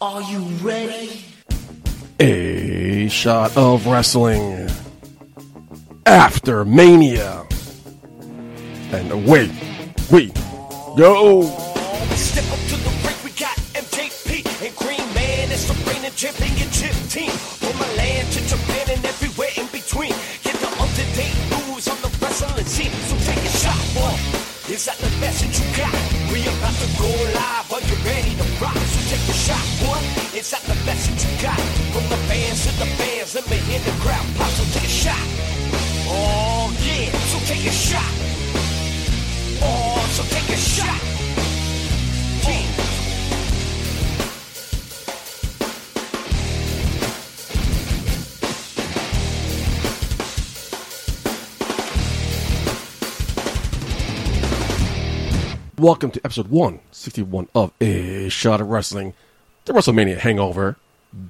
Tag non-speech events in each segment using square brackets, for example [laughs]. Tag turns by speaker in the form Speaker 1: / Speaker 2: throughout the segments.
Speaker 1: Are you ready?
Speaker 2: A shot of wrestling after Mania. And away we go.
Speaker 1: Step up to the break, we got MJP and Green Man. It's the reigning championship team. From Milan to Japan and everywhere in between. Get the up-to-date news on the wrestling scene. So take a shot, boy. Is that the message you got? We about to go live. Are you ready to rock? So take a shot, boy. Is that the message you got? From the fans to the fans, let me hear the crowd pop. So take a shot. Oh yeah, so take a shot. Oh, so take a shot. Yeah.
Speaker 2: Welcome to episode 161 of A Shot of Wrestling, the WrestleMania Hangover,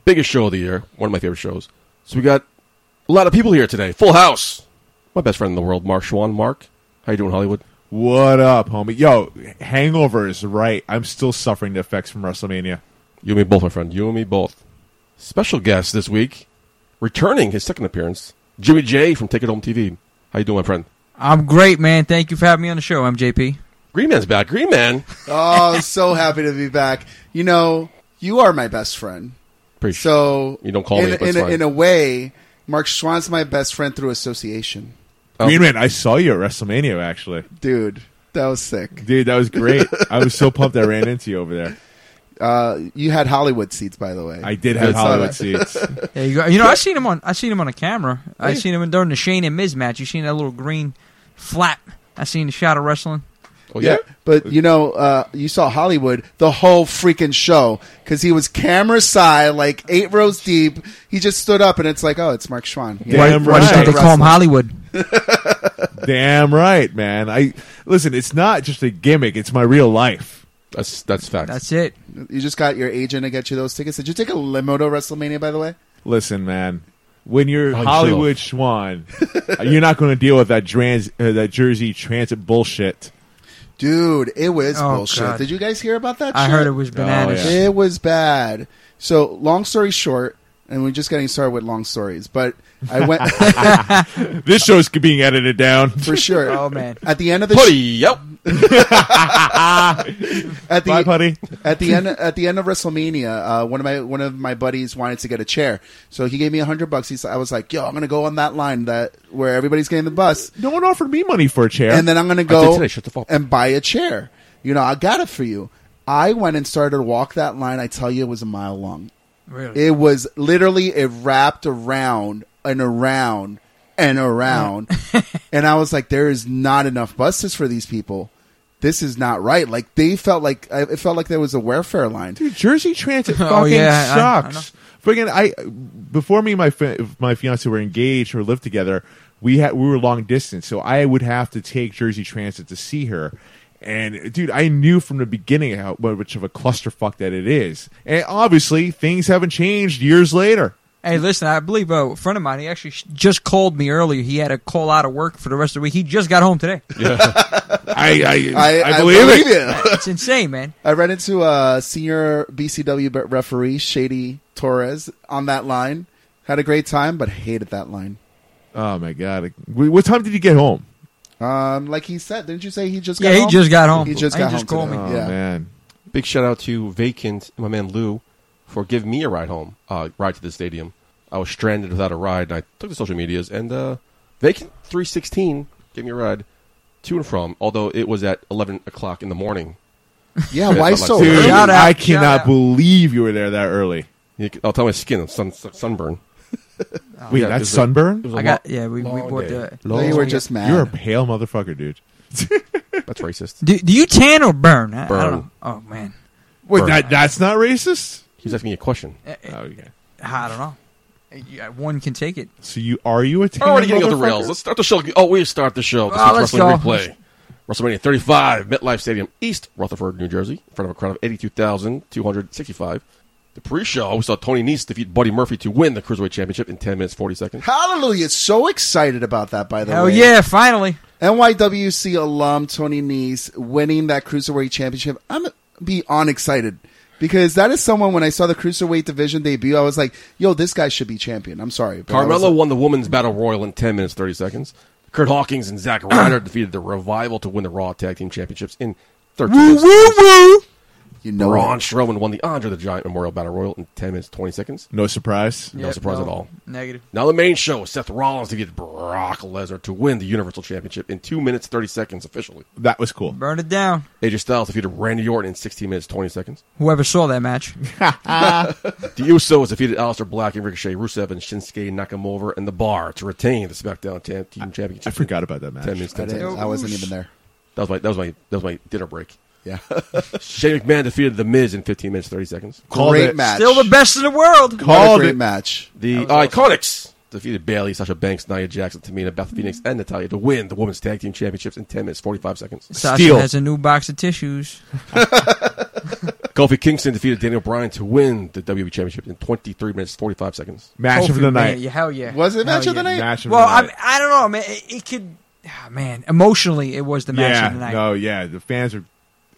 Speaker 2: biggest show of the year, one of my favorite shows. So we got a lot of people here today, full house. My best friend in the world, Mark Schwann. Mark, how you doing, Hollywood?
Speaker 3: What up, homie? Yo, hangover is right. I'm still suffering the effects from WrestleMania.
Speaker 2: You and me both, my friend. You and me both. Special guest this week, returning his second appearance, Jimmy J from Take It Home TV. How you doing, my friend?
Speaker 4: I'm great, man. Thank you for having me on the show. I'm JP.
Speaker 2: Green Man's back. Green Man.
Speaker 5: Oh, so happy to be back. You know, you are my best friend.
Speaker 2: Pretty sure.
Speaker 5: So
Speaker 2: You don't call
Speaker 5: in,
Speaker 2: me, but
Speaker 5: in,
Speaker 2: it's
Speaker 5: a,
Speaker 2: fine.
Speaker 5: in a way, Mark Schwann's my best friend through association,
Speaker 2: Oh.
Speaker 3: Greenman, I saw you at WrestleMania, actually.
Speaker 5: dude. That was sick.
Speaker 3: Dude, that was
Speaker 5: [laughs]
Speaker 3: great. I was so pumped I ran into you over there.
Speaker 5: You had Hollywood seats, by the way.
Speaker 3: I did have
Speaker 5: saw
Speaker 3: Hollywood
Speaker 5: that.
Speaker 3: seats.
Speaker 4: There you go. You know, I seen him on. I seen him on a camera. I seen him during the Shane and Miz match. You seen that little green flap? I seen the shot of wrestling.
Speaker 2: Oh, yeah.
Speaker 5: But you know, uh, you saw Hollywood the whole freaking show because he was camera side, like eight rows deep. He just stood up, and it's like, oh, it's Mark Schwann. Yeah.
Speaker 3: Damn
Speaker 4: Why do you
Speaker 3: right.
Speaker 4: think they call him Hollywood?
Speaker 3: Damn right, man. I listen, it's not just a gimmick, it's my real life.
Speaker 2: That's that's fact.
Speaker 4: That's it.
Speaker 5: You just got your agent to get you those tickets. Did you take a limo to WrestleMania, by the way?
Speaker 3: Listen, man. When you're
Speaker 2: Oh, you
Speaker 3: Hollywood Schwan,
Speaker 5: [laughs]
Speaker 3: you're not going to deal with that trans, uh, that Jersey transit bullshit.
Speaker 5: Dude, it was
Speaker 4: Oh,
Speaker 5: bullshit.
Speaker 4: God.
Speaker 5: Did you guys hear about that?
Speaker 4: I
Speaker 5: shit?
Speaker 4: heard it was
Speaker 2: Oh,
Speaker 4: bananas.
Speaker 3: yeah.
Speaker 5: It was bad. So long story short, and we're just getting started with long stories, but I
Speaker 4: [laughs]
Speaker 5: went [laughs]
Speaker 3: This show's being edited down.
Speaker 5: for sure.
Speaker 4: Oh, man.
Speaker 5: At the end of the
Speaker 2: Putty, yep.
Speaker 5: at the
Speaker 3: Bye, buddy.
Speaker 5: at the end at the end of WrestleMania, uh, one of my one of my buddies wanted to get a chair, so he gave me a hundred bucks. He's I was like, yo, I'm gonna go on that line that where everybody's getting the bus,
Speaker 3: No one offered me money for a chair.
Speaker 5: and then I'm gonna
Speaker 2: did
Speaker 5: go
Speaker 2: today. Shut the fuck up.
Speaker 5: and buy a chair. You know, I got it for you. I went and started to walk that line. I tell you, it was a mile long.
Speaker 4: Really?
Speaker 5: It was literally it wrapped around and around
Speaker 4: [laughs]
Speaker 5: and around, and I was like, "There is not enough buses for these people. This is not right." Like they felt like I- it felt like there was a welfare
Speaker 4: [laughs]
Speaker 5: line.
Speaker 3: Dude, Jersey Transit
Speaker 4: Oh,
Speaker 3: fucking
Speaker 4: yeah, I- I
Speaker 3: sucks. Friggin' I before me and my fi- my fiance were engaged or lived together. We had we were long distance, so I would have to take Jersey Transit to see her. And dude, I knew from the beginning how much of a clusterfuck that it is. And obviously, things haven't changed years
Speaker 4: [laughs]
Speaker 3: later.
Speaker 4: Hey, listen. I believe uh, a friend of mine. He actually sh- just called me earlier. He had a call out of work for the rest of the week. He just got home today.
Speaker 3: I I,
Speaker 5: I,
Speaker 3: I believe, it.
Speaker 5: you.
Speaker 4: It's insane, man.
Speaker 5: [laughs] I ran into a senior BCW be- referee, Shady Torres, on that line. Had a great time, but hated that line.
Speaker 3: Oh my god! Wh- What time did you get home?
Speaker 5: Um, like he said, didn't you say he just?
Speaker 4: Yeah,
Speaker 5: got
Speaker 4: he
Speaker 5: home?
Speaker 4: just got home.
Speaker 5: He just
Speaker 4: He
Speaker 5: got
Speaker 4: just called
Speaker 5: home. today.
Speaker 3: Oh
Speaker 5: yeah.
Speaker 3: man,
Speaker 2: Big shout out to Vacant, my man Lou, for giving me a ride home, uh, ride to the stadium. I was stranded without a ride, and I took to social medias, and uh, Vacant three sixteen gave me a ride to and from. Although it was at eleven o'clock in the morning,
Speaker 5: Yeah, why so?
Speaker 2: Dude.
Speaker 5: early?
Speaker 4: Oh, Shout out,
Speaker 3: I
Speaker 4: shout
Speaker 3: cannot
Speaker 4: out.
Speaker 3: believe you were there that early.
Speaker 2: You c- I'll tell my skin it's sun, sunburn.
Speaker 4: Oh,
Speaker 3: Wait,
Speaker 2: Yeah, it
Speaker 3: that's
Speaker 2: was a-
Speaker 3: sunburn.
Speaker 2: It was a
Speaker 4: I got
Speaker 2: lo-
Speaker 4: yeah. We, we
Speaker 2: long
Speaker 4: bought
Speaker 2: day.
Speaker 4: the.
Speaker 5: They were just mad.
Speaker 3: You're a pale motherfucker, dude.
Speaker 2: That's racist.
Speaker 4: Do, do you tan or burn? I, I
Speaker 2: Burn.
Speaker 4: don't know. Oh man,
Speaker 3: Wait,
Speaker 2: Burn.
Speaker 3: that that's not racist.
Speaker 2: He's asking me a question.
Speaker 3: Oh, okay.
Speaker 4: Eh, I don't know. Eh, Yeah, One can take it.
Speaker 3: So you are you a tan
Speaker 2: We're already getting off the
Speaker 3: motherfucker?
Speaker 2: rails. Let's start the show. Oh, we start the show. This
Speaker 4: Oh,
Speaker 2: week's
Speaker 4: let's
Speaker 2: wrestling
Speaker 4: go.
Speaker 2: replay. WrestleMania 35, MetLife Stadium, East Rutherford, New Jersey, in front of a crowd of 82,265. The pre-show, we saw Tony Nese defeat Buddy Murphy to win the Cruiserweight Championship in 10 minutes 40 seconds.
Speaker 5: Hallelujah! So excited about that, by the
Speaker 4: Hell
Speaker 5: way.
Speaker 4: yeah! Finally.
Speaker 5: NYWC alum Tony Nese winning that cruiserweight championship. I'm beyond excited Because that is someone when I saw the cruiserweight division debut, I was like, "Yo, this guy should be champion." I'm sorry, but I was
Speaker 2: Carmelo
Speaker 5: like-
Speaker 2: won the women's battle royal in 10 minutes 30 seconds. Kurt Hawkins and Zack Ryder defeated the Revival to win the Raw Tag Team Championships in 13 minutes.
Speaker 5: you know,
Speaker 2: Braun
Speaker 5: it.
Speaker 2: Strowman won the Andre the Giant Memorial Battle Royal in 10 minutes 20 seconds.
Speaker 3: No surprise.
Speaker 2: No surprise at all.
Speaker 4: Negative.
Speaker 2: Now the main show, Seth Rollins defeated Brock Lesnar to win the Universal Championship in 2 minutes 30 seconds officially.
Speaker 3: That was cool.
Speaker 4: Burn it down.
Speaker 2: AJ Styles defeated Randy Orton in 16 minutes 20 seconds.
Speaker 4: Whoever saw
Speaker 3: [laughs]
Speaker 4: that match.
Speaker 2: The Usos defeated Aleister Black and Ricochet, Rusev and Shinsuke Nakamura and The Bar to retain the SmackDown Tag Team Championship.
Speaker 3: I forgot about that match.
Speaker 2: 10 minutes
Speaker 5: I,
Speaker 2: 10
Speaker 5: didn't-
Speaker 2: seconds.
Speaker 5: I wasn't even there.
Speaker 2: That was my that was my that was my dinner break.
Speaker 5: Yeah,
Speaker 2: Shane McMahon defeated The Miz in 15 minutes 30 seconds.
Speaker 3: Called
Speaker 5: great
Speaker 3: it.
Speaker 5: match.
Speaker 4: Still the best in the world.
Speaker 5: What a
Speaker 3: Called
Speaker 5: great
Speaker 3: it.
Speaker 5: match.
Speaker 2: The Iconics defeated Bailey, Sasha Banks, Nia Jackson, Tamina, Beth Phoenix, and Natalia to win the women's tag team championships in 10 minutes 45 seconds.
Speaker 4: Sasha
Speaker 3: Steal.
Speaker 4: has a new box of tissues.
Speaker 2: Kofi Kingston defeated Daniel Bryan to win the WWE championship in 23 minutes 45 seconds.
Speaker 3: Match
Speaker 4: Kofi,
Speaker 3: of the
Speaker 4: man,
Speaker 3: night.
Speaker 4: yeah, hell yeah.
Speaker 5: Was it
Speaker 4: Hell
Speaker 5: match of
Speaker 4: yeah.
Speaker 5: the night?
Speaker 3: Match of
Speaker 4: Well,
Speaker 3: the
Speaker 4: I,
Speaker 3: night.
Speaker 4: I don't know, man. It, it could, ah, man. Emotionally, it was the match
Speaker 3: yeah,
Speaker 4: of the night.
Speaker 3: no, yeah. The fans are.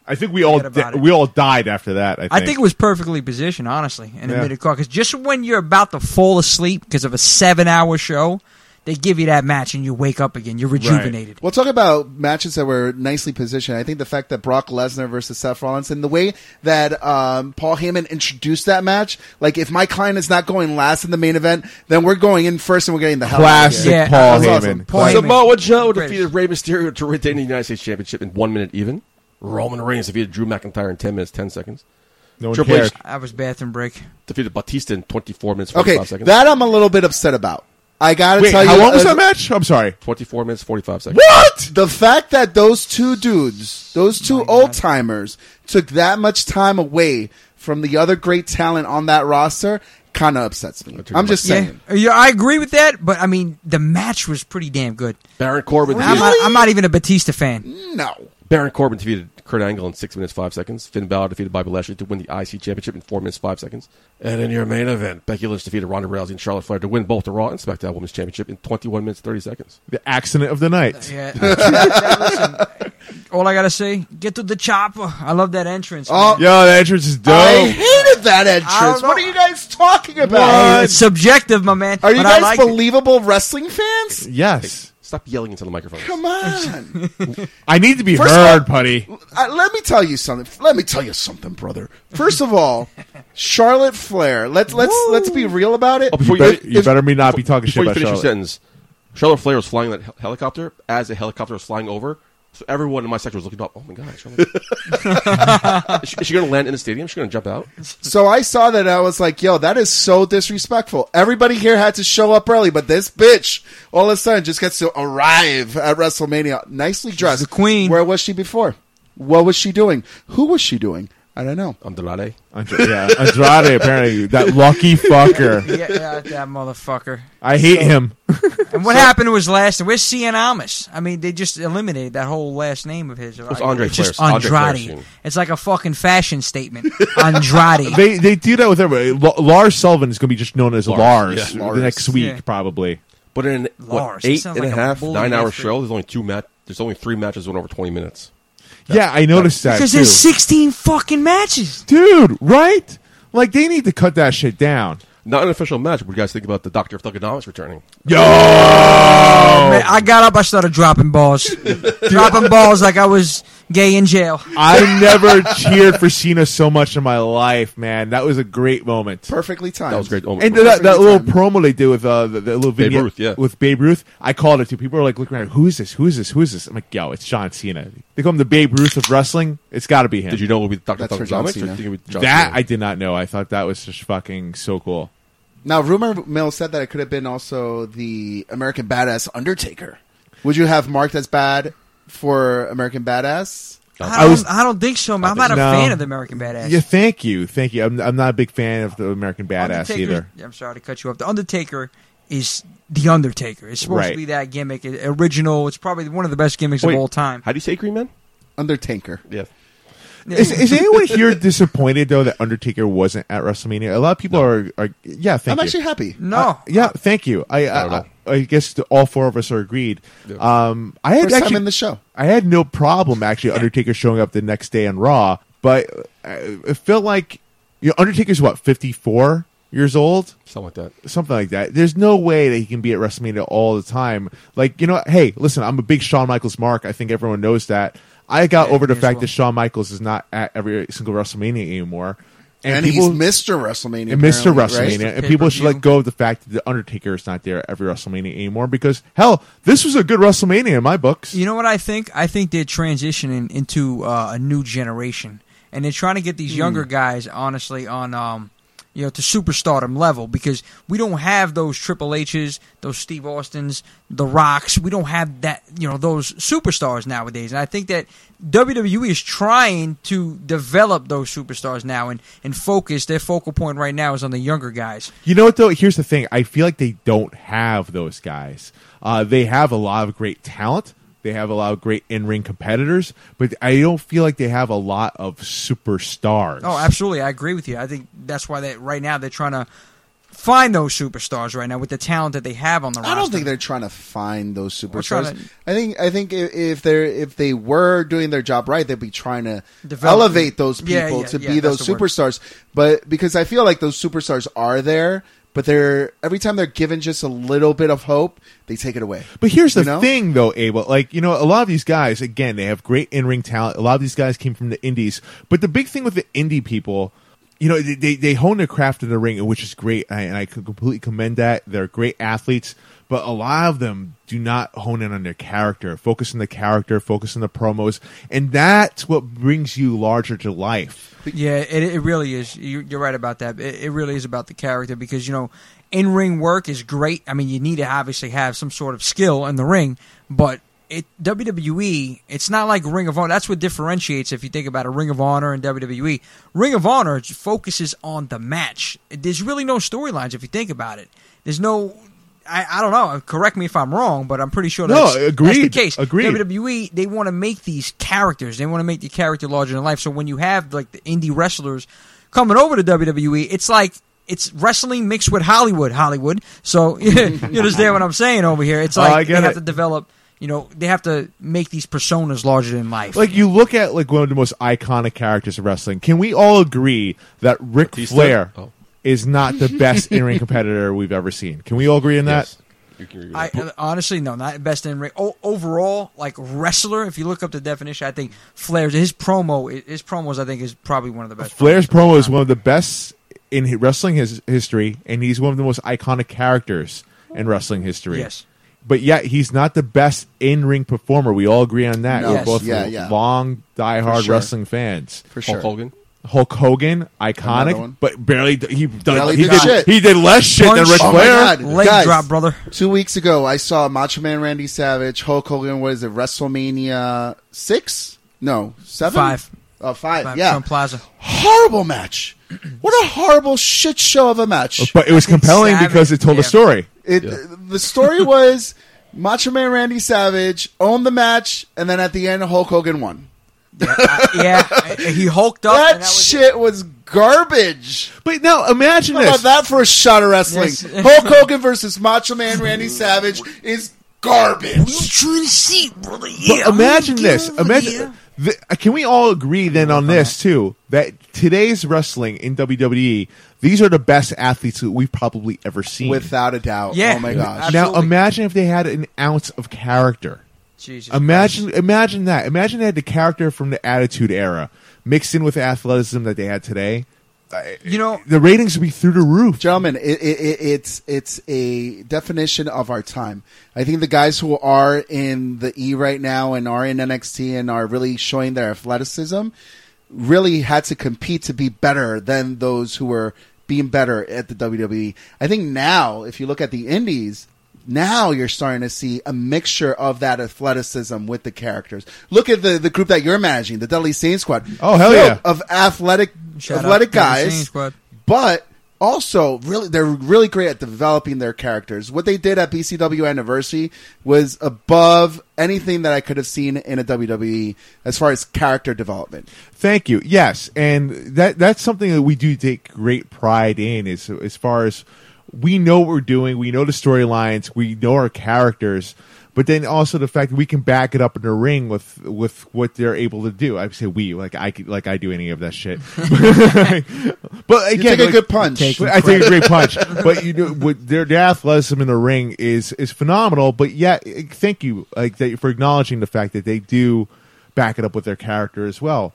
Speaker 3: I think we all
Speaker 4: Forget about
Speaker 3: di-
Speaker 4: it.
Speaker 3: we all died after that. I think.
Speaker 4: I think it was perfectly positioned, honestly, in the
Speaker 3: Yeah.
Speaker 4: middle card. Because just when you're about to fall asleep because of a seven-hour show, they give you that match and you wake up again. You're rejuvenated.
Speaker 5: We'll talk about matches that were nicely positioned. I think the fact that Brock Lesnar versus Seth Rollins and the way that um, Paul Heyman introduced that match, like if my client is not going last in the main event, then we're going in first and we're getting the hell out of
Speaker 3: Classic
Speaker 5: here.
Speaker 4: Yeah,
Speaker 3: Paul
Speaker 5: that was
Speaker 3: Heyman.
Speaker 5: awesome.
Speaker 4: Paul Heyman.
Speaker 2: Samoa Joe
Speaker 4: British.
Speaker 2: defeated Rey Mysterio to retain the United States championship in 1 minute even. Roman Reigns defeated Drew McIntyre in 10 minutes 10 seconds.
Speaker 3: No one
Speaker 2: Triple
Speaker 3: cared.
Speaker 2: H
Speaker 4: I was bathroom break.
Speaker 2: defeated Batista in 24 minutes 45
Speaker 5: Okay,
Speaker 2: seconds.
Speaker 5: that I'm a little bit upset about. I gotta
Speaker 3: Wait,
Speaker 5: tell you,
Speaker 3: how long was
Speaker 5: uh, [laughs]
Speaker 3: that match? I'm sorry.
Speaker 2: 24 minutes 45 seconds.
Speaker 3: What? Oh
Speaker 5: The fact that those two dudes, those two old timers, took that much time away from the other great talent on that roster kind of upsets me. I'm just
Speaker 4: Yeah.
Speaker 5: saying.
Speaker 4: yeah, I agree with that, but I mean, the match was pretty damn good.
Speaker 2: Baron Corbin
Speaker 4: I'm,
Speaker 2: defeated,
Speaker 4: not, I'm not even a Batista fan.
Speaker 5: No.
Speaker 2: Baron Corbin defeated Kurt Angle in 6 minutes 5 seconds. Finn Balor defeated Bobby Lashley to win the IC championship in 4 minutes 5 seconds. And in your main event, Becky Lynch defeated Ronda Rousey and Charlotte Flair to win both the Raw and SmackDown Women's Championship in 21 minutes 30 seconds.
Speaker 3: The accident of the night.
Speaker 4: [laughs] Yeah. Listen, all I gotta say, get to the chopper. I love that entrance.
Speaker 5: Oh,
Speaker 4: man.
Speaker 3: Yo, that entrance is dope.
Speaker 5: I hated that
Speaker 4: I don't
Speaker 5: entrance.
Speaker 4: know.
Speaker 5: What are you guys talking
Speaker 4: Hey,
Speaker 5: about?
Speaker 4: it's subjective, my man.
Speaker 5: Are you
Speaker 4: but I
Speaker 5: guys
Speaker 4: liked it.
Speaker 5: believable wrestling fans?
Speaker 3: yes.
Speaker 2: Stop yelling into the microphone.
Speaker 5: Come on.
Speaker 3: I need to be
Speaker 5: First of
Speaker 3: heard,
Speaker 5: all-
Speaker 3: buddy.
Speaker 5: Uh, let me tell you something. Let me tell you something, brother. First of all, Charlotte Flair. Let's let's let's be real about it.
Speaker 2: Oh,
Speaker 3: You,
Speaker 2: before
Speaker 3: better,
Speaker 2: if-
Speaker 3: you
Speaker 2: if-
Speaker 3: better me not be talking
Speaker 2: Before
Speaker 3: shit
Speaker 2: you
Speaker 3: about
Speaker 2: finish your
Speaker 3: Charlotte.
Speaker 2: sentence, Charlotte Flair was flying that hel- helicopter as the helicopter was flying over. So everyone in my sector was looking up. Oh my god! Charlotte. [laughs] is she, going to land in the stadium? Is she going to jump out?
Speaker 5: So I saw that and I was like, yo, that is so disrespectful. Everybody here had to show up early, but this bitch all of a sudden just gets to arrive at WrestleMania nicely dressed.
Speaker 4: the queen.
Speaker 5: Where was she before? What was she doing? Who was she doing? I don't know.
Speaker 2: I'm Andrade.
Speaker 3: Andre- yeah, Andrade, apparently. That lucky fucker.
Speaker 4: Yeah, yeah, that motherfucker.
Speaker 3: I hate him.
Speaker 4: And what happened to his last name? Where's Cian Amos? I mean, they just eliminated that whole last name of his. It's
Speaker 2: Andre
Speaker 4: It's just
Speaker 2: Flair's- Andre
Speaker 4: Andrade.
Speaker 2: Flair's name.
Speaker 4: it's like a fucking fashion statement.
Speaker 2: [laughs]
Speaker 4: Andrade.
Speaker 3: They they do that with everybody. L- Lars Sullivan is going to be just known as Lars,
Speaker 2: yeah.
Speaker 3: the next week,
Speaker 4: Yeah.
Speaker 3: probably.
Speaker 2: But in what,
Speaker 4: Lars, that
Speaker 2: eight
Speaker 4: sounds
Speaker 2: and a
Speaker 4: like a
Speaker 2: half,
Speaker 4: bull
Speaker 2: nine hour
Speaker 4: bastard.
Speaker 2: show, there's only two mat. There's only three matches went over 20 minutes.
Speaker 3: yeah, I noticed that
Speaker 4: because
Speaker 3: too.
Speaker 4: there's 16 fucking matches.
Speaker 3: Dude, right? Like they need to cut that shit down.
Speaker 2: Not an official match. What do you guys think about the Doctor of Thugonomics returning?
Speaker 4: Man, I got up, I started dropping balls. dropping balls like I was gay in jail.
Speaker 3: I
Speaker 4: [laughs]
Speaker 3: never cheered for Cena so much in my life, man. That was a great moment.
Speaker 5: Perfectly timed.
Speaker 2: That was great. Oh,
Speaker 3: And
Speaker 2: my-
Speaker 3: that, that little
Speaker 5: Perfect
Speaker 3: promo they do with uh, the, the little
Speaker 2: Babe
Speaker 3: vignette
Speaker 2: Ruth, yeah.
Speaker 3: with Babe Ruth, I called it too. People are like looking around, who is this? Who is this? Who is this? I'm like, yo, it's John Cena. They call him the Babe Ruth of wrestling. It's got to be him.
Speaker 2: Did you know it would be Doctor
Speaker 5: That's for John
Speaker 2: Thugonomics? Or
Speaker 5: Cena.
Speaker 2: think it would be John
Speaker 3: that
Speaker 2: Cena?
Speaker 3: I did not know. I thought that was just fucking so cool.
Speaker 5: Now, rumor mill said that it could have been also the American Badass Undertaker. Would you have marked as bad for American Badass?
Speaker 4: I
Speaker 3: I
Speaker 4: don't,
Speaker 3: was-
Speaker 4: I don't think so, man. I'm not a
Speaker 3: No.
Speaker 4: fan of the American Badass.
Speaker 3: Yeah, thank you, thank you. I'm, I'm not a big fan of the American Badass
Speaker 4: Undertaker-
Speaker 3: either.
Speaker 4: I'm sorry to cut you off. The Undertaker is the Undertaker. It's supposed
Speaker 3: Right.
Speaker 4: to be that gimmick. It- Original. It's probably one of the best gimmicks
Speaker 2: Wait,
Speaker 4: of all time.
Speaker 2: How do you say Green Man?
Speaker 5: Undertaker.
Speaker 2: Yeah.
Speaker 3: Is, is anyone here disappointed though that Undertaker wasn't at WrestleMania? A lot of people are, are. Yeah, thank
Speaker 5: I'm
Speaker 3: you.
Speaker 5: actually happy.
Speaker 4: no.
Speaker 3: Uh, yeah, thank you. I
Speaker 2: I don't
Speaker 3: I,
Speaker 2: know.
Speaker 3: I, I guess the, all four of us are agreed. Um, I had
Speaker 5: First
Speaker 3: actually,
Speaker 5: time in the show.
Speaker 3: I had no problem actually Undertaker showing up the next day on Raw, but uh, it felt like You know, Undertaker's what fifty four years old,
Speaker 2: Something like that.
Speaker 3: something like that. There's no way that he can be at WrestleMania all the time. Like you know, hey, listen, I'm a big Shawn Michaels mark. I think everyone knows that. I got
Speaker 4: Yeah,
Speaker 3: over the
Speaker 4: me as
Speaker 3: fact
Speaker 4: well.
Speaker 3: that Shawn Michaels is not at every single WrestleMania anymore,
Speaker 5: And,
Speaker 3: people-
Speaker 5: he's Mr. WrestleMania.
Speaker 3: and Mr.
Speaker 5: apparently,
Speaker 3: WrestleMania,
Speaker 5: Right?
Speaker 4: Mr.
Speaker 3: and people should
Speaker 4: Pay-per-view.
Speaker 3: let go of the fact that the Undertaker is not there at every WrestleMania anymore because hell, this was a good WrestleMania in my books.
Speaker 4: You know what I think? I think they're transitioning into uh, a new generation, and they're trying to get these younger guys, honestly, on um, you know, to superstardom level because we don't have those Triple H's, those Steve Austins, the Rocks. We don't have that, you know, those superstars nowadays. And I think that WWE is trying to develop those superstars now and and focus their focal point right now is on the younger guys.
Speaker 3: You know what though? Here's the thing. I feel like they don't have those guys. Uh, they have a lot of great talent. They have a lot of great in-ring competitors, but I don't feel like they have a lot of superstars.
Speaker 4: Oh, absolutely. I agree with you. I think that's why that right now they're trying to find those superstars right now with the talent that they have on the roster.
Speaker 5: I don't think they're trying to find those
Speaker 4: We're trying
Speaker 5: superstars.
Speaker 4: to-
Speaker 5: I think I think i- if they're if they were doing their job right, they'd be trying to
Speaker 4: Develop-
Speaker 5: elevate those people
Speaker 4: Yeah, yeah,
Speaker 5: to
Speaker 4: yeah,
Speaker 5: be
Speaker 4: that's
Speaker 5: those
Speaker 4: the word.
Speaker 5: superstars. But because I feel like those superstars are there, but they're every time they're given just a little bit of hope, they take it away.
Speaker 3: But here's the
Speaker 5: You know?
Speaker 3: thing, though, Abel. Like, you know, a lot of these guys, again, they have great in ring talent. A lot of these guys came from the indies. But the big thing with the indie people, you know, they, they, they hone their craft in the ring, which is great. And I, and I can completely commend that. They're great athletes. But a lot of them do not hone in on their character, focus on the character, focus on the promos. And that's what brings you larger to life.
Speaker 4: Yeah, it, it really is. You're, you're right about that. It, it really is about the character because you know, in ring work is great. I mean, you need to obviously have some sort of skill in the ring, but it WWE, it's not like Ring of Honor. That's what differentiates if you think about it. Ring of Honor and WWE. Ring of Honor focuses on the match. There's really no storylines if you think about it. There's no. I, I don't know. Correct me if I'm wrong, but I'm pretty sure
Speaker 3: No,
Speaker 4: that's, that's the
Speaker 3: agreed,
Speaker 4: case. E
Speaker 3: agreed.
Speaker 4: WWE WWE they want to make these characters. They want to make the character larger than life. So when you have like the indie wrestlers coming over to WWE, it's like it's wrestling mixed with Hollywood. Hollywood.
Speaker 3: [laughs]
Speaker 4: So [laughs] you understand what I'm saying over here? It's
Speaker 3: Oh, I
Speaker 4: like they
Speaker 3: get
Speaker 4: have
Speaker 3: it.
Speaker 4: to develop. You know, they have to make these personas larger than life.
Speaker 3: Like you look at like one of the most iconic characters of wrestling. Can we all agree that Ric
Speaker 2: Batista?
Speaker 3: Flair
Speaker 2: Oh.
Speaker 3: is not
Speaker 5: [laughs]
Speaker 3: the best in-ring competitor we've ever seen? Can we all agree on that?
Speaker 2: Yes. You can agree with
Speaker 4: I
Speaker 2: that.
Speaker 4: uh, honestly no, not best in ring. O- overall, like wrestler, if you look up the definition, I think Flair's his promo, his promos, I think is probably one of the best.
Speaker 3: Flair's
Speaker 4: promos.
Speaker 3: promo
Speaker 2: Uh-huh.
Speaker 3: is one of the best in hi- wrestling his- history, and he's one of the most iconic characters in wrestling history.
Speaker 4: Yes.
Speaker 3: But yet he's not the best in-ring performer. We all agree on that.
Speaker 5: No.
Speaker 3: We're
Speaker 4: Yes.
Speaker 3: both
Speaker 5: Yeah, yeah.
Speaker 3: long, die-hard
Speaker 5: For sure.
Speaker 3: wrestling fans.
Speaker 5: For
Speaker 2: Hulk
Speaker 5: sure.
Speaker 2: Hogan.
Speaker 3: Hulk Hogan,
Speaker 5: Another
Speaker 3: iconic,
Speaker 5: one.
Speaker 3: but barely d- he, done,
Speaker 5: Barely
Speaker 3: he
Speaker 5: did
Speaker 3: did
Speaker 5: shit.
Speaker 3: he did less shit
Speaker 4: Punch.
Speaker 3: than Ric
Speaker 4: Oh
Speaker 5: my
Speaker 3: Flair.
Speaker 5: God.
Speaker 4: Leg
Speaker 5: Guys.
Speaker 4: drop, brother.
Speaker 5: Two weeks ago, I saw Macho Man Randy Savage, Hulk Hogan. What is it? WrestleMania six? No, seven.
Speaker 4: Five.
Speaker 5: Oh, five.
Speaker 4: By
Speaker 5: yeah.
Speaker 4: Trump Plaza.
Speaker 5: horrible match.
Speaker 4: [clears throat]
Speaker 5: What a horrible shit show of a match.
Speaker 3: But it was compelling
Speaker 4: Savage.
Speaker 3: because it told
Speaker 4: Yeah.
Speaker 3: a story.
Speaker 5: It, The story was Macho Man Randy Savage owned the match, and then at the end, Hulk Hogan won.
Speaker 4: Yeah, I- yeah, [laughs] I- he hulked up.
Speaker 5: That,
Speaker 4: Oh, and that was it.
Speaker 5: shit was garbage.
Speaker 3: But now imagine
Speaker 5: How about
Speaker 3: this.
Speaker 5: that for a shot of wrestling?
Speaker 4: Yes.
Speaker 5: Hulk Hogan versus Macho Man Randy Savage is garbage.
Speaker 4: trying to see, brother?
Speaker 3: But
Speaker 4: Yeah.
Speaker 3: imagine this. Imagine. th- can we all agree then on this too? That today's wrestling in WWE, these are the best athletes that we've probably ever seen.
Speaker 5: Without a doubt.
Speaker 4: Yeah.
Speaker 5: Oh my gosh.
Speaker 3: now
Speaker 4: absolutely.
Speaker 3: imagine if they had an ounce of character.
Speaker 4: Jesus.
Speaker 3: Imagine, imagine that. Imagine they had the character from the Attitude Era mixed in with the athleticism that they had today.
Speaker 4: you know,
Speaker 3: The ratings would be through the roof.
Speaker 5: gentlemen, it, it, it, it's it's a definition of our time. I think the guys who are in the E right now and are in NXT and are really showing their athleticism really had to compete to be better than those who were being better at the WWE. I think now, if you look at the Indies. Now you're starting to see a mixture of that athleticism with the characters. Look at the, the group that you're managing, the Dudley Saint Squad.
Speaker 3: Oh, hell
Speaker 5: Filled
Speaker 3: yeah.
Speaker 5: Of athletic
Speaker 4: Shout out
Speaker 5: athletic
Speaker 4: to the Saints
Speaker 5: guys,
Speaker 4: squad.
Speaker 5: but also really they're really great at developing their characters. What they did at BCW Anniversary was above anything that I could have seen in a WWE as far as character development.
Speaker 3: Thank you. Yes, and that that's something that we do take great pride in. Is as far as we know what we're doing, we know the storylines, we know our characters. But then also the fact that we can back it up in the ring with with what they're able to do. I say we like I could, like I do any of that shit. but
Speaker 5: You
Speaker 3: again,
Speaker 5: take a
Speaker 3: like-
Speaker 5: good punch.
Speaker 4: Take
Speaker 3: I take a great punch, but you know, what their, their athleticism in the ring is is phenomenal. But yeah, eh, thank you like that for acknowledging the fact that they do back it up with their character as well.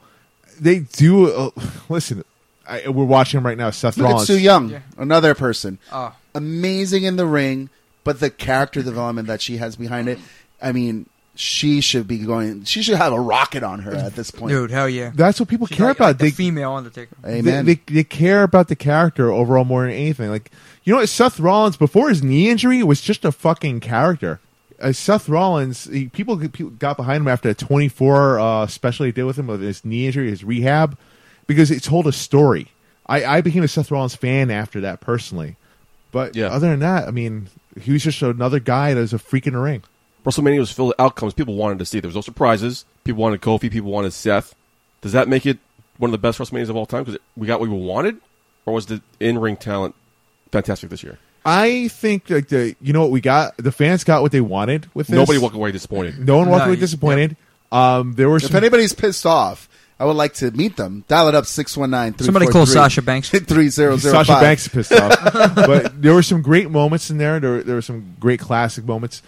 Speaker 3: They do. Uh, [sighs] listen, I, we're watching him right now. Seth
Speaker 5: Look at
Speaker 3: Rollins.
Speaker 5: Sue Young,
Speaker 4: Yeah.
Speaker 5: another person,
Speaker 4: Oh.
Speaker 5: amazing in the ring, but the character development that she has behind it. I mean, she should be going. She should have a rocket on her at this point.
Speaker 4: Dude, hell yeah.
Speaker 3: That's what people
Speaker 4: She's
Speaker 3: care
Speaker 4: like-
Speaker 3: about.
Speaker 4: like the
Speaker 3: they,
Speaker 4: female Undertaker.
Speaker 5: Amen.
Speaker 3: They, they, they care about the character overall more than anything. Like, you know what? Seth Rollins, before his knee injury, was just a fucking character. Uh, Seth Rollins, he, people, people got behind him after a 24 uh, special he did with him with his knee injury, his rehab, because it told a story. I, I became a Seth Rollins fan after that personally. But
Speaker 2: Yeah.
Speaker 3: other than that, I mean, he was just another guy that was a freak in the ring.
Speaker 2: WrestleMania was filled with outcomes people wanted to see. There was no surprises. People wanted Kofi. People wanted Seth. Does that make it one of the best WrestleManias of all time? Because we got what we wanted, or was the in-ring talent fantastic this year?
Speaker 3: I think like the you know what we got the fans got what they wanted with this.
Speaker 2: Nobody walked away disappointed.
Speaker 3: No one walked
Speaker 4: No,
Speaker 3: away
Speaker 4: you-
Speaker 3: disappointed. Um, there were
Speaker 5: if
Speaker 3: some
Speaker 5: anybody's pissed off, I would like to meet them. Dial it up 619
Speaker 4: Somebody call Sasha
Speaker 5: [laughs]
Speaker 4: Banks.
Speaker 5: 3005.
Speaker 3: Sasha Banks is pissed off. but there were some great moments in there. There, were- there were some great classic moments.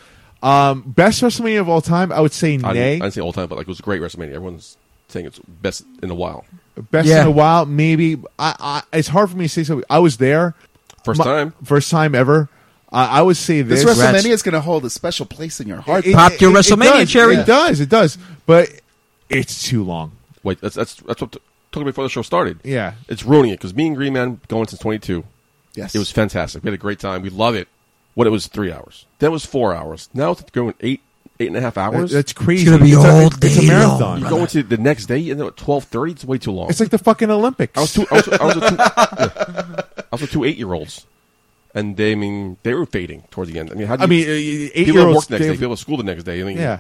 Speaker 3: Um, best WrestleMania of all time, I would say
Speaker 2: I didn't, I
Speaker 3: nay.
Speaker 2: didn't say all time, but like it was a great WrestleMania. Everyone's saying it's best in a while.
Speaker 3: best
Speaker 4: Yeah.
Speaker 3: in a while, maybe. I, I, it's hard for me to say something. I was there.
Speaker 2: First
Speaker 3: My-
Speaker 2: time.
Speaker 3: First time ever. I I would say
Speaker 5: This
Speaker 3: this.
Speaker 5: WrestleMania is going to hold a special place in your heart.
Speaker 3: It-
Speaker 4: Pop your
Speaker 3: it- it
Speaker 4: WrestleMania
Speaker 3: does.
Speaker 4: cherry.
Speaker 3: It does. It does. But it's too long.
Speaker 2: Wait, that's that's that's what t- took me before the show started.
Speaker 3: Yeah.
Speaker 2: it's ruining it because me and Green Man going since twenty two.
Speaker 5: yes.
Speaker 2: It was fantastic. We had a great time. We love it. What it was three hours. Then it was four hours. Now it's going eight eight and a half hours.
Speaker 3: That's crazy.
Speaker 4: It's gonna be
Speaker 3: a-
Speaker 4: all
Speaker 3: It's a
Speaker 4: day long,
Speaker 3: marathon.
Speaker 2: you go into the next day and then at twelve thirty. It's way too long.
Speaker 3: It's like the fucking Olympics.
Speaker 2: I was two. I was, I was,
Speaker 3: [laughs]
Speaker 2: with two, yeah. I was with two eight-year-olds, and they I mean they were fading towards the end. I mean, how do
Speaker 3: I mean, uh,
Speaker 2: you,
Speaker 3: eight
Speaker 2: people
Speaker 3: year
Speaker 2: at work
Speaker 3: olds.
Speaker 2: the next day, people at school the next day. I mean,
Speaker 3: Yeah. Uh,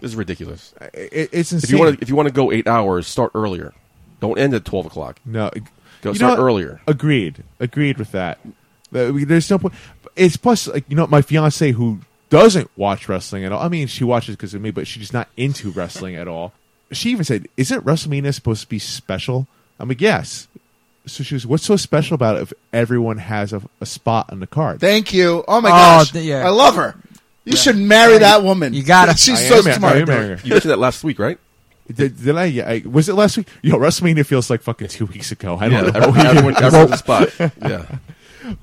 Speaker 2: this is ridiculous.
Speaker 3: It, it's insane.
Speaker 2: If you want to, if you want to go eight hours, start earlier. Don't end at twelve o'clock.
Speaker 3: No,
Speaker 2: Go
Speaker 3: You
Speaker 2: start
Speaker 3: know what?
Speaker 2: earlier.
Speaker 3: Agreed. Agreed with that. That we- There's no point. It's plus like you know my fiance who doesn't watch wrestling at all. I mean, she watches because of me, but she's just not into wrestling at all. She even said, "Isn't WrestleMania supposed to be special?" I'm like, "Yes." So she was, "What's so special about it if everyone has a, a spot on the card?"
Speaker 5: Thank you. Oh my
Speaker 4: Oh,
Speaker 5: gosh.
Speaker 4: th- yeah.
Speaker 5: I love her. You should marry that woman.
Speaker 4: You gotta.
Speaker 5: [laughs] She's
Speaker 3: I
Speaker 5: so
Speaker 3: am mar- I
Speaker 5: smart.
Speaker 3: am marrying her.
Speaker 2: You mentioned that last week,
Speaker 3: [laughs]
Speaker 2: right?
Speaker 3: Did, did I, yeah, I? Was it last week? Yo, WrestleMania feels like fucking two weeks ago. I don't know.
Speaker 2: everyone, everyone,
Speaker 3: [laughs]
Speaker 2: everyone the spot. Yeah,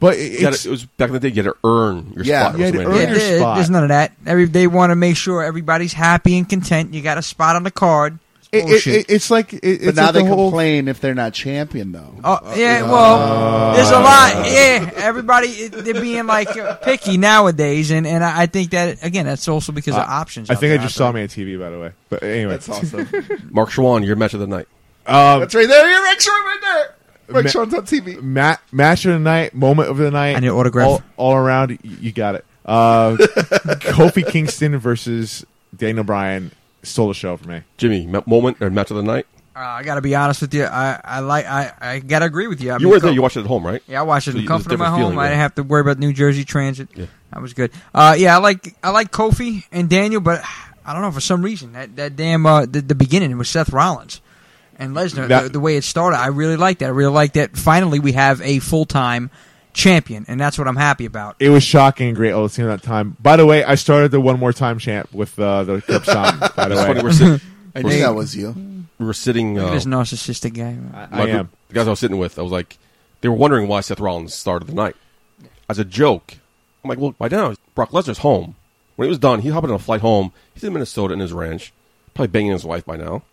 Speaker 3: but
Speaker 2: You
Speaker 3: it,
Speaker 2: gotta-
Speaker 3: it's,
Speaker 2: it was back in the day. You had to earn your
Speaker 5: Yeah.
Speaker 2: spot.
Speaker 5: You
Speaker 2: at
Speaker 3: had to
Speaker 2: WrestleMania.
Speaker 3: earn
Speaker 4: Yeah,
Speaker 3: your
Speaker 4: there-
Speaker 3: spot.
Speaker 4: There's none of that. Every they want to make sure everybody's happy and content. You got a spot on the card. It's
Speaker 3: it, it,
Speaker 4: bullshit.
Speaker 3: it, it's like it, it's
Speaker 5: But now
Speaker 3: like
Speaker 5: they
Speaker 3: the whole,
Speaker 5: complain if they're not champion, though.
Speaker 4: oh yeah,
Speaker 3: Uh,
Speaker 4: well, there's a lot. Yeah, everybody it- they're being like uh, picky nowadays, and and I I think that again that's also because of options.
Speaker 3: I
Speaker 4: out
Speaker 3: think I
Speaker 4: there.
Speaker 3: just saw me on TV, by the way. But anyway,
Speaker 5: That's awesome.
Speaker 2: Mark Schwann, your match of the night.
Speaker 5: That's right there. You're Rick Sean right there. Rick
Speaker 3: Ma-
Speaker 5: Sean's on TV.
Speaker 3: Ma- match of the night, moment of the night.
Speaker 4: I need an autograph.
Speaker 3: All, all around, y- you got it.
Speaker 2: [laughs]
Speaker 3: Uh, Kofi Kingston versus Daniel Bryan stole the show for me.
Speaker 2: Jimmy, ma- moment or match of the night?
Speaker 4: Uh, I got to be honest with you. I I like I I got to agree with you. I
Speaker 2: You
Speaker 4: mean,
Speaker 2: were there.
Speaker 4: Kobe-
Speaker 2: You watched it at home, right?
Speaker 4: Yeah, I watched it
Speaker 2: So
Speaker 4: in
Speaker 2: you-
Speaker 4: the
Speaker 2: it was a
Speaker 4: comfort of my
Speaker 2: different
Speaker 4: home.
Speaker 2: feeling,
Speaker 4: I
Speaker 2: yeah.
Speaker 4: didn't have to worry about New Jersey Transit.
Speaker 2: Yeah.
Speaker 4: That was good. Uh, yeah, I like I like Kofi and Daniel, but I don't know for some reason that that damn uh, the, the beginning with Seth Rollins and Lesnar
Speaker 3: That-
Speaker 4: the, the way it started. I really like that. I really like that. Finally, we have a full time champion, and that's what I'm happy about.
Speaker 3: It was shocking and great all the same at that time. By the way, I started the one more time chant with uh, the Curb song.
Speaker 2: [laughs]
Speaker 3: By the
Speaker 2: It's funny.
Speaker 3: way,
Speaker 2: We're, sit-
Speaker 4: [laughs]
Speaker 5: I knew that was you.
Speaker 2: we were sitting.
Speaker 4: Look
Speaker 2: uh,
Speaker 4: at this narcissistic guy.
Speaker 3: I
Speaker 2: my group-
Speaker 3: am.
Speaker 2: the guys I was sitting with. I was like, they were wondering why Seth Rollins started the night as a joke. I'm like, well, by now Brock Lesnar's home. When he was done, he hopped on a flight home. He's in Minnesota in his ranch, probably banging his wife by
Speaker 3: [laughs]
Speaker 2: now.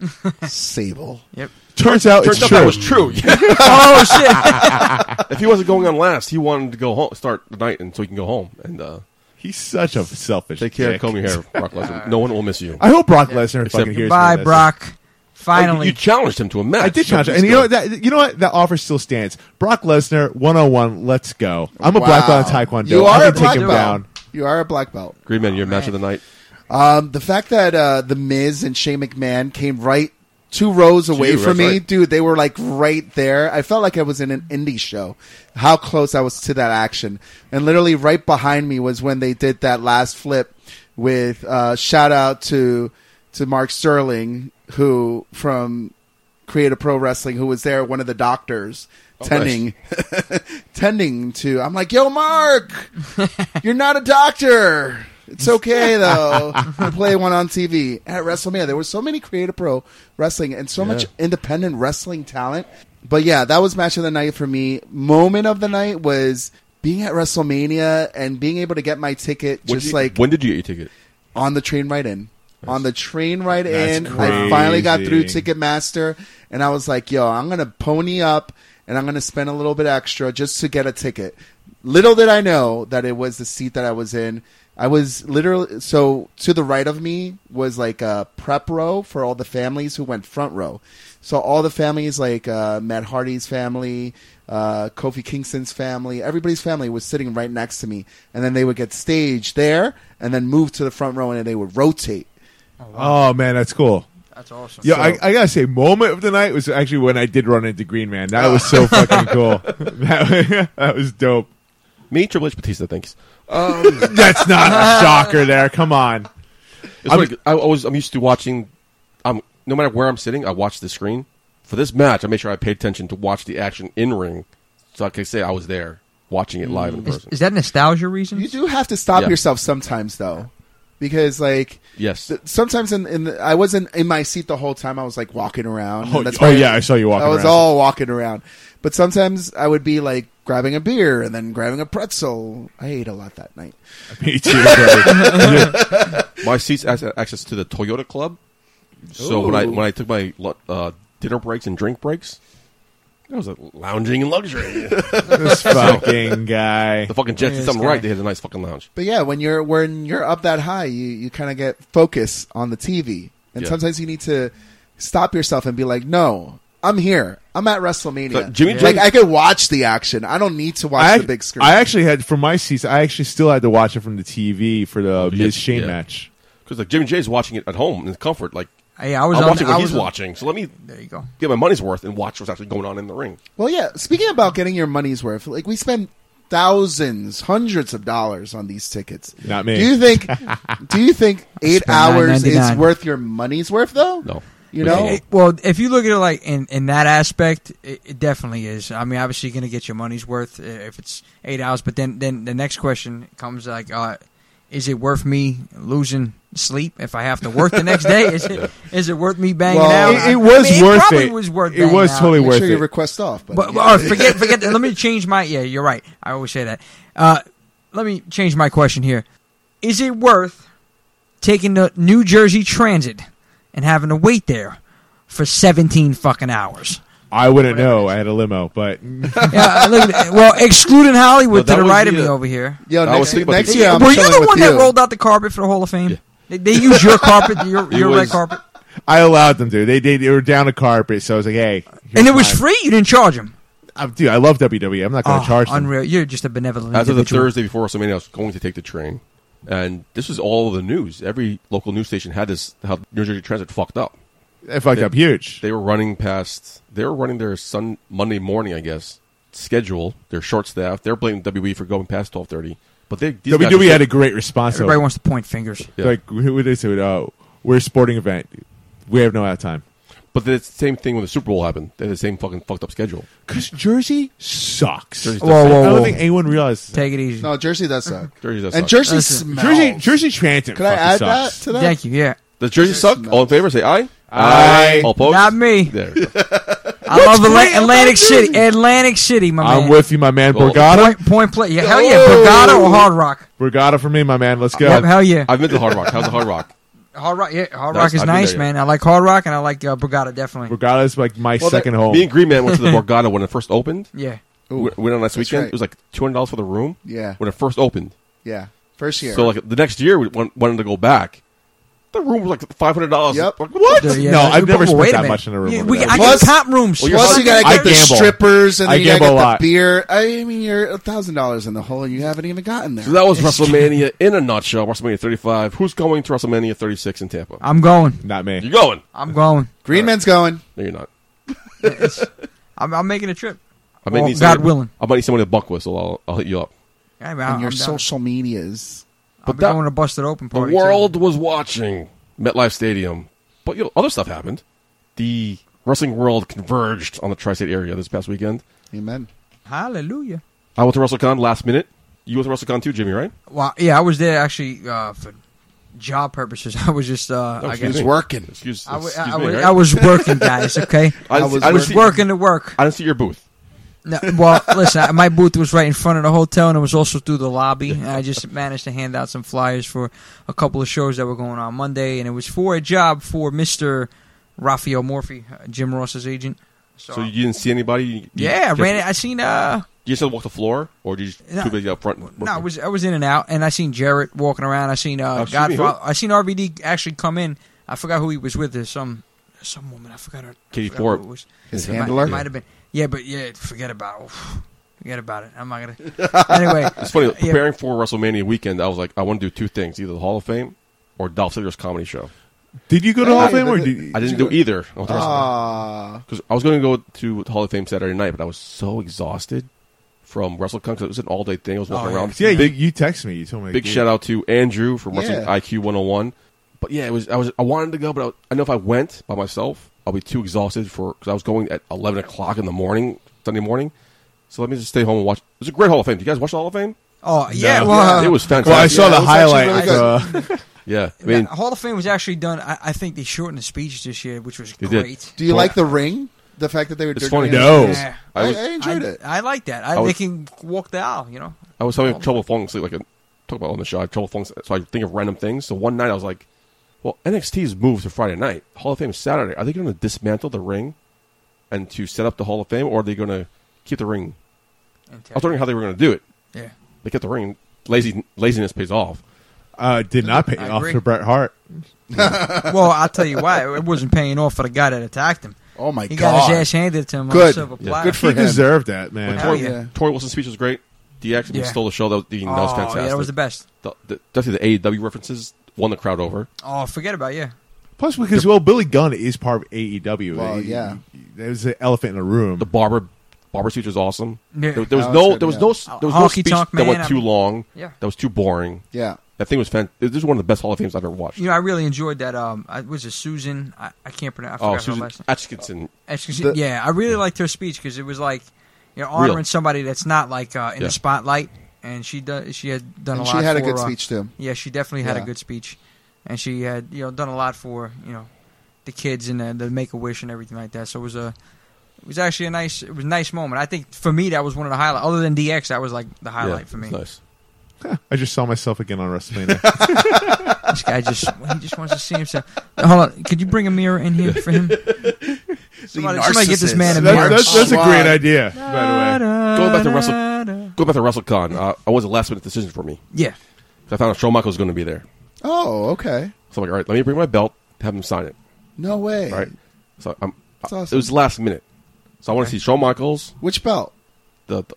Speaker 5: Sable.
Speaker 4: Yep. [laughs]
Speaker 3: turns out
Speaker 2: Turns
Speaker 3: it's
Speaker 2: out
Speaker 3: true.
Speaker 2: that was
Speaker 3: [laughs]
Speaker 2: true. Yeah.
Speaker 4: oh shit!
Speaker 2: [laughs] if he wasn't going on last, he wanted to go home, start the night, and so he can go home and uh,
Speaker 3: He's such a selfish.
Speaker 2: take care,
Speaker 3: dick.
Speaker 2: comb your hair, Brock
Speaker 3: [laughs]
Speaker 2: Lesnar. No one will miss you.
Speaker 3: I hope Brock Lesnar fucking hears
Speaker 4: Bye,
Speaker 3: me this.
Speaker 2: Oh,
Speaker 4: Brock. Finally,
Speaker 2: you challenged him to a match.
Speaker 3: I did challenge,
Speaker 2: Please
Speaker 3: and you know
Speaker 2: go.
Speaker 3: what? That, you know what? That offer still stands. Brock Lesnar, one hundred one. Let's go. I'm a black belt in
Speaker 5: Wow.
Speaker 3: Taekwondo.
Speaker 5: You are
Speaker 3: I can
Speaker 5: a
Speaker 3: take
Speaker 5: black
Speaker 3: him
Speaker 5: belt.
Speaker 3: down.
Speaker 5: You are a black belt.
Speaker 2: Green Man, your match of the night.
Speaker 5: Um, the fact that uh, the Miz and Shane McMahon came right two rows away
Speaker 2: you,
Speaker 5: from
Speaker 2: that's
Speaker 5: me,
Speaker 2: right.
Speaker 5: dude, they were like right there. I felt like I was in an indie show. How close I was to that action, and literally right behind me was when they did that last flip with uh, shout out to to Mark Sterling who from Creative Pro Wrestling who was there, one of the doctors tending tending to. I'm like, yo, Mark, you're not a doctor. It's okay though. to play one on TV at WrestleMania. There was so many Creative Pro Wrestling and so much independent wrestling talent. But yeah, that was match of the night for me. Moment of the night was being at WrestleMania and being able to get my ticket
Speaker 2: When
Speaker 5: just
Speaker 2: did you-
Speaker 5: like
Speaker 2: when did you get your ticket?
Speaker 5: on the train right in. On the train right
Speaker 3: That's
Speaker 5: in, I finally got through
Speaker 3: crazy.
Speaker 5: Ticketmaster, and I was like, "Yo, I'm gonna pony up, and I'm gonna spend a little bit extra just to get a ticket." Little did I know that it was the seat that I was in. I was literally so to the right of me was like a prep row for all the families who went front row. So all the families, like uh, Matt Hardy's family, uh, Kofi Kingston's family, everybody's family was sitting right next to me, and then they would get staged there, and then move to the front row, and then they would rotate.
Speaker 3: Oh man, that's cool.
Speaker 4: That's awesome.
Speaker 3: Yeah, I, I gotta say, moment of the night was actually when I did run into Green Man. That was
Speaker 5: [laughs]
Speaker 3: so fucking cool. That, [laughs] that was dope.
Speaker 2: Me, Triple H, Batista. Thanks.
Speaker 5: [laughs]
Speaker 3: That's not a shocker. There, come on. [laughs]
Speaker 2: It's
Speaker 3: I'm-
Speaker 2: like, I always I'm used to watching. Um, no matter where I'm sitting, I watch the screen. For this match, I made sure I paid attention to watch the action in ring, so I could say I was there watching it live in
Speaker 4: Mm, is,
Speaker 2: person.
Speaker 4: is that nostalgia reason?
Speaker 5: You do have to stop
Speaker 2: Yeah.
Speaker 5: yourself sometimes, though, because like
Speaker 2: yes,
Speaker 5: th- sometimes in, in the, I wasn't in my seat the whole time. I was like walking around.
Speaker 3: Oh,
Speaker 5: and that's
Speaker 3: oh,
Speaker 5: why
Speaker 3: yeah, I saw you walking
Speaker 5: I was
Speaker 3: around.
Speaker 5: all walking around, but sometimes I would be like grabbing a beer and then grabbing a pretzel. I ate a lot that night.
Speaker 3: Me too. buddy.
Speaker 2: my seats has access to the Toyota Club. So when I when I took my lu- uh, dinner breaks and drink breaks, I was like lounging in
Speaker 4: [laughs]
Speaker 2: luxury.
Speaker 5: [laughs]
Speaker 3: this fucking guy.
Speaker 2: the fucking Jets
Speaker 4: Yeah,
Speaker 2: did something
Speaker 4: this guy.
Speaker 2: right. They had a nice fucking lounge.
Speaker 5: But yeah, when you're when you're up that high, you you kind of get focus on the TV, and
Speaker 2: Yeah.
Speaker 5: sometimes you need to stop yourself and be like, no. I'm here. I'm at WrestleMania.
Speaker 2: So Jimmy
Speaker 5: like
Speaker 2: Jones-
Speaker 5: I could watch the action. I don't need to watch
Speaker 3: I,
Speaker 5: the big screen.
Speaker 3: I actually had from my seats. I actually still had to watch it from the TV for the Miz
Speaker 2: Oh,
Speaker 3: Shane
Speaker 2: yeah.
Speaker 3: match.
Speaker 2: Because like Jimmy J's watching it at home in comfort. Like
Speaker 4: Uh, Yeah, I was
Speaker 2: I'm
Speaker 4: on-
Speaker 2: watching
Speaker 4: I
Speaker 2: what
Speaker 4: was
Speaker 2: he's
Speaker 4: on-
Speaker 2: watching. So let me
Speaker 4: There you go.
Speaker 2: get my money's worth and watch what's actually going on in the ring.
Speaker 5: Well, yeah. Speaking about getting your money's worth, like we spend thousands, hundreds of dollars on these tickets.
Speaker 3: Not me.
Speaker 5: Do you think? do you think eight
Speaker 4: spent
Speaker 5: hours is
Speaker 4: $9.99.
Speaker 5: worth your money's worth though?
Speaker 2: No.
Speaker 5: You
Speaker 2: We
Speaker 5: know?
Speaker 2: can't.
Speaker 4: It- well, if you look at it like in, in that aspect, it, it definitely is. I mean, obviously, you're going to get your money's worth uh, if it's eight hours. But then, then the next question comes like, uh, is it worth me losing sleep if I have to work the next day? Is it
Speaker 3: [laughs]
Speaker 4: is it worth me banging
Speaker 5: Well,
Speaker 4: out?
Speaker 5: It-
Speaker 4: I-
Speaker 5: it
Speaker 4: I
Speaker 3: was
Speaker 4: mean,
Speaker 3: worth
Speaker 4: probably
Speaker 3: it.
Speaker 4: was worth.
Speaker 3: It
Speaker 4: banging
Speaker 3: was
Speaker 4: out.
Speaker 3: totally
Speaker 5: Make
Speaker 3: worth
Speaker 5: sure you
Speaker 3: it.
Speaker 5: request off. But,
Speaker 4: But, but- oh, forget, forget. that. Let me change my. Yeah, you're right. I always say that. Uh, let me change my question here. Is it worth taking the New Jersey Transit and having to wait there for 17 fucking
Speaker 5: [laughs]
Speaker 4: hours?
Speaker 3: I wouldn't know. I had a limo, but
Speaker 4: Yeah, look at it. well, excluding Hollywood
Speaker 2: No, that
Speaker 4: to the
Speaker 2: was
Speaker 4: right of
Speaker 2: the,
Speaker 4: me
Speaker 2: uh,
Speaker 4: over here.
Speaker 5: yo,
Speaker 2: I was
Speaker 5: next,
Speaker 2: thinking about
Speaker 5: next
Speaker 2: this.
Speaker 5: year I'm
Speaker 4: Were you
Speaker 5: chilling
Speaker 4: the
Speaker 5: with
Speaker 4: one
Speaker 5: you.
Speaker 4: that rolled out the carpet for the Hall of Fame? They, they
Speaker 2: [laughs]
Speaker 4: used your carpet, your, your red
Speaker 2: was-
Speaker 4: carpet,
Speaker 3: I allowed them to. They they, they were down a carpet, so I was like, hey.
Speaker 4: and it was
Speaker 3: free.
Speaker 4: free. You didn't charge them.
Speaker 3: i dude, I love WWE. I'm not going to
Speaker 4: Oh,
Speaker 3: charge them.
Speaker 4: unreal. You're just a benevolent.
Speaker 2: As of the
Speaker 4: individual.
Speaker 2: Thursday before WrestleMania, I was going to take the train, and this was all the news. Every local news station had this. How New Jersey Transit fucked up.
Speaker 3: It fucked up huge.
Speaker 2: They were running past. They were running their Sun Monday morning, I guess, schedule. They're short staffed. They're blaming WWE for going past twelve thirty. But they these guys
Speaker 3: WWE
Speaker 2: are-
Speaker 3: E had a great response.
Speaker 4: Everybody
Speaker 3: though.
Speaker 4: wants to point fingers.
Speaker 2: Yeah.
Speaker 3: Like, who would they say? Oh, we're a sporting event. We have no out time.
Speaker 2: But it's the same thing when the Super Bowl happened. They had the same fucking fucked up schedule.
Speaker 3: Because Jersey sucks.
Speaker 2: Jersey-
Speaker 4: Whoa,
Speaker 3: I
Speaker 4: whoa,
Speaker 3: don't
Speaker 4: whoa.
Speaker 3: think anyone realizes.
Speaker 4: Take it easy.
Speaker 5: No, Jersey does suck.
Speaker 2: Jersey does
Speaker 5: and
Speaker 2: suck.
Speaker 5: Jersey
Speaker 4: Listen.
Speaker 5: smells.
Speaker 3: Jersey, Jersey Transit.
Speaker 5: Could I
Speaker 3: fucking
Speaker 5: add
Speaker 3: sucks.
Speaker 5: that to that?
Speaker 4: Thank you. Yeah,
Speaker 2: Does Jersey
Speaker 5: Jersey
Speaker 2: suck?
Speaker 5: smells.
Speaker 2: All in favor, say aye.
Speaker 3: Aye.
Speaker 2: All opposed?
Speaker 4: Not me.
Speaker 2: There. we go.
Speaker 4: I love Atla-
Speaker 5: great about
Speaker 4: Atlantic City.
Speaker 5: Jersey?
Speaker 4: Atlantic City, my man.
Speaker 3: I'm with you, my man.
Speaker 2: Well,
Speaker 3: Borgata.
Speaker 4: point, point play. Yeah, hell yeah,
Speaker 5: Oh.
Speaker 4: Borgata or Hard Rock.
Speaker 3: Borgata for me, my man. Let's go.
Speaker 4: Yep, hell yeah,
Speaker 2: I've been to Hard Rock. How's the Hard Rock?
Speaker 4: Hard Rock. Yeah, Hard
Speaker 2: Nice.
Speaker 4: Rock is
Speaker 2: I've been
Speaker 4: nice,
Speaker 2: there,
Speaker 4: man. I like Hard Rock and I like uh, Borgata definitely.
Speaker 3: Borgata is like my
Speaker 5: Well,
Speaker 3: [laughs] second
Speaker 5: that-
Speaker 3: home.
Speaker 2: Me and Green Man went to the Borgata when it first opened.
Speaker 5: [laughs]
Speaker 4: Yeah,
Speaker 2: We
Speaker 5: Ooh,
Speaker 2: went on last
Speaker 5: that's
Speaker 2: weekend.
Speaker 5: right.
Speaker 2: It was like two hundred dollars for the room.
Speaker 5: Yeah.
Speaker 2: when it first opened.
Speaker 5: yeah, first year.
Speaker 2: So like the next year, we want, wanted to go back. The room was like five hundred dollars.
Speaker 5: Yep.
Speaker 2: Like, what?
Speaker 4: Dude, yeah,
Speaker 3: No, I've never
Speaker 4: but
Speaker 3: spent
Speaker 4: wait a
Speaker 3: that
Speaker 4: minute.
Speaker 3: much in a room
Speaker 4: Yeah,
Speaker 3: over
Speaker 4: we,
Speaker 3: there.
Speaker 4: I
Speaker 5: Plus-
Speaker 4: get top rooms.
Speaker 2: Well, you're
Speaker 5: Plus,
Speaker 2: fucking-
Speaker 5: you gotta
Speaker 3: I
Speaker 5: get the
Speaker 3: gamble.
Speaker 5: strippers and
Speaker 3: I
Speaker 5: then you gotta
Speaker 3: gamble a
Speaker 5: get
Speaker 3: lot.
Speaker 5: the beer. I mean, you're a thousand dollars in the hole, and you haven't even gotten there.
Speaker 2: So that was
Speaker 4: [laughs]
Speaker 2: WrestleMania in a nutshell. WrestleMania 35. Who's going to WrestleMania 36 in Tampa?
Speaker 4: I'm going.
Speaker 3: Not
Speaker 2: You're
Speaker 3: me.
Speaker 2: going.
Speaker 3: [laughs]
Speaker 4: I'm going.
Speaker 5: Green Man's going.
Speaker 2: No, you're not.
Speaker 4: It's- I'm, I'm making a trip.
Speaker 2: I might
Speaker 4: Well,
Speaker 2: need
Speaker 4: God
Speaker 2: somebody-
Speaker 4: willing.
Speaker 2: I might need someone to buck whistle. I'll, I'll hit you up.
Speaker 4: Yeah, man,
Speaker 5: on
Speaker 4: I'm
Speaker 5: your
Speaker 4: down.
Speaker 5: social medias.
Speaker 4: I'm But
Speaker 2: But
Speaker 4: that,
Speaker 2: that-
Speaker 4: going to busted open
Speaker 2: The
Speaker 4: party. too.
Speaker 2: world was watching MetLife Stadium, but you know, other stuff happened. The wrestling world converged on the tri-state area this past weekend.
Speaker 5: Amen.
Speaker 4: Hallelujah.
Speaker 2: I went to WrestleCon last minute. You went to WrestleCon too, Jimmy, right?
Speaker 4: Well, yeah, I was there actually uh, for job purposes. [laughs] I was just,
Speaker 3: Oh,
Speaker 4: uh, I
Speaker 2: excuse
Speaker 4: guess,
Speaker 2: me.
Speaker 5: working.
Speaker 2: Excuse,
Speaker 4: I, w-
Speaker 2: excuse
Speaker 4: I,
Speaker 2: me.
Speaker 4: was,
Speaker 2: right?
Speaker 4: I was working, guys. Okay,
Speaker 2: [laughs] I didn't-
Speaker 5: was
Speaker 2: I
Speaker 4: I
Speaker 2: didn't
Speaker 4: was
Speaker 2: see-
Speaker 4: working to work.
Speaker 2: I didn't see your booth.
Speaker 4: No, well, [laughs] listen, I- my booth was right in front of the hotel, and it was also through the lobby. And I just managed to hand out some flyers for a couple of shows that were going on Monday, and it was for a job for Mister Raphael Morphy, uh, Jim Ross's agent. So,
Speaker 2: So you didn't see anybody. You, you
Speaker 4: yeah, I
Speaker 2: just,
Speaker 4: ran it. I seen uh,
Speaker 2: You just walk the floor, or did you just
Speaker 4: No.
Speaker 2: too busy up front?
Speaker 4: no, I was I was in and out, and I seen Jarrett walking around. I seen uh,
Speaker 2: Oh, excuse me,
Speaker 4: Godfather.
Speaker 2: who?
Speaker 4: I seen RVD actually come in. I forgot who he was with. There's some some woman. I forgot her.
Speaker 2: Katie
Speaker 4: I forgot who
Speaker 2: Thorpe.
Speaker 4: it was.
Speaker 5: His
Speaker 4: It might-
Speaker 5: handler?
Speaker 4: it might have been. Yeah, but yeah, forget about. It. Forget about it. I'm not gonna.
Speaker 2: [laughs]
Speaker 4: Anyway,
Speaker 2: It's funny.
Speaker 4: yeah.
Speaker 2: Preparing for WrestleMania weekend, I was like, I want to do two things: either the Hall of Fame or Dolph Ziggler's comedy show.
Speaker 3: Did you go to Hall of
Speaker 5: Hey,
Speaker 3: Fame or
Speaker 5: but
Speaker 3: did you,
Speaker 2: I didn't do either. I went to WrestleMania.
Speaker 5: Ah,
Speaker 2: because I was going to go to the Hall of Fame Saturday night, but I was so exhausted from WrestleCon because it was an all day thing. I was walking
Speaker 4: Oh, yeah.
Speaker 2: around.
Speaker 3: Yeah,
Speaker 2: big
Speaker 3: you, you text me. You told me.
Speaker 2: big shout out to Andrew from Wrestling
Speaker 5: Yeah.
Speaker 2: IQ 101. But yeah, it was I was I wanted to go, but I, was- I know if I went by myself, I'll be too exhausted for because I was going at eleven o'clock in the morning Sunday morning. So let me just stay home and watch. It was a great Hall of Fame. Did you guys watch the Hall of Fame?
Speaker 4: Oh yeah, well,
Speaker 2: it was fantastic.
Speaker 3: Well, I saw
Speaker 5: Yeah,
Speaker 3: the
Speaker 5: that was actually
Speaker 3: highlight.
Speaker 5: really
Speaker 3: of,
Speaker 4: [laughs]
Speaker 3: uh,
Speaker 2: Yeah, I
Speaker 4: I
Speaker 2: mean,
Speaker 4: Hall of Fame was actually done. I, I think they shortened the speeches this year, which was
Speaker 2: They did.
Speaker 4: great.
Speaker 5: do you
Speaker 2: Well,
Speaker 5: like the ring? The fact that they were
Speaker 2: It's
Speaker 5: they're
Speaker 2: funny.
Speaker 5: doing it?
Speaker 3: No.
Speaker 4: Yeah.
Speaker 5: I,
Speaker 2: I was-
Speaker 5: I enjoyed
Speaker 4: I,
Speaker 5: it.
Speaker 4: I like that. I,
Speaker 2: I was-
Speaker 4: they can walk the aisle, you know.
Speaker 2: I was having trouble falling asleep. Like I talk about on the show, I had trouble falling. asleep, So I think of random things. So one night I was like, "Well, NXT's moved to Friday night. Hall of Fame is Saturday. Are they going to dismantle the ring and to set up the Hall of Fame, or are they going to keep the ring?" I was wondering how they were going to do it.
Speaker 4: yeah.
Speaker 2: They kept the ring. Lazy laziness pays off.
Speaker 3: uh, did not pay
Speaker 4: I
Speaker 3: off
Speaker 4: agree.
Speaker 3: to Bret Hart.
Speaker 4: Well, I'll tell you why. It wasn't paying off for the guy that attacked him.
Speaker 5: Oh my
Speaker 4: He
Speaker 5: god!
Speaker 4: got his ass handed to him on a
Speaker 5: Good.
Speaker 4: silver
Speaker 5: Yeah.
Speaker 4: platter.
Speaker 5: Good for
Speaker 3: he
Speaker 5: him.
Speaker 3: deserved that, man.
Speaker 4: Hell
Speaker 2: Tori,
Speaker 4: yeah.
Speaker 2: Tori Wilson's speech was great. DX
Speaker 4: Yeah.
Speaker 2: stole the show. That was, that was
Speaker 4: Oh,
Speaker 2: fantastic.
Speaker 4: yeah, that was the best.
Speaker 2: The, the, definitely the AEW references won the crowd over.
Speaker 4: Oh, forget about it, yeah.
Speaker 3: Plus, because well, Billy Gunn is part of E AEW.
Speaker 5: Well, yeah.
Speaker 3: that was the elephant in the room.
Speaker 2: the barber barber speech was awesome.
Speaker 4: Yeah.
Speaker 2: There, there was
Speaker 5: Oh,
Speaker 2: no
Speaker 5: that's
Speaker 2: there was
Speaker 5: good,
Speaker 2: no s- there was no
Speaker 4: Honky
Speaker 2: speech
Speaker 4: tonk
Speaker 2: that
Speaker 4: man,
Speaker 2: went too
Speaker 4: I'm-
Speaker 2: long.
Speaker 4: Yeah.
Speaker 2: that was too boring.
Speaker 5: Yeah,
Speaker 2: That thing was fantastic. This is one of the best Hall of Fames I've ever watched.
Speaker 4: You know, I really enjoyed that. Um, I, was it Susan? I, I can't pronounce. I
Speaker 2: oh,
Speaker 4: forgot her
Speaker 2: Susan
Speaker 4: last Oh, name.
Speaker 2: Atkinson.
Speaker 4: Excuse
Speaker 5: The-
Speaker 4: yeah, I really liked her speech because it was like, you know, honoring somebody that's not like uh, in
Speaker 2: Yeah.
Speaker 4: the spotlight, and she does. She had done
Speaker 5: and
Speaker 4: a lot.
Speaker 5: she had a
Speaker 4: for,
Speaker 5: good
Speaker 4: uh,
Speaker 5: speech too.
Speaker 4: Yeah, she definitely had a
Speaker 5: Yeah.
Speaker 4: good speech, and she had you know done a lot for you know the kids and the, the Make a Wish and everything like that. So it was a, it was actually a nice, it was a nice moment. I think for me that was one of the highlights. Other than DX, that was like the
Speaker 2: Yeah,
Speaker 4: highlight for me.
Speaker 2: it's Nice.
Speaker 3: I just saw myself again on
Speaker 5: [laughs]
Speaker 3: WrestleMania.
Speaker 4: This guy just [laughs] he just wants to see himself. Hold on, could you bring a mirror in here for
Speaker 5: [laughs]
Speaker 4: him? Somebody, somebody get this
Speaker 5: narcissist.
Speaker 4: man a
Speaker 3: that's,
Speaker 4: mirror.
Speaker 3: that's,
Speaker 4: [laughs]
Speaker 3: that's a
Speaker 5: Wow.
Speaker 3: great idea, by the way.
Speaker 2: Going back to Russell, going back to WrestleCon, uh, I was a last minute decision for me.
Speaker 4: Yeah.
Speaker 2: 'Cause I found out Shawn Michaels was going to be there,
Speaker 5: Oh, okay.
Speaker 2: so I'm like, all right, let me bring my belt, have him sign it.
Speaker 5: No way.
Speaker 2: All right, so I'm,
Speaker 5: That's
Speaker 2: I-
Speaker 5: awesome.
Speaker 2: it was last minute, so I want to see Shawn Michaels,
Speaker 5: Which belt?
Speaker 2: the the,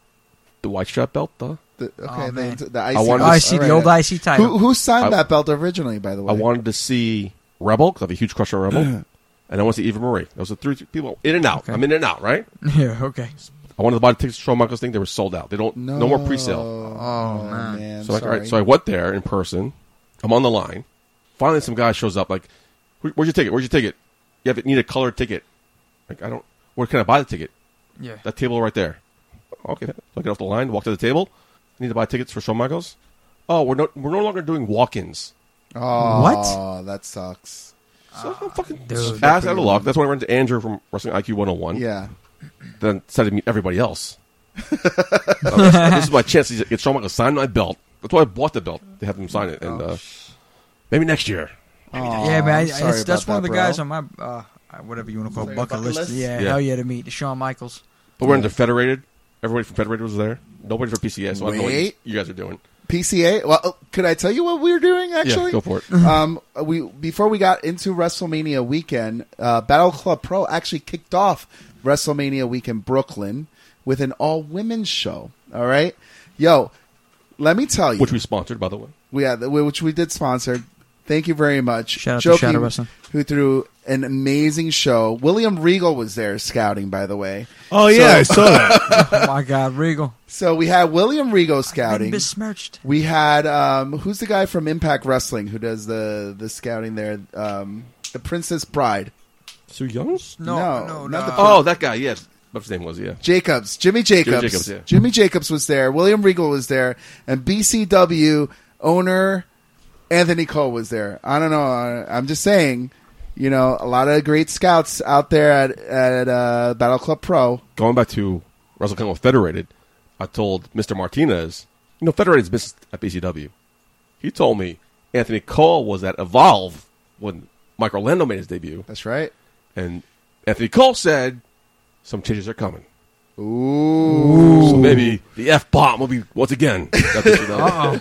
Speaker 2: the white strap belt, the
Speaker 5: The, okay,
Speaker 4: Oh, man.
Speaker 5: the, the IC.
Speaker 2: I wanted
Speaker 5: belt.
Speaker 2: to-
Speaker 4: I see the
Speaker 5: All
Speaker 4: old
Speaker 5: right.
Speaker 4: IC title.
Speaker 5: Who, who signed
Speaker 2: I-
Speaker 5: that belt originally? By the way,
Speaker 2: I wanted to see Rebel because I have a huge crush on Rebel,
Speaker 5: [clears throat]
Speaker 2: and I want to see Eva Marie. Those are three people in and out.
Speaker 4: Okay.
Speaker 2: I'm in and out, right?
Speaker 4: Yeah, okay.
Speaker 2: I wanted to buy the tickets to Shawn Michaels thing. They were sold out. They don't
Speaker 5: no,
Speaker 2: no, more pre-sale.
Speaker 5: Oh man,
Speaker 2: So I, all
Speaker 5: sorry.
Speaker 2: right, so I went there in person. I'm on the line. Finally, some guy shows up. Like, "Where- where's your ticket? Where's your ticket? You have to need a colored ticket. Like, I don't. Where can I buy the ticket?
Speaker 4: Yeah.
Speaker 2: That table right there. Okay, so I get off the line, walk to the table. Need to buy tickets for Shawn Michaels. Oh, we're no, we're no longer doing walk-ins.
Speaker 5: oh, what? That sucks. Ah,
Speaker 2: So I'm fucking
Speaker 4: dude.
Speaker 2: ass out of luck. That's when I ran into Andrew from Wrestling IQ 101.
Speaker 5: Yeah.
Speaker 2: Then decided to meet everybody
Speaker 5: [laughs]
Speaker 2: else. I was like, this is my chance to get Shawn Michaels to sign my belt. That's why I bought the belt to have him sign it.
Speaker 5: Oh,
Speaker 2: And uh, maybe next year.
Speaker 5: Aw,
Speaker 4: yeah, man. I,
Speaker 5: I'm sorry
Speaker 4: that's that's
Speaker 5: about
Speaker 4: one of
Speaker 5: that,
Speaker 4: the guys
Speaker 5: bro.
Speaker 4: on my uh, whatever you want to call it,
Speaker 5: Sorry,
Speaker 4: bucket
Speaker 5: bucket
Speaker 4: list.
Speaker 5: list?
Speaker 4: Yeah,
Speaker 2: Yeah.
Speaker 4: hell yeah to meet Shawn Michaels.
Speaker 2: But we're into Federated. Everybody from Federated was there. Nobody from PCA. So I don't know what you,
Speaker 5: Wait.
Speaker 2: you guys are doing.
Speaker 5: PCA. Well, oh, could I tell you what we were doing? Actually,
Speaker 2: go
Speaker 5: [laughs]
Speaker 2: for it.
Speaker 5: um, we before we got into WrestleMania weekend, uh, Battle Club Pro actually kicked off WrestleMania week in Brooklyn with an all women's show. All right, yo, let me tell you,
Speaker 2: Which we sponsored, by the way.
Speaker 5: we had, which we did sponsor. Thank you very much.
Speaker 4: Shout out to
Speaker 5: Joakim,
Speaker 4: Shadow Wrestling.
Speaker 5: Who threw an amazing show. William Regal was there scouting, by the way.
Speaker 3: Oh yeah, I saw
Speaker 4: [laughs]
Speaker 3: that.
Speaker 4: Oh
Speaker 5: [laughs]
Speaker 4: my God, Regal.
Speaker 5: So we had William Regal
Speaker 4: Been
Speaker 5: scouting.
Speaker 4: besmirched.
Speaker 5: We had um, who's the guy from Impact Wrestling who does the the scouting there? Um, the Princess Bride,
Speaker 2: Sue Young?
Speaker 4: No,
Speaker 5: No,
Speaker 4: no, no.
Speaker 5: not the-
Speaker 2: Oh, that guy. Yes, what's his name was? Yeah.
Speaker 5: Jacobs, Jimmy Jacobs,
Speaker 2: Jimmy Jacobs, yeah.
Speaker 5: Jimmy Jacobs was there. William Regal was there, and BCW owner Anthony Cole was there. I don't know. I- I'm just saying, you know, a lot of great scouts out there at at uh, Battle Club Pro.
Speaker 2: Going back to Russell Kingdom Federated, I told Mr. Martinez, you know, Federated's business at BCW. He told me Anthony Cole was at Evolve when Mike Orlando made his debut,
Speaker 5: That's right.
Speaker 2: and Anthony Cole said some changes are coming.
Speaker 5: Ooh,
Speaker 2: So maybe the F bomb will be once again. at BCW.
Speaker 4: Uh-oh.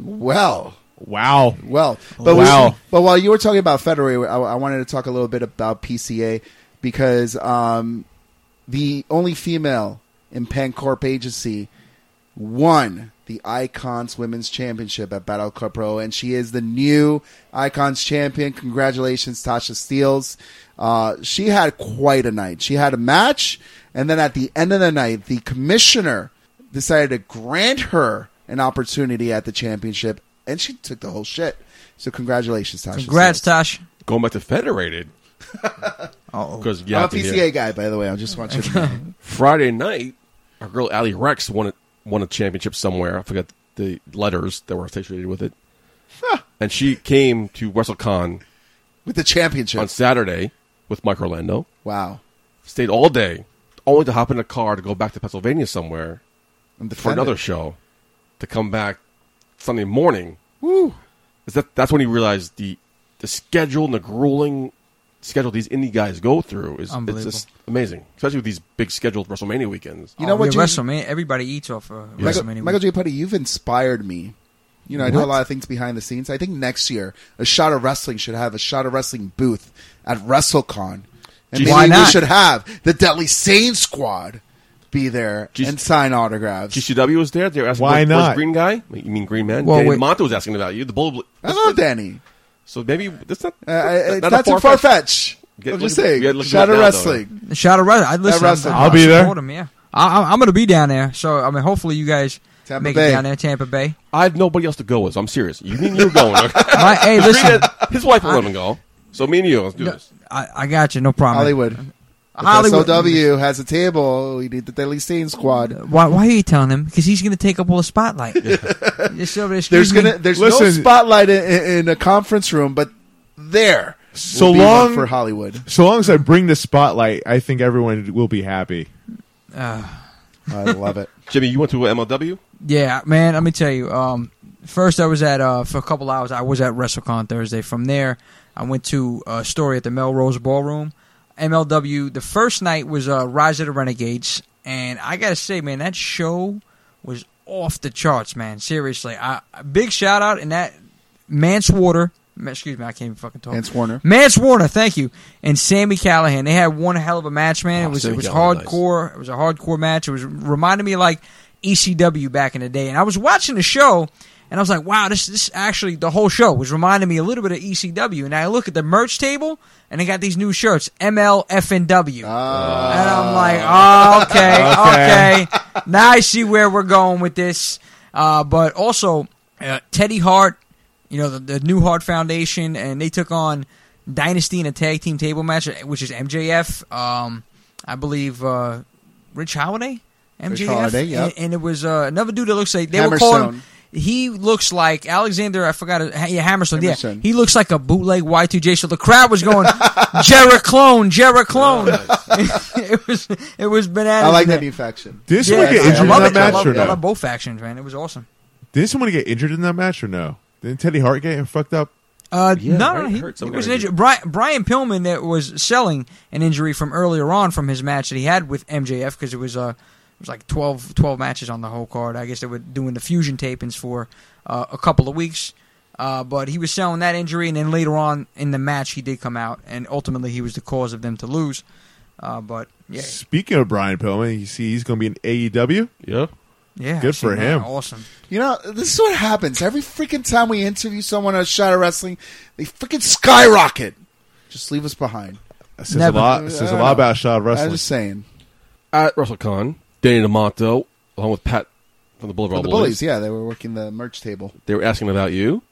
Speaker 5: well.
Speaker 3: Wow.
Speaker 5: Well, but we-
Speaker 3: Wow.
Speaker 5: but while you were talking about Federer, I, I wanted to talk a little bit about PCA because um, the only female in Pancorp Agency won the Icons Women's Championship at Battle Cup Pro, and she is the new Icons champion. Congratulations, Tasha Steeles. Uh, she had quite a night. She had a match, and then at the end of the night, the commissioner decided to grant her an opportunity at the championship, and she took the whole shit. So congratulations, Tasha.
Speaker 4: Congrats,
Speaker 5: Steelz.
Speaker 4: Tosh.
Speaker 2: Going back to Federated,
Speaker 5: [laughs]
Speaker 4: Oh,
Speaker 2: because
Speaker 5: I'm
Speaker 2: yeah,
Speaker 5: Uh, a PCA guy, by the way. I just want you to know.
Speaker 2: Friday night, our girl Ali Rex won a, won a championship somewhere. I forgot the letters that were associated with it. And she came to WrestleCon
Speaker 5: with the
Speaker 2: on
Speaker 5: championship.
Speaker 2: Saturday with Mike Orlando.
Speaker 5: Wow.
Speaker 2: Stayed all day, only to hop in a car to go back to Pennsylvania somewhere
Speaker 5: I'm
Speaker 2: for another show, to come back Sunday morning.
Speaker 5: Woo.
Speaker 2: Is that that's when you realize the the schedule and the grueling schedule these indie guys go through is it's
Speaker 4: Unbelievable.
Speaker 2: just amazing, especially with these big scheduled WrestleMania weekends.
Speaker 4: Oh,
Speaker 5: You know what? You,
Speaker 4: WrestleMania. Everybody eats off uh, of
Speaker 5: Michael,
Speaker 4: WrestleMania.
Speaker 5: Michael J. Putty, you've inspired me. You know, I do a lot of things behind the scenes. I think next year, a shot of wrestling should have a shot of wrestling booth at WrestleCon, and
Speaker 2: Jeez.
Speaker 5: maybe
Speaker 2: Why
Speaker 5: we
Speaker 4: not?
Speaker 5: should have the Deadly Sane Squad be there
Speaker 2: Jeez.
Speaker 5: and sign autographs.
Speaker 2: GCW was there. They were asking,
Speaker 3: Why
Speaker 2: "Where's-
Speaker 3: not?"
Speaker 2: Where's Green Guy? You mean Green Man?
Speaker 4: Well,
Speaker 2: Danny
Speaker 4: wait.
Speaker 2: Monte was asking about you. The Bull.
Speaker 5: I love Danny.
Speaker 2: So maybe that's not.
Speaker 5: Uh, I- I-
Speaker 2: not
Speaker 5: that's a far fetch.
Speaker 2: Get-
Speaker 5: I'm
Speaker 2: look
Speaker 5: just
Speaker 2: at-
Speaker 5: saying,
Speaker 2: yeah, look at
Speaker 5: shot
Speaker 2: that now,
Speaker 5: of
Speaker 2: though.
Speaker 5: wrestling.
Speaker 4: Shout out, Russ. I listen.
Speaker 5: Russ,
Speaker 4: I'm-
Speaker 5: I'll
Speaker 4: I'll
Speaker 3: be there.
Speaker 4: support him, yeah, I, I, I'm going to be down there. So I mean, hopefully you guys
Speaker 5: Tampa
Speaker 4: make
Speaker 5: Bay.
Speaker 4: it down there, Tampa Bay.
Speaker 2: I had nobody else to go with. So I'm serious. You mean you're
Speaker 4: [laughs]
Speaker 2: going? okay?
Speaker 4: My,
Speaker 5: [laughs]
Speaker 4: hey, listen,
Speaker 2: His wife will let him go. So me and you, let's do this.
Speaker 4: I, I got you. No problem.
Speaker 5: Hollywood. If
Speaker 4: Hollywood.
Speaker 5: SOW has a table. We need the Deadly Sane Squad.
Speaker 4: Why, why are you telling him? Because he's going to take up all the spotlight. [laughs] Just over there,
Speaker 5: There's
Speaker 4: excuse me.
Speaker 5: gonna there's no
Speaker 3: Listen.
Speaker 5: spotlight in, in, in a conference room, but there.
Speaker 3: So
Speaker 5: will be one
Speaker 3: long-
Speaker 5: for Hollywood.
Speaker 3: So long as I bring the spotlight, I think everyone will be happy.
Speaker 5: I love
Speaker 3: [laughs]
Speaker 5: it.
Speaker 2: Jimmy, you went to uh, MLW.
Speaker 4: Yeah, man. Let me tell you. Um, first, I was at uh, for a couple hours. I was at WrestleCon Thursday. From there, I went to a story at the Melrose Ballroom, MLW. The first night was uh, Rise of the Renegades, and I gotta say, man, that show was off the charts, man. Seriously, I a big shout out and that Mance Water. Excuse me, I can't even fucking talk.
Speaker 5: Vance Warner.
Speaker 4: Mance Warner, thank you, and Sammy Callahan. They had one hell of a match, man.
Speaker 2: Oh,
Speaker 4: it was
Speaker 2: Sammy
Speaker 4: it was
Speaker 2: Callahan, nice.
Speaker 4: hardcore hardcore- It was a hardcore match. It was reminded me of, like ECW back in the day. And I was watching the show, and I was like, wow, this this actually the whole show was reminding me a little bit of ECW. And I look at the merch table, and they got these new shirts, MLFNW,
Speaker 2: Ah.
Speaker 4: and
Speaker 5: Uh,
Speaker 4: I'm like, oh, okay, okay,
Speaker 5: [laughs]
Speaker 4: now I see where we're going with this. Uh, but also, uh, Teddy Hart you know, the, the New Heart Foundation, and they took on Dynasty in a tag team table match, uh, which is MJF, um, I believe, uh, Rich Holiday, MJF,
Speaker 5: Holiday, yep.
Speaker 4: and, and it was uh, another dude that looks like they were
Speaker 5: Hammerstone.
Speaker 4: calling. him- He looks like Alexander. I forgot. it- Ha- Yeah, Hammerstone. Yeah,
Speaker 5: Hammerstone.
Speaker 4: he looks like a bootleg Y2J. So the crowd was going, Jera clone, Jera clone. [laughs] it was it was bananas.
Speaker 5: I like
Speaker 4: in
Speaker 5: that
Speaker 4: there.
Speaker 5: new faction.
Speaker 3: Did
Speaker 4: Yeah,
Speaker 3: someone get
Speaker 5: I
Speaker 3: injured in
Speaker 4: love
Speaker 3: that
Speaker 4: it. I
Speaker 3: match
Speaker 4: love,
Speaker 3: or
Speaker 4: I love
Speaker 3: no?
Speaker 4: both factions, man. It was awesome.
Speaker 3: Did someone get injured in that match or no? Didn't Teddy Hart get fucked up?
Speaker 4: Uh,
Speaker 2: Yeah,
Speaker 4: no,
Speaker 2: right?
Speaker 4: no, he,
Speaker 2: Hurt
Speaker 4: he
Speaker 2: some
Speaker 4: was
Speaker 2: guy.
Speaker 4: an injury. Brian, Brian Pillman that was selling an injury from earlier on from his match that he had with MJF because it was uh, it was like 12, 12 matches on the whole card. I guess they were doing the fusion tapings for uh, a couple of weeks, uh, but he was selling that injury, and then later on in the match he did come out, and ultimately he was the cause of them to lose. Uh, but yeah,
Speaker 3: E Speaking of Brian Pillman, you see he's going to be in AEW.
Speaker 2: Yeah.
Speaker 4: Yeah,
Speaker 3: Good
Speaker 4: I've seen
Speaker 3: for
Speaker 4: that.
Speaker 3: him.
Speaker 4: Awesome.
Speaker 5: You know, this is what happens. Every freaking time we interview someone on Shadow Wrestling, they freaking skyrocket. Just leave us behind.
Speaker 3: It says
Speaker 4: Never.
Speaker 3: a lot. It says
Speaker 5: I
Speaker 3: a
Speaker 5: don't
Speaker 3: lot
Speaker 5: know.
Speaker 3: about Shaw
Speaker 5: I'm
Speaker 3: wrestling.
Speaker 5: just saying.
Speaker 2: At WrestleCon, Danny DeMonto, along with Pat from the Boulevard
Speaker 5: the bullies, yeah, they were working the merch table.
Speaker 2: they were asking about you.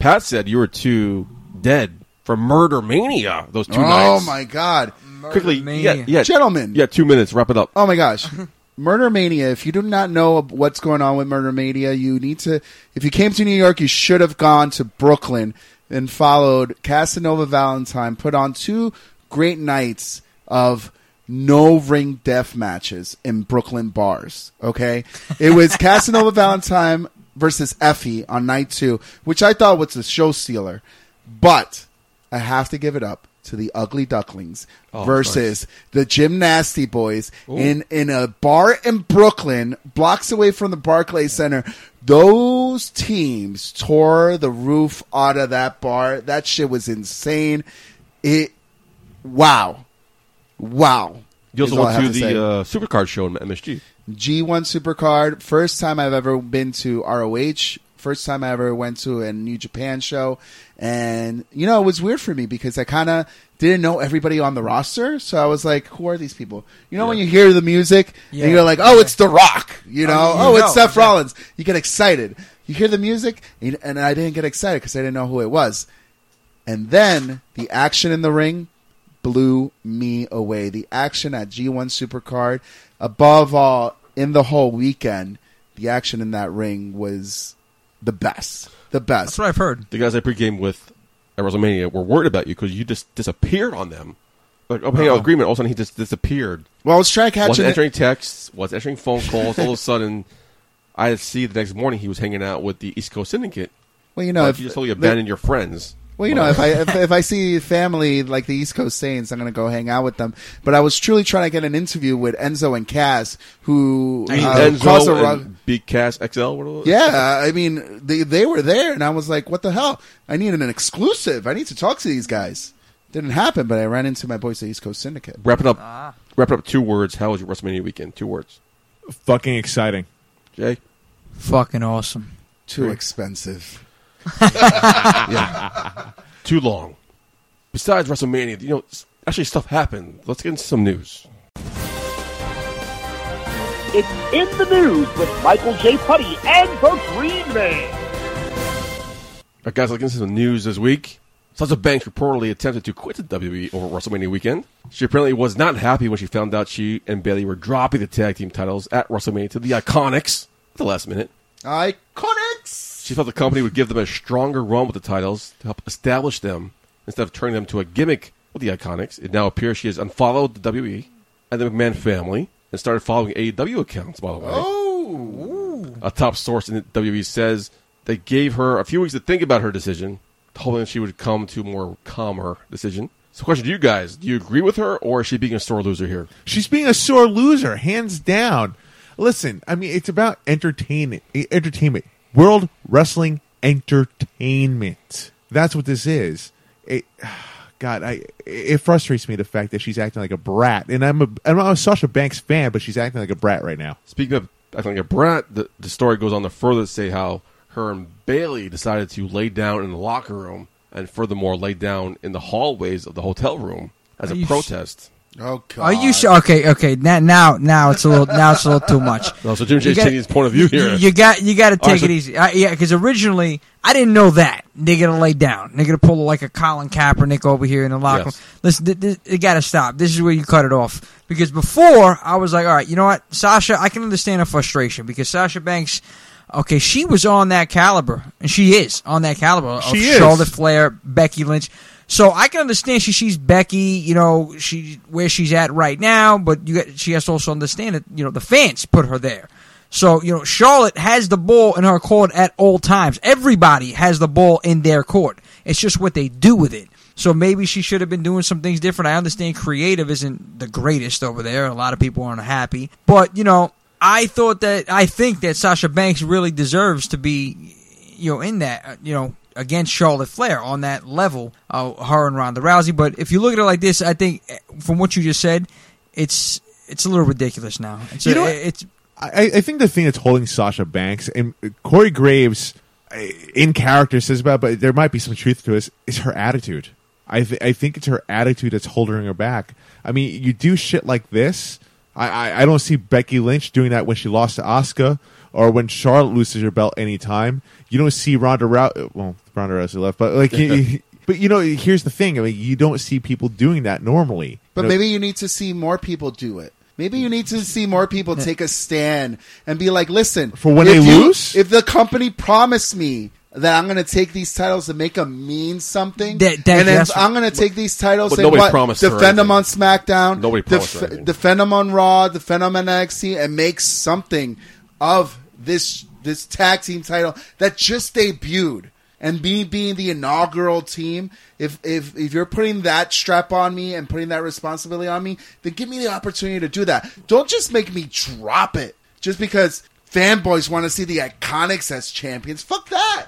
Speaker 2: Pat said you were too dead for Murder Mania. Those two
Speaker 5: oh
Speaker 2: nights.
Speaker 5: my god.
Speaker 2: Quickly,
Speaker 4: Murdermania.
Speaker 2: yeah, yeah,
Speaker 5: Gentlemen.
Speaker 2: yeah. Two minutes. Wrap it up.
Speaker 5: Oh my gosh. [laughs] Murder Mania. If you do not know what's going on with Murder Mania, you need to. If you came to New York, you should have gone to Brooklyn and followed Casanova Valentine. Put on two great nights of no ring death matches in Brooklyn bars. Okay, it was Casanova Valentine versus Effie on night two, which I thought was a show stealer, but I have to give it up to the Ugly Ducklings
Speaker 2: Oh,
Speaker 5: versus
Speaker 2: nice.
Speaker 5: is the Gymnasty Boys in in a bar in Brooklyn, blocks away from the Barclay Center. Those teams tore the roof out of that bar. That shit was insane. It wow, wow.
Speaker 2: You also
Speaker 5: is all I
Speaker 2: went
Speaker 5: have
Speaker 2: to
Speaker 5: to say.
Speaker 2: the uh, Supercard show in MSG.
Speaker 5: G1 Supercard. First time I've ever been to ROH. First time I ever went to a New Japan show. And, you know, it was weird for me because I kind of didn't know everybody on the roster. So I was like, who are these people? You know, when you hear the music
Speaker 4: Yeah.
Speaker 5: and you're like, oh, it's The Rock, you know,
Speaker 4: Oh, you
Speaker 5: oh, it's
Speaker 4: know,
Speaker 5: Seth
Speaker 4: yeah.
Speaker 5: Rollins. You get excited. You hear the music, and, and I didn't get excited because I didn't know who it was. And then the action in the ring blew me away. The action at G1 Supercard, above all, in the whole weekend, the action in that ring was the best. The
Speaker 4: That's
Speaker 5: best.
Speaker 4: what I've heard.
Speaker 2: The guys I pregame with at WrestleMania were worried about you because you just disappeared on them. Like, oh, hey,
Speaker 4: Uh-oh.
Speaker 2: agreement. All of a sudden, he just disappeared.
Speaker 5: Well, I was trying to catch
Speaker 2: wasn't
Speaker 5: it.
Speaker 2: answering texts. Was answering phone calls. all of a sudden, I see the next morning he was hanging out with the East Coast Syndicate.
Speaker 5: Well, you know,
Speaker 2: Like,
Speaker 5: if
Speaker 2: you just totally
Speaker 5: the-
Speaker 2: abandoned your friends.
Speaker 5: Well, you know, if I if, if I see family like the East Coast Saints, I'm going to go hang out with them. But I was truly trying to get an interview with Enzo and Cass, who
Speaker 2: I mean,
Speaker 5: uh, caused a
Speaker 2: Enzo
Speaker 5: rug-
Speaker 2: and Big Cass XL. What are those?
Speaker 5: Yeah, I mean, they they were there, and I was like, "What the hell? I need an exclusive. I need to talk to these guys." Didn't happen, but I ran into my boys at East Coast Syndicate.
Speaker 2: Wrap it up. Wrap it up. Two words. How was your WrestleMania weekend? Two words.
Speaker 3: Fucking exciting.
Speaker 2: Jay.
Speaker 4: Fucking awesome.
Speaker 5: Too expensive.
Speaker 2: Too long. Besides WrestleMania, you know, s- actually stuff happened. Let's get into some news.
Speaker 6: It's in the news with Michael J. Putty and the Green Man.
Speaker 2: All right, guys, let's get into some news this week. Sasha Banks reportedly attempted to quit the WWE over WrestleMania weekend. She apparently was not happy when she found out she and Bailey were dropping the tag team titles at WrestleMania to the Iconics at the last minute.
Speaker 5: Iconics.
Speaker 2: She felt the company would give them a stronger run with the titles to help establish them instead of turning them to a gimmick with the Iconics. It now appears she has unfollowed the WWE and the McMahon family and started following AEW accounts, by the way. A top source in the WWE says they gave her a few weeks to think about her decision, hoping she would come to a more calmer decision. So, question to you guys do you agree with her or is she being a sore loser here?
Speaker 3: She's being a sore loser, hands down. Listen, I mean, it's about entertainment. eh, Entertainment. World Wrestling Entertainment. That's what this is. It, [sighs] God, I it frustrates me the fact that she's acting like a brat, and I'm a I'm a Sasha Banks fan, but she's acting like a brat right now.
Speaker 2: Speaking of acting like a brat, the, the story goes on to further say how her and Bailey decided to lay down in the locker room and furthermore lay down in the hallways of the hotel room as
Speaker 4: Are
Speaker 2: a
Speaker 4: you
Speaker 2: protest.
Speaker 5: Oh God.
Speaker 4: Are you sure? Okay, okay. Now, now, now it's a little, now it's a little
Speaker 2: [laughs]
Speaker 4: too much.
Speaker 2: No, so Jim
Speaker 4: You
Speaker 2: Jay's
Speaker 4: gotta-
Speaker 2: changing his point of view here.
Speaker 4: You, you got, you got to take
Speaker 2: right, so-
Speaker 4: it easy. I, yeah, because originally I didn't know that they're gonna lay down. They're gonna pull like a Colin Kaepernick over here in the locker
Speaker 2: Yes.
Speaker 4: room. Listen, th- th- it got to stop. This is where you cut it off because before I was like, all right, you know what, Sasha, I can understand her frustration because Sasha Banks. Okay, she was on that caliber, and she is on that caliber of
Speaker 3: She is.
Speaker 4: Charlotte Flair, Becky Lynch. So I can understand she sees Becky, you know, she where she's at right now, but you got, she has to also understand that you know the fans put her there. So you know Charlotte has the ball in her court at all times. Everybody has the ball in their court. It's just what they do with it. So maybe she should have been doing some things different. I understand creative isn't the greatest over there. A lot of people aren't happy, but you know I thought that I think that Sasha Banks really deserves to be you know, in that, uh, you know, against Charlotte Flair on that level, uh, her and Ronda Rousey. But if you look at it like this, I think eh, from what you just said, it's it's a little ridiculous now. It's
Speaker 3: You
Speaker 4: a-
Speaker 3: know what?
Speaker 4: it's
Speaker 3: I, I think the thing that's holding Sasha Banks and Corey Graves uh, in character says about, but there might be some truth to this, is her attitude. I, th- I think it's her attitude that's holding her back. I mean, you do shit like this. I, I, I don't see Becky Lynch doing that when she lost to Asuka or when Charlotte loses her belt anytime. You don't see Ronda Rousey. Well, Ronda Rousey left, but like, [laughs] you- you- but you know, here's the thing. I mean, you don't see people doing that normally.
Speaker 5: But
Speaker 3: You know,
Speaker 5: maybe you need to see more people do it. Maybe you need to see more people take a stand and be like, listen,
Speaker 3: For when
Speaker 5: if
Speaker 3: they
Speaker 5: you-
Speaker 3: lose?
Speaker 5: if the company promised me that I'm going to take these titles and make them mean something,
Speaker 4: That- that-
Speaker 5: and then
Speaker 4: that's-
Speaker 5: I'm going to take these titles
Speaker 2: But
Speaker 5: and
Speaker 2: nobody
Speaker 5: what,
Speaker 2: promised her
Speaker 5: defend them
Speaker 2: anything.
Speaker 5: on SmackDown,
Speaker 2: Nobody promised her anything.
Speaker 5: defend them on Raw, defend them on NXT, and make something of this this tag team title that just debuted. And me being the inaugural team, if if if you're putting that strap on me and putting that responsibility on me, then give me the opportunity to do that. Don't just make me drop it just because fanboys want to see the Iconics as champions. Fuck that.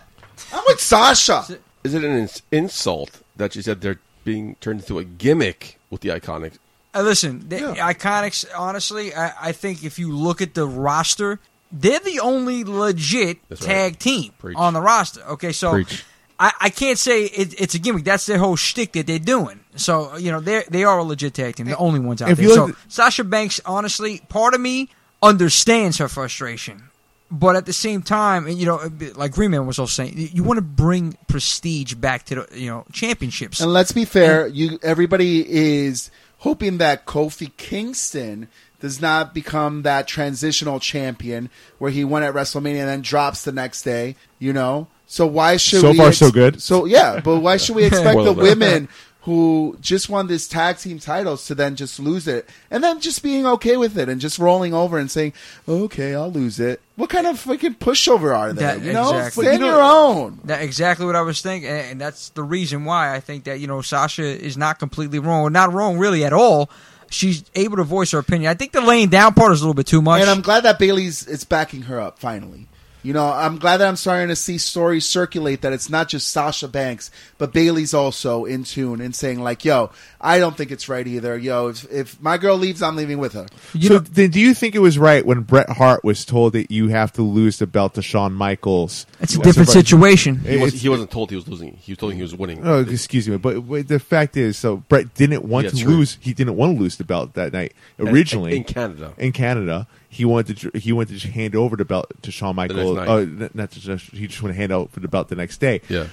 Speaker 5: I'm with Sasha.
Speaker 2: Is it an ins- insult that she said they're being turned into a gimmick with the iconic?
Speaker 4: Uh, listen, the Iconics, honestly, I, I think if you look at the roster, they're the only legit
Speaker 2: That's
Speaker 4: tag
Speaker 2: right.
Speaker 4: team
Speaker 2: Preach.
Speaker 4: on the roster. Okay, so
Speaker 2: Preach.
Speaker 4: I, I can't say it, it's a gimmick. That's their whole shtick that they're doing. So, you know, they they are a legit tag team, the only ones out
Speaker 3: if
Speaker 4: there.
Speaker 3: you
Speaker 4: So,
Speaker 3: look
Speaker 4: Sasha Banks, honestly, part of me understands her frustration. But at the same time, and, you know, like Greenman was also saying, you- you want to bring prestige back to the, you know, championships.
Speaker 5: And let's be fair, you everybody is hoping that Kofi Kingston does not become that transitional champion where he won at WrestleMania and then drops the next day, you know? So why should
Speaker 3: So
Speaker 5: we
Speaker 3: far, so good.
Speaker 5: So yeah, but why
Speaker 3: [laughs]
Speaker 5: should we expect
Speaker 2: Well
Speaker 5: the
Speaker 2: done.
Speaker 5: women who just won this tag team titles to then just lose it and then just being okay with it and just rolling over and saying, "Okay, I'll lose it." What kind of freaking pushover are they?
Speaker 4: That-
Speaker 5: you know,
Speaker 4: exactly.
Speaker 5: stand
Speaker 4: You know-
Speaker 5: your own.
Speaker 4: That exactly what I was thinking, and and that's the reason why I think that you know Sasha is not completely wrong, or not wrong really at all. She's able to voice her opinion. I think the laying down part is a little bit too much.
Speaker 5: And I'm glad that Bailey's it's backing her up finally. You know, I'm glad that I'm starting to see stories circulate that it's not just Sasha Banks, but Bailey's also in tune and saying like, "Yo, I don't think it's right either. Yo, if, if my girl leaves, I'm leaving with her."
Speaker 4: you
Speaker 3: so
Speaker 4: know,
Speaker 3: then, do you think it was right when Bret Hart was told that you have to lose the belt to Shawn Michaels?
Speaker 4: it's a
Speaker 3: Well,
Speaker 4: different
Speaker 3: surprise-
Speaker 4: situation.
Speaker 2: He, was,
Speaker 3: It's-
Speaker 2: he wasn't told he was losing. He was told he was winning.
Speaker 4: Uh,
Speaker 3: Oh, excuse me, but, but the fact is, so Brett didn't want
Speaker 2: Yeah,
Speaker 3: to
Speaker 2: true.
Speaker 3: lose. He didn't want to lose the belt that night originally
Speaker 2: in Canada.
Speaker 3: In Canada, he wanted to he wanted to hand over the belt to Shawn Michaels.
Speaker 2: night.
Speaker 3: Uh, n- not to just, he just want to hand out for the belt the next day.
Speaker 2: Yeah.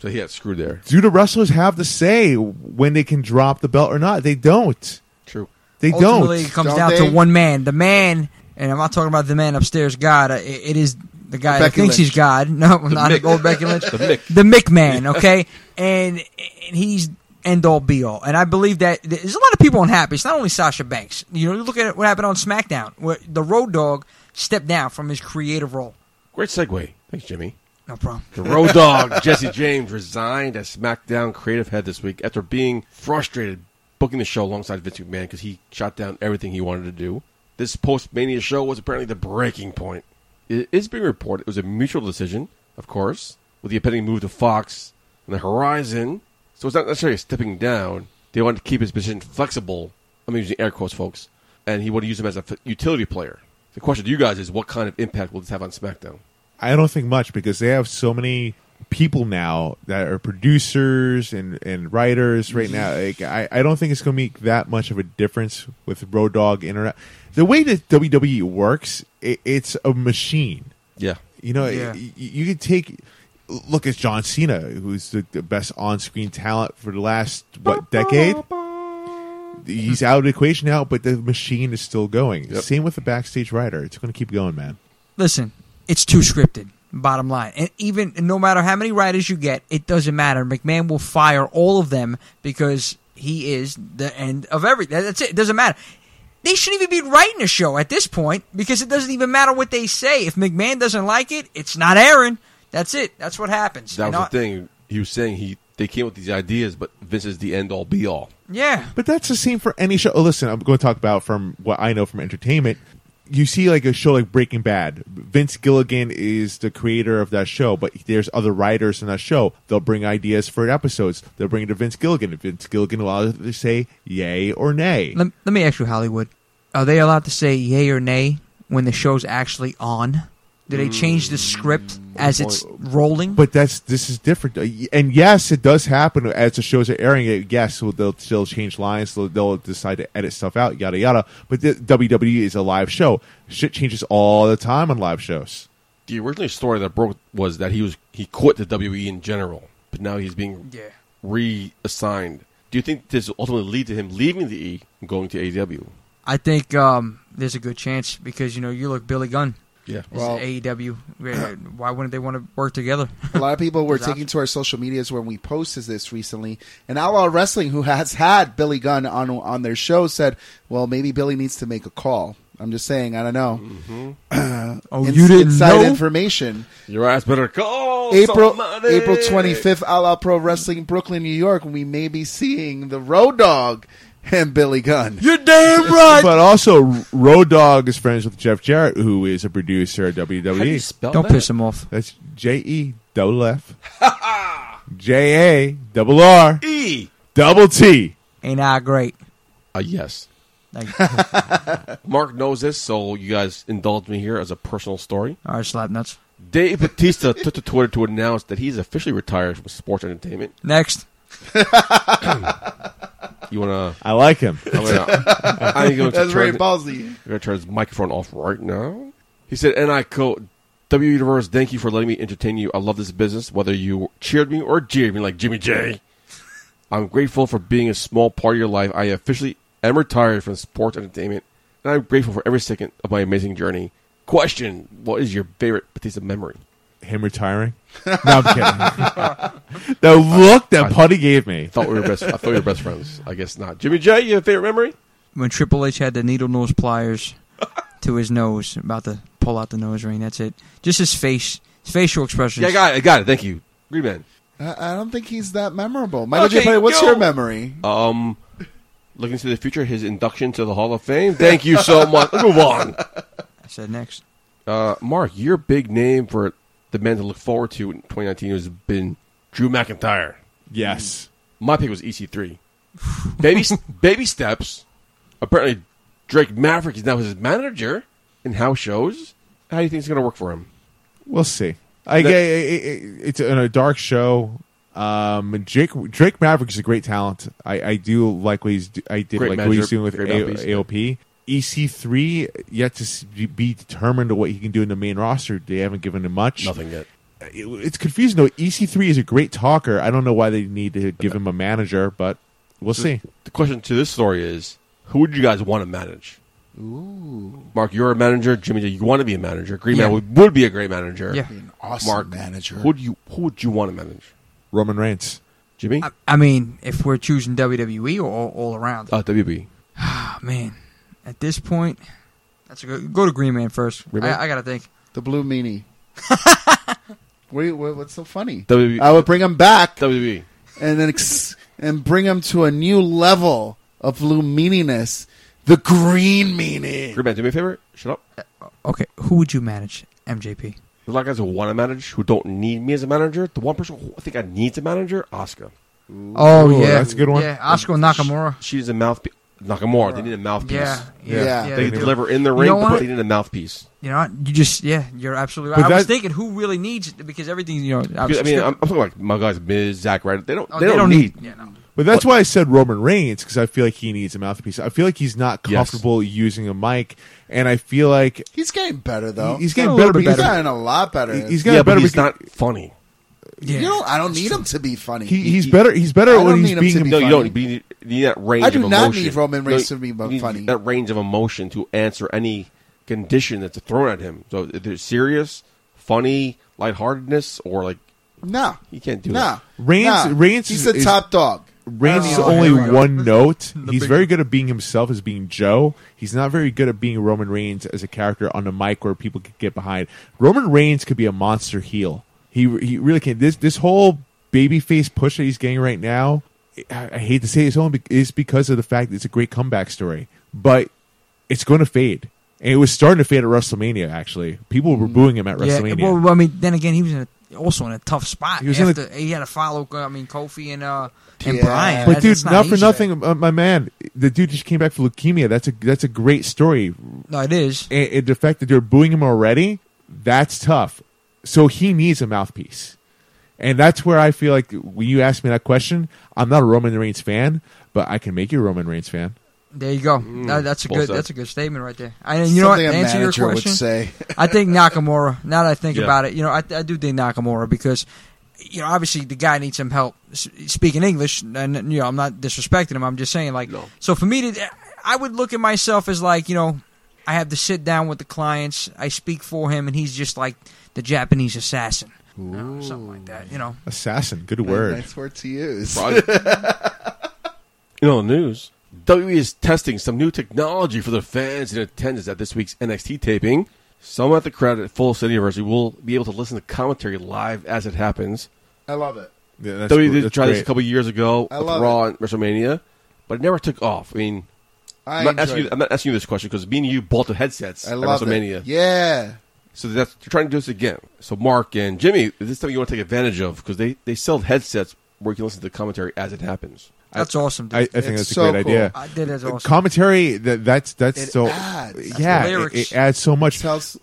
Speaker 2: So he had screwed there.
Speaker 3: Do the wrestlers have to say when they can drop the belt or not? They don't.
Speaker 2: True.
Speaker 3: They
Speaker 4: Ultimately,
Speaker 3: don't.
Speaker 4: it comes
Speaker 5: Don't
Speaker 4: down
Speaker 5: they?
Speaker 4: to one man. The man, and I'm not talking about the man upstairs. God, uh, it, it is the guy that
Speaker 5: Becky
Speaker 4: thinks
Speaker 5: Lynch.
Speaker 4: he's God. [laughs] No, not
Speaker 2: Mick.
Speaker 4: old Becky Lynch.
Speaker 2: The Mick.
Speaker 4: the Mick
Speaker 2: [laughs]
Speaker 4: man, okay, and, and he's end all be all. And I believe that there's a lot of people unhappy. It's not only Sasha Banks. You know, you look at what happened on SmackDown, where the Road Dog stepped down from his creative role.
Speaker 2: Great segue. Thanks, Jimmy.
Speaker 4: No problem.
Speaker 2: The Road Dog Jesse James resigned as SmackDown creative head this week after being frustrated booking the show alongside Vince McMahon because he shot down everything he wanted to do. This post Mania show was apparently the breaking point. It is being reported it was a mutual decision, of course, with the impending move to Fox on the horizon. So it's not necessarily a stepping down. They wanted to keep his position flexible. I'm using air quotes, folks. And he wanted to use him as a f- utility player. The question to you guys is what kind of impact will this have on SmackDown?
Speaker 3: I don't think much because they have so many people now that are producers and, and writers right now. Like I, I don't think it's going to make that much of a difference with Road Dog Internet. The way that WWE works, it, it's a machine.
Speaker 2: Yeah.
Speaker 3: You know,
Speaker 4: Yeah.
Speaker 3: y- y- you could take look at John Cena, who's the, the best on-screen talent for the last what decade. He's out of the equation now, but the machine is still going.
Speaker 2: Yep.
Speaker 3: Same with the backstage writer; it's going to keep going, man.
Speaker 4: Listen, it's too scripted. Bottom line, and even no matter how many writers you get, it doesn't matter. McMahon will fire all of them because he is the end of everything. That's it. It doesn't matter. They shouldn't even be writing a show at this point because it doesn't even matter what they say. If McMahon doesn't like it, it's not airing. That's it. That's what happens.
Speaker 2: That
Speaker 4: And
Speaker 2: was
Speaker 4: I-
Speaker 2: the thing. He was saying he they came up with these ideas, but this is the end all be all.
Speaker 4: Yeah.
Speaker 3: But that's the same for any show. Oh, listen, I'm going to talk about from what I know from entertainment. You see, like a show like Breaking Bad. Vince Gilligan is the creator of that show, but there's other writers in that show. They'll bring ideas for episodes. They'll bring it to Vince Gilligan. And Vince Gilligan will either say yay or nay.
Speaker 4: Let, let me ask you, Hollywood. Are they allowed to say yay or nay when the show's actually on?
Speaker 2: Mm,
Speaker 4: Do they change the script as it's rolling?
Speaker 3: But that's this is different, Uh, y- and yes, it does happen as the shows are airing. It yes, so they'll still change lines. They'll, they'll decide to edit stuff out, yada yada. But the, WWE is a live show. Shit changes all the time on live shows.
Speaker 2: The original story that broke was that he was he quit the WWE in general, but now he's being
Speaker 4: Yeah.
Speaker 2: reassigned. Do you think this will ultimately lead to him leaving the E and going to AEW?
Speaker 4: I think um, there's a good chance because you know you look Billy Gunn.
Speaker 2: Yeah.
Speaker 4: This
Speaker 5: Well-
Speaker 4: is AEW. Where- Why wouldn't they want to work together?
Speaker 5: a lot of people were
Speaker 4: There's
Speaker 5: taking to our social medias when we posted this recently. And Outlaw Wrestling, who has had Billy Gunn on on their show, said, "Well, maybe Billy needs to make a call." I'm just saying, I don't know.
Speaker 4: [laughs] oh,
Speaker 5: Ins-
Speaker 4: you didn't
Speaker 5: inside
Speaker 4: know?
Speaker 5: information.
Speaker 2: Your ass better call
Speaker 5: April
Speaker 2: somebody.
Speaker 5: April 25th, Outlaw Pro Wrestling, Brooklyn, New York. We may be seeing the Road Dog and Billy Gunn.
Speaker 4: You're damn right.
Speaker 3: But also, Road Dog is friends with Jeff Jarrett, who is a producer at
Speaker 2: How do you
Speaker 3: WWE.
Speaker 2: spell
Speaker 4: Don't
Speaker 2: that?
Speaker 4: piss him off.
Speaker 3: That's J E double F [laughs] J A double R
Speaker 2: E.
Speaker 3: double T.
Speaker 4: Ain't I great?
Speaker 2: Uh, yes.
Speaker 4: Like, [laughs]
Speaker 2: Mark knows this, so you guys indulge me here as a personal story.
Speaker 4: all right, slap nuts.
Speaker 2: Dave Batista [laughs] took to Twitter to announce that he's officially retired from sports entertainment.
Speaker 4: Next,
Speaker 2: You want to?
Speaker 3: I like him.
Speaker 2: I'm going to turn,
Speaker 5: That's very ballsy.
Speaker 2: I'm going to turn his microphone off right now. He said, and I quote, W Universe, thank you for letting me entertain you. I love this business, whether you cheered me or jeered me like Jimmy J. I'm grateful for being a small part of your life. I officially am retired from sports entertainment, and I'm grateful for every second of my amazing journey. Question, what is your favorite Batista memory?
Speaker 3: Him retiring? No, I'm kidding.
Speaker 2: [laughs]
Speaker 3: the look that Putty gave me.
Speaker 2: thought we were best. I thought we were best friends. I guess not. Jimmy J, your favorite memory?
Speaker 4: when Triple H had the needle
Speaker 2: [laughs]
Speaker 4: nose pliers to his nose, about to pull out the nose ring. That's it. Just his face, his facial expressions.
Speaker 2: Yeah, I got it. I got it. Thank you, Green Man.
Speaker 5: I, I don't think he's that memorable. Michael J.
Speaker 2: Okay,
Speaker 5: Perry, what's
Speaker 2: yo.
Speaker 5: your memory?
Speaker 3: Uh,
Speaker 2: Um, looking to the future, his induction to the Hall of Fame. Thank you so much. Let's move on.
Speaker 4: I said next.
Speaker 2: Uh, Mark, your big name for the man to look forward to in 2019 has been Drew McIntyre.
Speaker 3: Yes.
Speaker 2: My pick was EC3. Baby, [laughs] baby steps. Apparently, Drake Maverick is now his manager in house shows. How do you think it's going to work for him?
Speaker 3: We'll see. I,
Speaker 2: That-
Speaker 3: I- I- I- it's in a dark show. Um, Drake Drake Maverick is a great talent. I, I do like what he's. do- I did
Speaker 2: Great
Speaker 3: like what he's
Speaker 2: manager,
Speaker 3: doing with
Speaker 2: great mouthpiece.
Speaker 3: A- AOP. EC3 yet to s- be determined what he can do in the main roster. They haven't given him much. Uh,
Speaker 2: Nothing yet.
Speaker 3: It- it's confusing though. EC3 is a great talker. I don't know why they need to give him a manager, but we'll see.
Speaker 2: The question to this story is: Who would you guys want to manage? Ooh, Mark, you're a manager. Jimmy, you want to be a manager. Green
Speaker 4: Yeah.
Speaker 2: Man would, would be a great manager.
Speaker 4: Yeah.
Speaker 5: An awesome
Speaker 2: Mark,
Speaker 5: manager.
Speaker 2: Who do you who would you want to manage?
Speaker 3: Roman Reigns.
Speaker 2: Jimmy,
Speaker 4: I, I mean, if we're choosing WWE or all, all around,
Speaker 2: uh, WB.
Speaker 4: oh, man, at this point, that's a good. Go to Green Man first.
Speaker 2: Green Man?
Speaker 4: I, I gotta think.
Speaker 5: The
Speaker 3: [laughs]
Speaker 5: Blue Meanie. Wait, what, what's so funny?
Speaker 2: WB.
Speaker 5: I would bring him back
Speaker 2: WB.
Speaker 5: and then ex- and bring him to a new level of blue meaniness. The green meaning.
Speaker 2: Green Man, do me a favor. Shut up.
Speaker 4: Okay, who would you manage, MJP?
Speaker 2: There's a lot of guys who want to manage who don't need me as a manager. The one person who I think I needs a manager, Oscar.
Speaker 4: Oh
Speaker 3: Ooh, that's a good one.
Speaker 4: Yeah, Oscar Nakamura.
Speaker 2: She's a mouthpiece. Nakamura. They need a mouthpiece.
Speaker 4: Yeah, yeah,
Speaker 5: Yeah.
Speaker 4: yeah.
Speaker 5: They
Speaker 2: They
Speaker 4: do.
Speaker 2: deliver in the
Speaker 4: You
Speaker 2: ring,
Speaker 4: know
Speaker 2: but
Speaker 4: what?
Speaker 2: they need a mouthpiece.
Speaker 4: You know, what? you just yeah, you're absolutely right.
Speaker 3: But
Speaker 4: I was
Speaker 3: that-
Speaker 4: thinking who really needs it because everything you know. I, was
Speaker 2: Because, I mean,
Speaker 4: scripted.
Speaker 2: I'm, I'm talking like my guys, Miz, Zack Ryder. They don't.
Speaker 4: Oh,
Speaker 2: they, don't need.
Speaker 4: Yeah, no.
Speaker 3: But that's why I said Roman Reigns because I feel like he needs a mouthpiece. I feel like he's not
Speaker 2: Yes.
Speaker 3: comfortable using a mic, and I feel like
Speaker 5: He's getting better though.
Speaker 3: he's
Speaker 5: He's,
Speaker 3: getting
Speaker 4: a
Speaker 3: better.
Speaker 4: little bit
Speaker 3: because-
Speaker 5: getting a lot better.
Speaker 3: He's
Speaker 2: yeah,
Speaker 3: getting
Speaker 2: but
Speaker 3: better.
Speaker 2: he's
Speaker 3: because-
Speaker 2: not funny.
Speaker 4: Yeah.
Speaker 5: You don't. I don't need him to be funny.
Speaker 3: he- he's better. He's better
Speaker 5: I don't
Speaker 3: when he's
Speaker 5: need him
Speaker 3: being.
Speaker 5: to be
Speaker 2: No, you
Speaker 5: funny.
Speaker 2: don't. But you need, you need that range.
Speaker 5: I do
Speaker 2: of
Speaker 5: not
Speaker 2: emotion.
Speaker 5: need Roman
Speaker 2: No,
Speaker 5: Reigns
Speaker 2: you-
Speaker 5: to be
Speaker 2: you need
Speaker 5: funny.
Speaker 2: That range of emotion to answer any condition that's thrown at him. So if they're serious, funny, lightheartedness, or like
Speaker 5: no.
Speaker 2: you can't do
Speaker 5: No.
Speaker 2: that.
Speaker 3: Reigns-
Speaker 5: No.
Speaker 3: Reigns
Speaker 5: He's
Speaker 3: is-
Speaker 5: the
Speaker 3: is-
Speaker 5: top dog.
Speaker 3: Reigns is
Speaker 4: Oh,
Speaker 3: only
Speaker 4: here we go.
Speaker 5: [laughs]
Speaker 3: one note. he's
Speaker 4: big-
Speaker 3: very good at being himself as being Joe. He's not very good at being Roman Reigns as a character on the mic where people could get behind. Roman Reigns could be a monster heel. He he really can. This this whole babyface push that he's getting right now. I, I hate to say it's only be, is because of the fact that it's a great comeback story, but it's going to fade.
Speaker 5: Mm.
Speaker 3: And it was starting to fade at WrestleMania. Actually, people were booing him at
Speaker 4: Yeah,
Speaker 3: WrestleMania.
Speaker 4: well, I mean, then again, he was in a, also in a tough spot.
Speaker 3: He
Speaker 4: He
Speaker 3: was
Speaker 4: was
Speaker 3: in a-
Speaker 4: after, he had to follow. I mean, Kofi and uh and
Speaker 5: Yeah.
Speaker 4: Brian.
Speaker 3: But
Speaker 4: That-
Speaker 3: dude,
Speaker 4: that's
Speaker 3: not for
Speaker 4: easy.
Speaker 3: nothing, uh, my man. The dude just came back for leukemia. That's a that's a great story.
Speaker 4: No, it is.
Speaker 3: And, and the fact that they're booing him already, that's tough. So he needs a mouthpiece, and that's where I feel like when you ask me that question, I'm not a Roman Reigns fan, but I can make you a Roman Reigns fan.
Speaker 4: There you go.
Speaker 3: Mm.
Speaker 4: That- that's a
Speaker 2: well
Speaker 4: good.
Speaker 2: said.
Speaker 4: That's a good statement right there. I, you know what? To
Speaker 5: Something a
Speaker 4: answer your
Speaker 5: manager
Speaker 4: question,
Speaker 5: would say.
Speaker 4: [laughs] I think Nakamura. Now that I think
Speaker 2: Yeah.
Speaker 4: about it, you know, I, I do think Nakamura because, you know, obviously the guy needs some help s- speaking English, and you know, I'm not disrespecting him. I'm just saying, like, so for me to, I would look at myself as like, you know, I have to sit down with the clients, I speak for him, and he's just like the Japanese assassin, you know, something like that. You know,
Speaker 3: Assassin, good word.
Speaker 5: Nice word to use. [laughs]
Speaker 2: In other news, WWE is testing some new technology for the fans in attendance at this week's NXT taping. Some at the crowd at Full City University will be able to listen to commentary live as it happens.
Speaker 5: I love it.
Speaker 3: Yeah, that's
Speaker 2: WWE
Speaker 3: cool.
Speaker 2: did
Speaker 3: That's
Speaker 2: try this a
Speaker 3: great.
Speaker 2: couple years ago
Speaker 5: I
Speaker 2: with
Speaker 5: love
Speaker 2: Raw and WrestleMania, but it never took off. I mean,
Speaker 5: I
Speaker 2: I'm not, asking
Speaker 5: enjoyed
Speaker 2: you,
Speaker 5: it.
Speaker 2: I'm not asking you this question because me and you both have headsets
Speaker 5: I
Speaker 2: at
Speaker 5: love
Speaker 2: WrestleMania.
Speaker 5: it. Yeah.
Speaker 2: So that's they're trying to do this again. So Mark and Jimmy, this time you want to take advantage of because they they sell headsets where you can listen to the commentary as it happens.
Speaker 4: that's awesome. Dude.
Speaker 3: I, I think
Speaker 5: It's
Speaker 3: that's a
Speaker 5: so
Speaker 3: great
Speaker 5: cool.
Speaker 3: idea.
Speaker 4: I did as awesome.
Speaker 3: Commentary that that's that's
Speaker 5: It
Speaker 3: so
Speaker 5: adds.
Speaker 3: yeah,
Speaker 4: That's the
Speaker 3: it, it
Speaker 4: lyrics.
Speaker 3: adds so much.
Speaker 5: Tells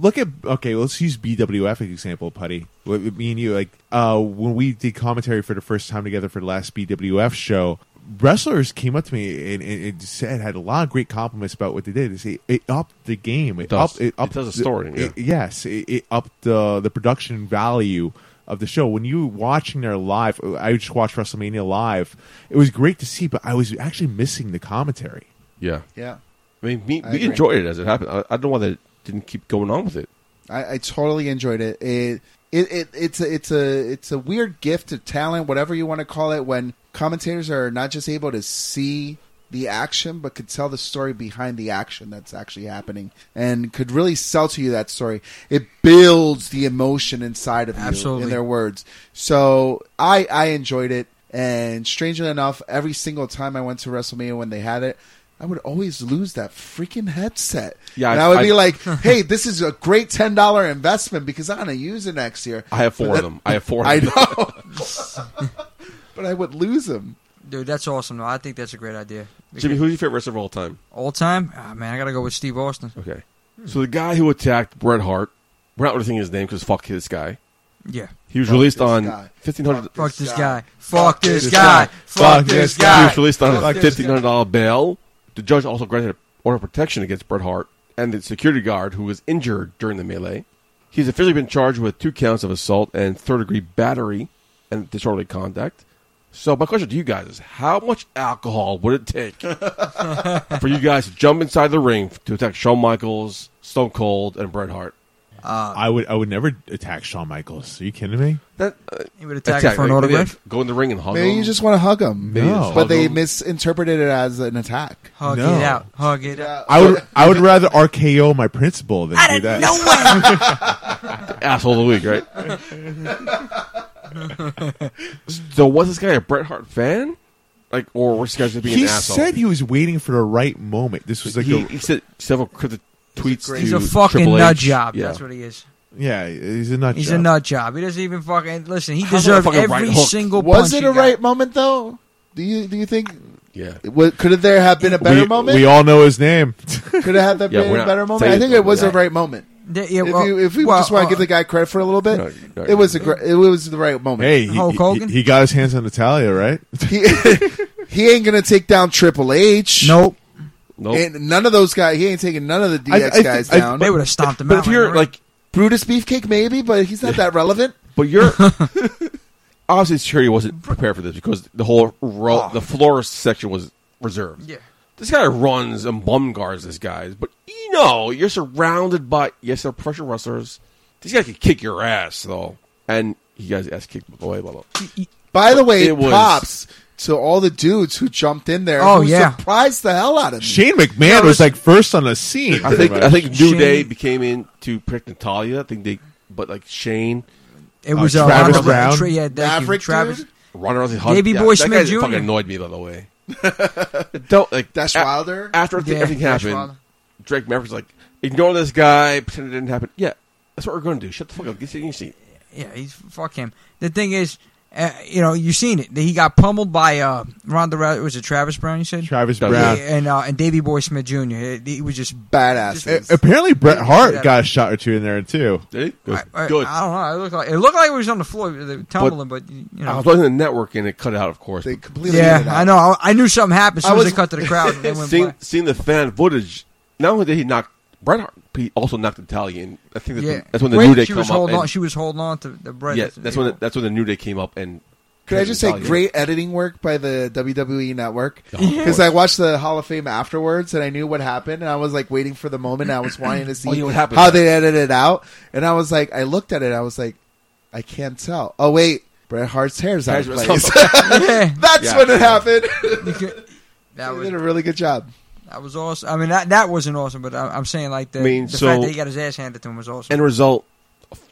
Speaker 3: Look at okay, let's use BWF as an example, Putty. What- Me and you, like uh, when we did commentary for the first time together for the last BWF show, wrestlers came up to me and, and, and said had a lot of great compliments about what they did. They say it upped the game. It,
Speaker 2: does.
Speaker 3: upped- it,
Speaker 2: It
Speaker 3: upped
Speaker 2: does a
Speaker 3: the-
Speaker 2: story, yeah.
Speaker 3: it- yes, it, it upped the the production value of the show. When you were watching there live, I just watched WrestleMania live. It was great to see, but I was actually missing the commentary.
Speaker 2: Yeah,
Speaker 5: yeah.
Speaker 2: I mean, me,
Speaker 5: I
Speaker 2: we
Speaker 5: agree.
Speaker 2: enjoyed it as it happened. I, I don't know why they didn't keep going on with it.
Speaker 5: I, I totally enjoyed it. It, it, it it's a, it's a it's a weird gift of talent, whatever you want to call it, when commentators are not just able to see the action but could tell the story behind the action that's actually happening and could really sell to you that story. It builds the emotion inside of you
Speaker 4: Absolutely.
Speaker 5: in their words. So I I enjoyed it and strangely enough, every single time I went to WrestleMania when they had it, I would always lose that freaking headset.
Speaker 2: Yeah,
Speaker 5: and
Speaker 2: I-
Speaker 5: I, would
Speaker 2: I-
Speaker 5: be like, "Hey, this is a great ten dollar investment because I'm gonna use it next year."
Speaker 2: I have four of them. I have four. Of
Speaker 5: [laughs] I
Speaker 2: them.
Speaker 5: know, [laughs] but I would lose them.
Speaker 4: dude, that's awesome. though. I think that's a great idea.
Speaker 2: Jimmy, who's your favorite wrestler of all time?
Speaker 4: All time, Ah man, I gotta go with Steve Austin.
Speaker 2: Okay, so the guy who attacked Bret Hart, we're not really saying his name because fuck this guy.
Speaker 4: Yeah.
Speaker 2: He was released on
Speaker 5: guy.
Speaker 2: fifteen hundred.
Speaker 4: Fuck this guy.
Speaker 5: Fuck
Speaker 4: Fuck this
Speaker 5: this
Speaker 4: guy.
Speaker 3: guy.
Speaker 4: Fuck this
Speaker 2: He
Speaker 4: guy.
Speaker 2: was released on a
Speaker 4: Fuck this
Speaker 2: fifteen hundred dollar bail. The judge also granted an order of protection against Bret Hart and the security guard who was injured during the melee. He's officially been charged with two counts of assault and third degree battery and disorderly conduct. So my question to you guys is: How much alcohol would it take [laughs] for you guys to jump inside the ring to attack Shawn Michaels, Stone Cold, and Bret Hart?
Speaker 3: I would I would never attack Shawn Michaels. Are you kidding me?
Speaker 2: That uh,
Speaker 4: He would attack, him for an
Speaker 2: like,
Speaker 4: autograph.
Speaker 2: yeah, Go in the ring and hug
Speaker 5: Maybe
Speaker 2: him.
Speaker 5: you just want to hug them,
Speaker 3: Maybe just
Speaker 2: Oh,
Speaker 5: but
Speaker 2: hug
Speaker 5: they
Speaker 2: 'em.
Speaker 5: misinterpreted it as an attack.
Speaker 4: Hug
Speaker 3: No.
Speaker 4: it out. Hug it out.
Speaker 3: I
Speaker 4: [laughs]
Speaker 3: would I would rather RKO my principal than do
Speaker 4: Out
Speaker 3: that.
Speaker 4: of nowhere.
Speaker 2: asshole of the week, right? so was this guy a Bret Hart fan? Like, or was this guy just being
Speaker 3: He
Speaker 2: an asshole?
Speaker 3: said he was waiting for the right moment. This was like,
Speaker 2: he,
Speaker 3: a-
Speaker 2: he said several cryptic tweets.
Speaker 5: great-
Speaker 2: to
Speaker 4: He's a fucking
Speaker 2: Triple H.
Speaker 4: nut job.
Speaker 2: Yeah.
Speaker 4: That's what he is.
Speaker 3: yeah, he's a nut.
Speaker 4: He's
Speaker 3: job.
Speaker 4: a nut job. He doesn't even fucking listen. He
Speaker 2: How's
Speaker 4: deserved
Speaker 2: that a fucking
Speaker 4: every
Speaker 2: right hook?
Speaker 4: single.
Speaker 5: Was
Speaker 4: punch
Speaker 5: it
Speaker 4: he
Speaker 5: a
Speaker 4: got.
Speaker 5: right moment though? Do you do you think?
Speaker 2: Yeah.
Speaker 5: What, could there have been a better
Speaker 3: We,
Speaker 5: moment?
Speaker 3: we all know his
Speaker 4: [laughs]
Speaker 3: name.
Speaker 5: could have that
Speaker 2: Yeah,
Speaker 5: been
Speaker 2: we're
Speaker 5: a
Speaker 2: not
Speaker 5: better moment. I
Speaker 2: saying
Speaker 5: think
Speaker 2: that,
Speaker 5: it was
Speaker 2: but-
Speaker 5: the right moment.
Speaker 4: Th- yeah,
Speaker 5: If,
Speaker 4: well-
Speaker 5: you, if we
Speaker 4: well,
Speaker 5: just want
Speaker 4: uh,
Speaker 5: to give the guy credit for a little bit,
Speaker 2: No, no,
Speaker 5: it was a gr- it was the right moment.
Speaker 3: hey, he,
Speaker 4: Hulk
Speaker 3: he-
Speaker 4: Hogan?
Speaker 3: He, got his hands on Natalia, right? [laughs]
Speaker 5: he, [laughs] he ain't gonna take down Triple H.
Speaker 4: Nope.
Speaker 2: Nope.
Speaker 5: And none of those guys. He ain't taking none of the
Speaker 3: I-
Speaker 5: DX
Speaker 3: I-
Speaker 5: guys
Speaker 3: I-
Speaker 5: down.
Speaker 4: They would have stomped him
Speaker 2: but
Speaker 4: out.
Speaker 2: if you're
Speaker 4: right?
Speaker 2: like,
Speaker 5: Brutus Beefcake, maybe, but he's not that relevant.
Speaker 2: but
Speaker 4: [laughs]
Speaker 2: you're obviously security wasn't prepared for this because the whole row, the florist section was reserved.
Speaker 4: Oh. yeah.
Speaker 2: This guy runs and bum guards this guy, but you know you're surrounded by yes, they're professional wrestlers. This guy could kick your ass though, and he guys ass kicked away. Blah blah.
Speaker 5: By the way,
Speaker 2: It was-
Speaker 5: props to all the dudes who jumped in there.
Speaker 4: Oh,
Speaker 5: who
Speaker 4: yeah.
Speaker 5: surprised the hell out of me.
Speaker 3: Shane McMahon was like first on the scene.
Speaker 2: I think I
Speaker 3: pretty much.
Speaker 2: think New
Speaker 4: Shane-
Speaker 2: Day became in to protect Natalia. I think they, but like Shane,
Speaker 4: It was uh,
Speaker 3: Travis
Speaker 4: Ronda-
Speaker 3: Brown?
Speaker 4: Tra- yeah, thank you.
Speaker 5: Maverick
Speaker 4: Travis.
Speaker 5: dude?
Speaker 2: Ronda Rousey, Hunt,
Speaker 4: Davey
Speaker 2: yeah,
Speaker 4: Boy
Speaker 2: that
Speaker 4: Smith
Speaker 2: guy
Speaker 4: Jr..
Speaker 2: fucking annoyed me by the way. [laughs] Don't like
Speaker 5: Dash
Speaker 2: a-
Speaker 5: Wilder?
Speaker 2: after
Speaker 4: Yeah,
Speaker 2: everything
Speaker 4: Dash
Speaker 2: happened.
Speaker 4: Wilder.
Speaker 2: Drake Maverick's like, ignore this guy, pretend it didn't happen. Yeah, that's what we're going to do. Shut the fuck up, get in your seat.
Speaker 4: yeah, he's fuck him. The thing is, uh, you know, you've seen it. He got pummeled by uh, Ronda. Rousey- Was it Travis Brown? You said
Speaker 3: Travis
Speaker 2: Does
Speaker 3: Brown.
Speaker 2: it.
Speaker 4: Yeah, and uh, and Davy Boy Smith Jr. He, he was just
Speaker 5: Badass.
Speaker 3: A- apparently, Bret Hart got a shot or two in there too.
Speaker 2: Did he? Good.
Speaker 4: I, I-
Speaker 2: Good.
Speaker 4: I don't know. It looked like it looked like it was on the floor they were tumbling, but, you
Speaker 2: I
Speaker 4: know.
Speaker 2: was watching the network and it cut it out, of course.
Speaker 5: they
Speaker 2: but
Speaker 5: completely.
Speaker 4: yeah,
Speaker 5: edited it out.
Speaker 4: I know. I, I knew something happened as soon
Speaker 5: I
Speaker 4: as
Speaker 5: was-
Speaker 4: they cut to the crowd.
Speaker 2: [laughs]
Speaker 4: And they went
Speaker 2: seeing,
Speaker 4: black.
Speaker 2: seeing the fan footage, not only did he knock Bret Hart, he also knocked Italian. I think that's,
Speaker 4: Yeah,
Speaker 2: when, that's when the
Speaker 4: Great,
Speaker 2: New Day
Speaker 4: she
Speaker 2: came
Speaker 4: was
Speaker 2: up.
Speaker 4: holding
Speaker 2: and-
Speaker 4: on. She was holding on to the bread.
Speaker 2: yeah, that's
Speaker 4: [laughs]
Speaker 2: when that's when the New Day came up and.
Speaker 5: Could I just say
Speaker 2: Italian.
Speaker 5: great editing work by the WWE Network?
Speaker 2: Oh, of
Speaker 5: Because
Speaker 2: course.
Speaker 5: I watched the Hall of Fame afterwards, and I knew what happened, and I was like waiting for the moment. And I was wanting to see
Speaker 2: Oh, you know what happened.
Speaker 5: how they edited it out, and I was like, I looked at it, I was like, I can't tell. Oh wait, Bret Hart's hair's out of
Speaker 2: Hair's-
Speaker 5: place. [laughs]
Speaker 4: Yeah,
Speaker 2: [laughs]
Speaker 5: That's
Speaker 2: Yeah.
Speaker 5: when it happened.
Speaker 4: you could-
Speaker 5: [laughs]
Speaker 4: that
Speaker 5: they
Speaker 4: was
Speaker 5: did a really good job.
Speaker 4: that was awesome. I mean, that that wasn't awesome, but I, I'm saying like the,
Speaker 2: I mean,
Speaker 4: the
Speaker 2: so-
Speaker 4: fact that he got his ass handed to him was awesome.
Speaker 2: End result,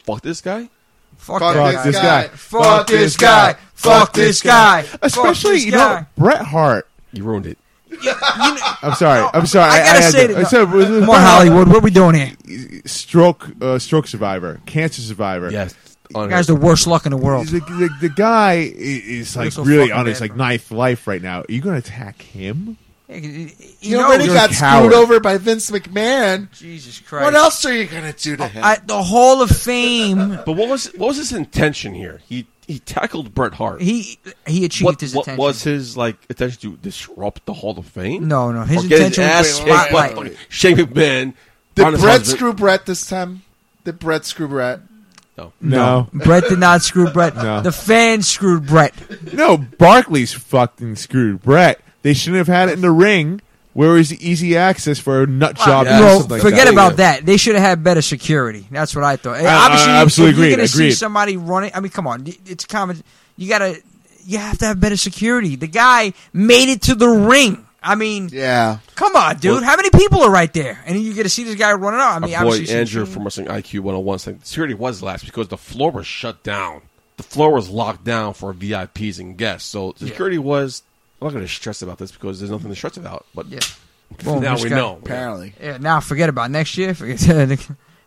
Speaker 2: fuck this guy.
Speaker 4: fuck,
Speaker 5: Fuck
Speaker 4: that
Speaker 5: this
Speaker 4: guy.
Speaker 5: guy.
Speaker 4: Fuck this guy. Fuck this guy. Fuck
Speaker 3: Especially,
Speaker 4: this
Speaker 3: you
Speaker 4: guy.
Speaker 3: know, Bret Hart.
Speaker 2: You ruined it.
Speaker 4: You know-
Speaker 3: I'm sorry. I'm sorry.
Speaker 4: I gotta
Speaker 3: had
Speaker 4: say
Speaker 3: to-
Speaker 4: that-
Speaker 3: I said-
Speaker 4: Come
Speaker 2: [laughs]
Speaker 4: on, Hollywood. What are we doing here?
Speaker 3: Stroke, uh, stroke survivor, cancer survivor.
Speaker 2: Yes.
Speaker 4: You guys, the worst luck in the world.
Speaker 3: The, the, the guy i- is like
Speaker 4: so
Speaker 3: really
Speaker 4: fucking
Speaker 3: on his
Speaker 4: bad,
Speaker 3: like
Speaker 4: bro.
Speaker 3: ninth life right now. Are you gonna attack him?
Speaker 4: You
Speaker 5: You
Speaker 4: know,
Speaker 5: already
Speaker 3: you're a
Speaker 5: got
Speaker 3: coward.
Speaker 5: screwed over by Vince McMahon.
Speaker 4: Jesus Christ.
Speaker 5: What else are you gonna do to him?
Speaker 4: I, the Hall of Fame.
Speaker 2: But what was what was his intention here? He he tackled Bret Hart.
Speaker 4: He he achieved
Speaker 2: what,
Speaker 4: his
Speaker 2: what
Speaker 4: attention.
Speaker 2: was his like intention to disrupt the Hall of Fame?
Speaker 4: No, no, his
Speaker 2: or get
Speaker 4: intention
Speaker 2: his ass
Speaker 4: was to
Speaker 2: kicked by
Speaker 4: spotlight.
Speaker 2: fucking Shane McMahon.
Speaker 5: Did
Speaker 2: Ronda's
Speaker 5: Brett
Speaker 2: husband-
Speaker 5: screw Brett this time? Did Brett screw Brett?
Speaker 2: No.
Speaker 3: No,
Speaker 4: Brett did not screw Brett.
Speaker 3: No.
Speaker 4: The fans screwed Brett.
Speaker 3: no. Barkley's fucking screwed. Brett. They shouldn't have had it in the ring. Where was the easy access for a nut job?
Speaker 2: yeah,
Speaker 3: or
Speaker 4: no,
Speaker 3: something like
Speaker 4: forget
Speaker 3: that.
Speaker 4: about that. They should have had better security. That's what I thought.
Speaker 3: I absolutely
Speaker 4: if You're
Speaker 3: agreed,
Speaker 4: going to see
Speaker 3: agreed.
Speaker 4: somebody running. I mean, come on, it's common. You gotta, you have to have better security. The guy made it to the ring. I mean,
Speaker 5: Yeah.
Speaker 4: come on, dude. How many people are right there? And you get to see this guy running out. I mean,
Speaker 2: Our boy
Speaker 4: obviously,
Speaker 2: Andrew from Wrestling IQ 101 saying oh security was last because the floor was shut down. The floor was locked down for VIPs and guests. So security was. I'm not going to stress about this because there's nothing to stress about. But
Speaker 4: Yeah. Boom,
Speaker 2: now
Speaker 4: this
Speaker 2: we
Speaker 4: guy-
Speaker 2: know.
Speaker 5: Apparently.
Speaker 4: Yeah, now forget about it. next year. [laughs] Forget everybody.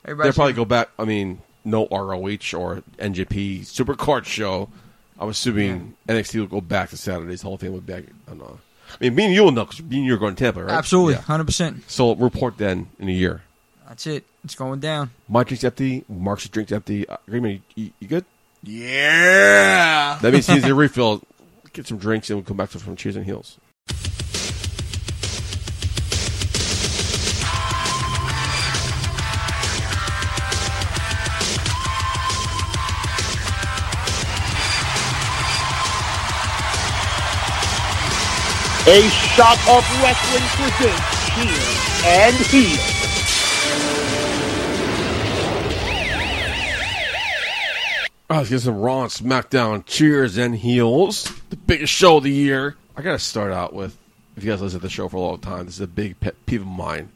Speaker 2: They'll probably go back. I mean, no ROH or NJP Supercard show. I'm assuming NXT will go back to Saturdays. Whole thing will be back. I don't know. I mean, me and you will know because me and you are going to Tampa, right?
Speaker 4: Absolutely,
Speaker 2: Yeah.
Speaker 4: hundred percent.
Speaker 2: So report then in a year.
Speaker 4: That's it. It's going down.
Speaker 2: My drink's empty. Mark's drink's empty. Uh, Raymond, you, you good?
Speaker 5: Yeah.
Speaker 2: That means he needs a refill. Get some drinks and we'll come back to from Cheers and Heels.
Speaker 6: A Shot of Wrestling presents Cheers and Heels.
Speaker 2: Oh, let's get some Raw and SmackDown. Cheers and heels. The biggest show of the year. I got to start out with, if you guys listen to the show for a long time, this is a big pet peeve of mine.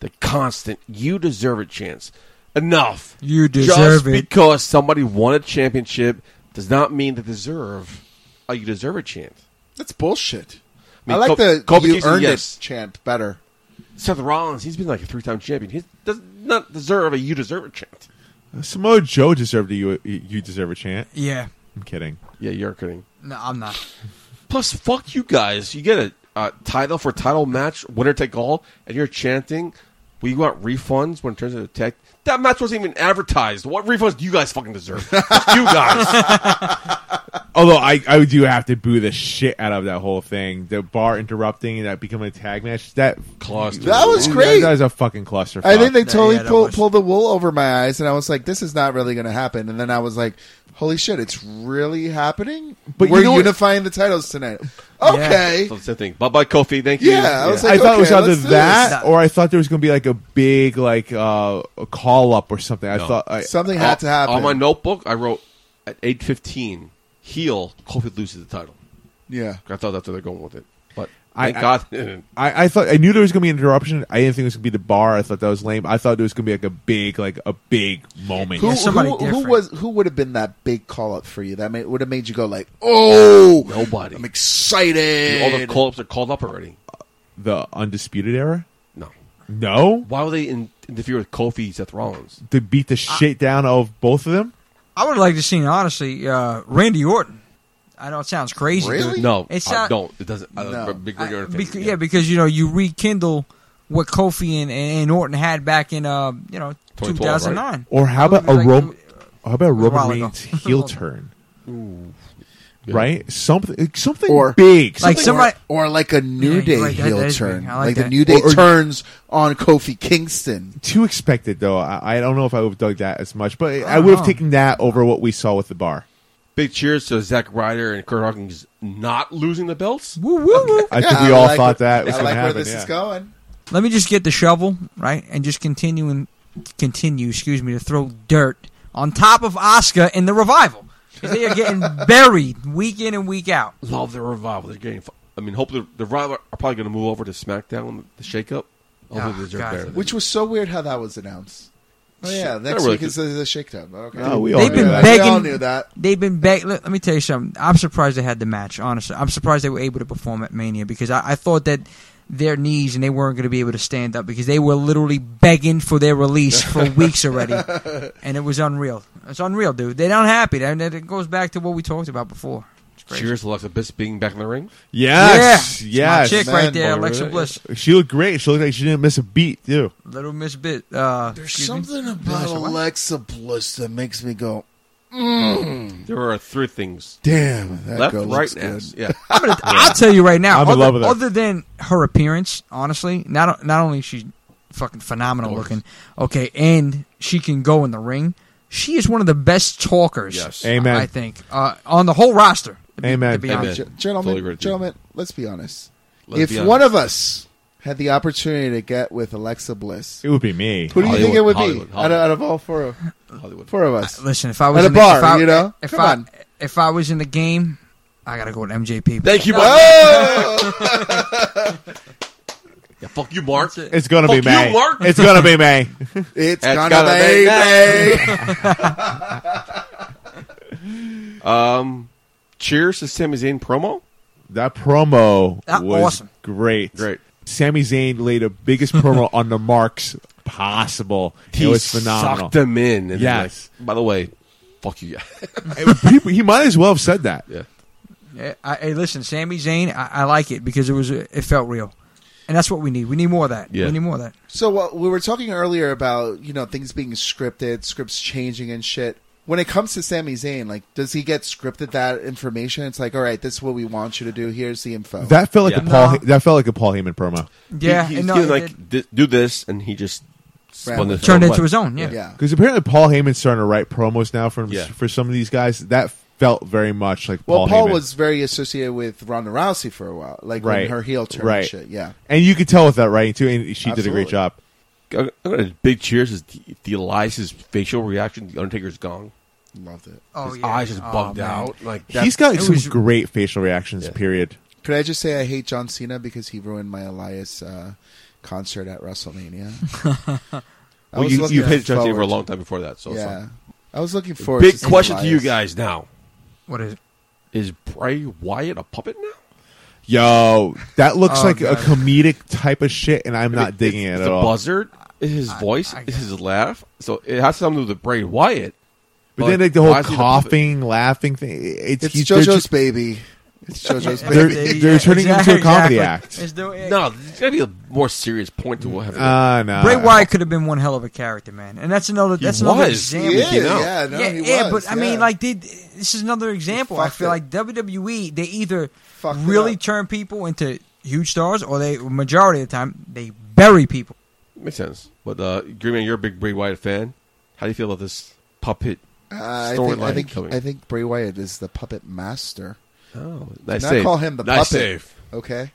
Speaker 2: The constant, you deserve it chance. Enough.
Speaker 4: You
Speaker 2: Just
Speaker 4: deserve it.
Speaker 2: because somebody won a championship does not mean they deserve a you deserve it chance.
Speaker 5: That's bullshit. I,
Speaker 2: mean,
Speaker 5: like
Speaker 2: Col-
Speaker 5: the
Speaker 2: Kobe
Speaker 5: you
Speaker 2: Kingston,
Speaker 5: earned
Speaker 2: yes.
Speaker 5: it chant better.
Speaker 2: Seth Rollins, he's been like a three time champion. He does not deserve a you deserve it chance.
Speaker 3: Samoa Joe deserved a you. You deserve a chant.
Speaker 4: Yeah.
Speaker 3: I'm kidding.
Speaker 2: Yeah, you're kidding.
Speaker 4: No, I'm not.
Speaker 2: Plus, fuck you guys. You get a uh, title for title match, winner take all, and you're chanting, "We want refunds." When it turns into tech, that match wasn't even advertised. What refunds do you guys fucking deserve? Fuck you guys.
Speaker 3: Although I, I do have to boo the shit out of that whole thing. The bar interrupting and that becoming a tag match. That
Speaker 2: Cluster.
Speaker 5: That was
Speaker 3: Ooh,
Speaker 5: great.
Speaker 3: That, that was a fucking clusterfuck.
Speaker 5: I think they
Speaker 4: No,
Speaker 5: totally
Speaker 4: yeah, that
Speaker 5: pulled,
Speaker 4: was-
Speaker 5: pulled the wool over my eyes, and I was like, "This is not really going to happen." And then I was like, "Holy shit, it's really happening!"
Speaker 3: But
Speaker 5: But
Speaker 3: you
Speaker 5: we're
Speaker 3: know what-
Speaker 5: unifying the titles tonight. Okay,
Speaker 2: So it's the same thing. Bye bye, Kofi. Thank you.
Speaker 5: yeah, I was
Speaker 3: I
Speaker 5: like,
Speaker 3: thought it was
Speaker 5: okay,
Speaker 3: either
Speaker 5: let's do
Speaker 3: that
Speaker 4: this.
Speaker 3: or I thought there was going to be like a big like uh, a call up or something. I thought I,
Speaker 5: this. something had to happen.
Speaker 2: On my notebook, I wrote at eight fifteen, heel Kofi loses the title.
Speaker 5: yeah,
Speaker 2: I thought that's where they're going with it. But
Speaker 3: I-
Speaker 2: thank
Speaker 3: I-
Speaker 2: God. they didn't.
Speaker 3: I, I thought I knew there was going to be an interruption. I didn't think it was going to be the bar. I thought that was lame. I thought there was going to be like a big like a big moment.
Speaker 5: who,
Speaker 4: Yeah, somebody
Speaker 5: who, who
Speaker 4: different.
Speaker 5: was who would have been that big call up for you? That made, would have made you go like, "Oh,
Speaker 2: Nobody.
Speaker 5: I'm excited."
Speaker 2: All the call ups are called up already.
Speaker 3: The undisputed era.
Speaker 2: No.
Speaker 3: No,
Speaker 2: Why would they in- interfere with Kofi Seth Rollins?
Speaker 3: to beat the shit down of both of them.
Speaker 4: I would have liked to seen honestly uh, Randy Orton. I know it sounds crazy.
Speaker 5: Really?
Speaker 4: dude.
Speaker 2: No,
Speaker 4: It's
Speaker 2: I
Speaker 4: not-
Speaker 2: don't. It doesn't. I don't,
Speaker 5: No.
Speaker 2: big
Speaker 4: I-
Speaker 2: Ring Orton fan.
Speaker 4: bec- yeah, because you know you rekindle what Kofi and, and Orton had back in uh, you know
Speaker 2: 2012,
Speaker 4: 2009.
Speaker 3: Or how
Speaker 4: It would
Speaker 3: about a
Speaker 4: be like-
Speaker 3: Rom- how about a
Speaker 4: while
Speaker 3: Roman
Speaker 4: ago.
Speaker 3: Reigns
Speaker 5: [laughs]
Speaker 3: heel turn? Right, something something
Speaker 5: Or-
Speaker 3: big,
Speaker 4: Like
Speaker 3: something
Speaker 4: somebody-
Speaker 5: or, or like a New
Speaker 4: Yeah,
Speaker 5: Day
Speaker 4: you're right. That-
Speaker 5: heel
Speaker 4: that is big.
Speaker 5: turn,
Speaker 4: I
Speaker 5: like,
Speaker 4: like
Speaker 5: the
Speaker 4: that.
Speaker 5: New Day
Speaker 3: Or- or-
Speaker 5: turns on Kofi Kingston.
Speaker 3: too expected though. I, I don't know if I would have dug that as much, but
Speaker 5: Uh-huh.
Speaker 3: I would have
Speaker 4: know.
Speaker 3: taken that over what we saw with the bar.
Speaker 2: Big cheers to Zack Ryder and Kurt Hawkins not losing the belts.
Speaker 4: Woo, woo, woo.
Speaker 3: I
Speaker 5: Yeah,
Speaker 3: think we all
Speaker 5: like
Speaker 3: thought
Speaker 5: where-
Speaker 3: that was
Speaker 5: I
Speaker 3: going
Speaker 5: like
Speaker 3: to
Speaker 5: where
Speaker 3: happen.
Speaker 5: this
Speaker 3: yeah.
Speaker 5: is going.
Speaker 4: Let me just get the shovel right and just continue and continue. Excuse me to throw dirt on top of Oscar in the revival. 'Cause They
Speaker 2: [laughs]
Speaker 4: are getting buried week in and week out.
Speaker 2: Love the revival. They're getting. fu- I mean, hopefully the revival are probably going to move over to SmackDown. The shakeup. Hopefully
Speaker 4: Ah,
Speaker 2: they deserve
Speaker 4: God.
Speaker 2: better.
Speaker 5: Which was so weird how that was announced. Oh yeah, next
Speaker 2: really
Speaker 5: week is the, the shakedown. Okay,
Speaker 3: No, we all
Speaker 4: They've
Speaker 3: knew
Speaker 4: been
Speaker 3: that.
Speaker 5: We
Speaker 4: begging.
Speaker 5: all knew that.
Speaker 4: They've been beg. Let, let me tell you something. I'm surprised they had the match. Honestly, I'm surprised they were able to perform at Mania because I, I thought that their knees and they weren't going to be able to stand up because they were literally begging for their release
Speaker 5: [laughs]
Speaker 4: for weeks already, and it was unreal. It's unreal, dude. They're not happy, and it goes back to what we talked about before. It's crazy.
Speaker 2: Cheers to Alexa Bliss being back in the ring.
Speaker 3: Yes,
Speaker 4: yeah,
Speaker 3: yes.
Speaker 4: it's my chick
Speaker 5: man.
Speaker 4: right there,
Speaker 2: Remember
Speaker 4: Alexa
Speaker 2: that?
Speaker 4: Bliss,
Speaker 3: She looked great. She looked like she didn't miss a beat too.
Speaker 4: little Miss Bit. Uh,
Speaker 5: There's
Speaker 4: excuse me.
Speaker 5: something about
Speaker 4: Miss what?
Speaker 5: Alexa Bliss that makes me go,
Speaker 2: There are three things:
Speaker 5: "Damn, Mm-hmm. that
Speaker 2: left,
Speaker 5: girl
Speaker 2: right,
Speaker 5: looks
Speaker 2: and ass.
Speaker 5: good." [laughs]
Speaker 2: Yeah.
Speaker 4: I'm gonna, I'll tell you right now.
Speaker 3: I'm in
Speaker 4: other,
Speaker 3: love with her.
Speaker 4: other than her appearance, honestly, not not only is she fucking phenomenal looking, okay, and she can go in the ring. She is one of the best talkers.
Speaker 2: Yes.
Speaker 3: Amen.
Speaker 4: I think uh, on the whole roster. to be-
Speaker 3: Amen.
Speaker 4: To be
Speaker 2: Amen.
Speaker 4: honest,
Speaker 5: Gen-
Speaker 2: Totally agree with you.
Speaker 5: gentlemen, gentlemen, let's be honest.
Speaker 2: Let's
Speaker 5: if
Speaker 2: be honest.
Speaker 5: one of us had the opportunity to get with Alexa Bliss,
Speaker 3: It would be me.
Speaker 5: who do you think
Speaker 2: Hollywood,
Speaker 5: it would
Speaker 2: Hollywood,
Speaker 5: be
Speaker 2: Hollywood.
Speaker 5: Out, of, out of all four of,
Speaker 2: Hollywood.
Speaker 5: four
Speaker 2: [laughs]
Speaker 5: of us?
Speaker 4: listen, if I was
Speaker 5: At a
Speaker 4: in the,
Speaker 5: bar,
Speaker 4: if I,
Speaker 5: you know?
Speaker 4: if
Speaker 5: Come
Speaker 4: I
Speaker 5: on.
Speaker 4: if I was in the game, I gotta go with MJP.
Speaker 2: Thank you, Mark.
Speaker 5: Oh!
Speaker 2: [laughs] Yeah, fuck you, Mark.
Speaker 4: That's it.
Speaker 3: It's gonna
Speaker 2: Fuck
Speaker 3: be
Speaker 2: you,
Speaker 3: May.
Speaker 2: Mark.
Speaker 3: It's gonna be
Speaker 4: [laughs]
Speaker 3: May.
Speaker 5: It's
Speaker 2: That's
Speaker 5: gonna,
Speaker 2: gonna
Speaker 5: be
Speaker 2: be
Speaker 5: me.
Speaker 2: Cheers to Sami Zayn promo.
Speaker 3: That promo
Speaker 4: That
Speaker 3: was
Speaker 4: awesome.
Speaker 3: great.
Speaker 2: Great.
Speaker 3: Sami Zayn laid the biggest
Speaker 4: [laughs]
Speaker 3: promo on the marks possible. it was phenomenal.
Speaker 2: Sucked him in. And
Speaker 3: Yes.
Speaker 2: yes. By the way, fuck
Speaker 3: [laughs]
Speaker 2: you.
Speaker 3: He, he might as well have said that.
Speaker 2: yeah.
Speaker 4: Yeah, I, hey, listen, Sami Zayn, I, I like it because it was it felt real, and that's what we need. We need more of that.
Speaker 2: Yeah.
Speaker 4: We need more of that.
Speaker 5: So uh, we were talking earlier about you know things being scripted, scripts changing and shit. When it comes to Sami Zayn, like, does he get scripted that information? It's like, all right, this is what we want you to do. Here's the info.
Speaker 3: That felt like a
Speaker 2: Yeah.
Speaker 3: Paul.
Speaker 4: No.
Speaker 3: That felt like a Paul Heyman promo.
Speaker 4: Yeah,
Speaker 2: He, he's
Speaker 4: and no,
Speaker 2: feeling
Speaker 4: it- it
Speaker 2: like "Th- do this, and he just spun
Speaker 5: Right.
Speaker 2: this
Speaker 4: turned
Speaker 2: whole
Speaker 4: into
Speaker 2: way.
Speaker 4: his own. Yeah.
Speaker 5: yeah,
Speaker 3: Because apparently Paul Heyman's starting to write promos now for
Speaker 2: Yeah.
Speaker 3: for some of these guys. That felt very much like
Speaker 5: Well,
Speaker 3: Paul.
Speaker 5: Paul
Speaker 3: Heyman.
Speaker 5: was very associated with Ronda Rousey for a while, like
Speaker 3: Right.
Speaker 5: when her heel turn
Speaker 3: Right.
Speaker 5: shit. Yeah,
Speaker 3: and you could tell with that writing too. And she did a
Speaker 5: Absolutely.
Speaker 3: great job.
Speaker 2: I'm gonna big cheers is the, the Elias's facial reaction. The Undertaker's gone.
Speaker 5: loved it.
Speaker 4: Oh,
Speaker 2: his
Speaker 4: yeah.
Speaker 2: eyes just
Speaker 4: Oh,
Speaker 2: bugged
Speaker 4: man.
Speaker 2: out. Like that,
Speaker 3: He's got
Speaker 4: it
Speaker 3: some
Speaker 4: was-
Speaker 3: great facial reactions. Period.
Speaker 5: Could I just say I hate John Cena because he ruined my Elias uh, concert
Speaker 3: [laughs]
Speaker 5: at WrestleMania? I
Speaker 2: well,
Speaker 5: was
Speaker 2: you
Speaker 5: looking
Speaker 2: you hated John Cena for
Speaker 5: forward-
Speaker 2: a long time before that. So it's
Speaker 5: Yeah,
Speaker 2: like-
Speaker 5: I was looking forward.
Speaker 2: big
Speaker 5: to
Speaker 2: question to
Speaker 5: seeing
Speaker 2: you
Speaker 5: Elias.
Speaker 2: guys now:
Speaker 4: What is it?
Speaker 2: Is Bray Wyatt a puppet now?
Speaker 3: Yo, that looks
Speaker 4: Oh,
Speaker 3: like
Speaker 4: God.
Speaker 3: a comedic type of shit, and I'm not digging it,
Speaker 2: it's
Speaker 3: at
Speaker 2: the
Speaker 3: all.
Speaker 2: buzzard, it's his voice,
Speaker 4: I-
Speaker 2: it's his laugh. So it has something to do with Bray Wyatt.
Speaker 3: But then like the whole
Speaker 2: why is he the puppet?
Speaker 3: coughing, laughing thing. It's,
Speaker 5: It's
Speaker 3: he's- they're
Speaker 5: JoJo's
Speaker 3: just-
Speaker 5: baby. It's JoJo's
Speaker 4: Yeah,
Speaker 5: baby.
Speaker 3: They're-
Speaker 4: yeah,
Speaker 3: they're turning him into a comedy act.
Speaker 4: It's the-
Speaker 2: No, there's got to be a more serious point to what happened.
Speaker 5: Uh,
Speaker 3: Ah, no.
Speaker 4: Bray Wyatt could have been one hell of a character, man, and that's another. That's another
Speaker 2: was.
Speaker 4: example.
Speaker 5: He
Speaker 2: Yeah,
Speaker 5: is,
Speaker 2: you know.
Speaker 5: yeah, no,
Speaker 4: yeah,
Speaker 5: he
Speaker 4: yeah,
Speaker 5: was,
Speaker 4: but I mean,
Speaker 5: yeah.
Speaker 4: like, they, this is another example. I
Speaker 5: fucked
Speaker 4: feel
Speaker 5: it.
Speaker 4: like WWE, they either
Speaker 5: Fucked it
Speaker 4: really
Speaker 5: up.
Speaker 4: turn people into huge stars, or they majority of the time they bury people.
Speaker 2: Makes sense. But uh, Green Man, you're a big Bray Wyatt fan. How do you feel about this puppet
Speaker 5: Uh, I think I
Speaker 2: storyline
Speaker 5: think,
Speaker 2: coming?
Speaker 5: I think Bray Wyatt is the puppet master.
Speaker 2: oh, nice
Speaker 5: Not
Speaker 2: save.
Speaker 5: call him the
Speaker 2: nice
Speaker 5: puppet.
Speaker 2: save.
Speaker 5: Okay,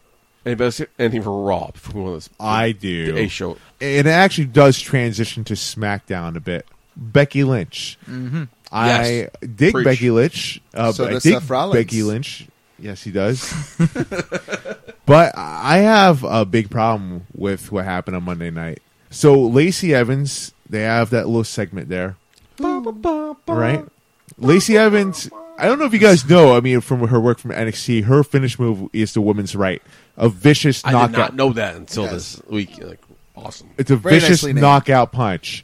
Speaker 2: Anybody else- anything for Raw before we go on this?
Speaker 3: I do.
Speaker 2: The A show.
Speaker 3: And it actually does transition to SmackDown a bit. Becky Lynch. Mm-hmm. I dig
Speaker 2: Preach.
Speaker 3: Becky Lynch. Uh,
Speaker 5: So
Speaker 3: but I
Speaker 5: does
Speaker 3: dig
Speaker 5: Seth Rollins.
Speaker 3: Becky Lynch. Yes, he does. but I have a big problem with what happened on Monday night. So Lacey Evans, they have that little segment there. right? Lacey Evans. I don't know if you guys know. I mean, from her work from NXT, her finish move is the women's right, a vicious
Speaker 2: I
Speaker 3: knockout.
Speaker 2: did not know that until
Speaker 5: Yes.
Speaker 2: this week. Like, awesome.
Speaker 3: It's a
Speaker 5: Very
Speaker 3: vicious
Speaker 5: nicely named.
Speaker 3: knockout punch.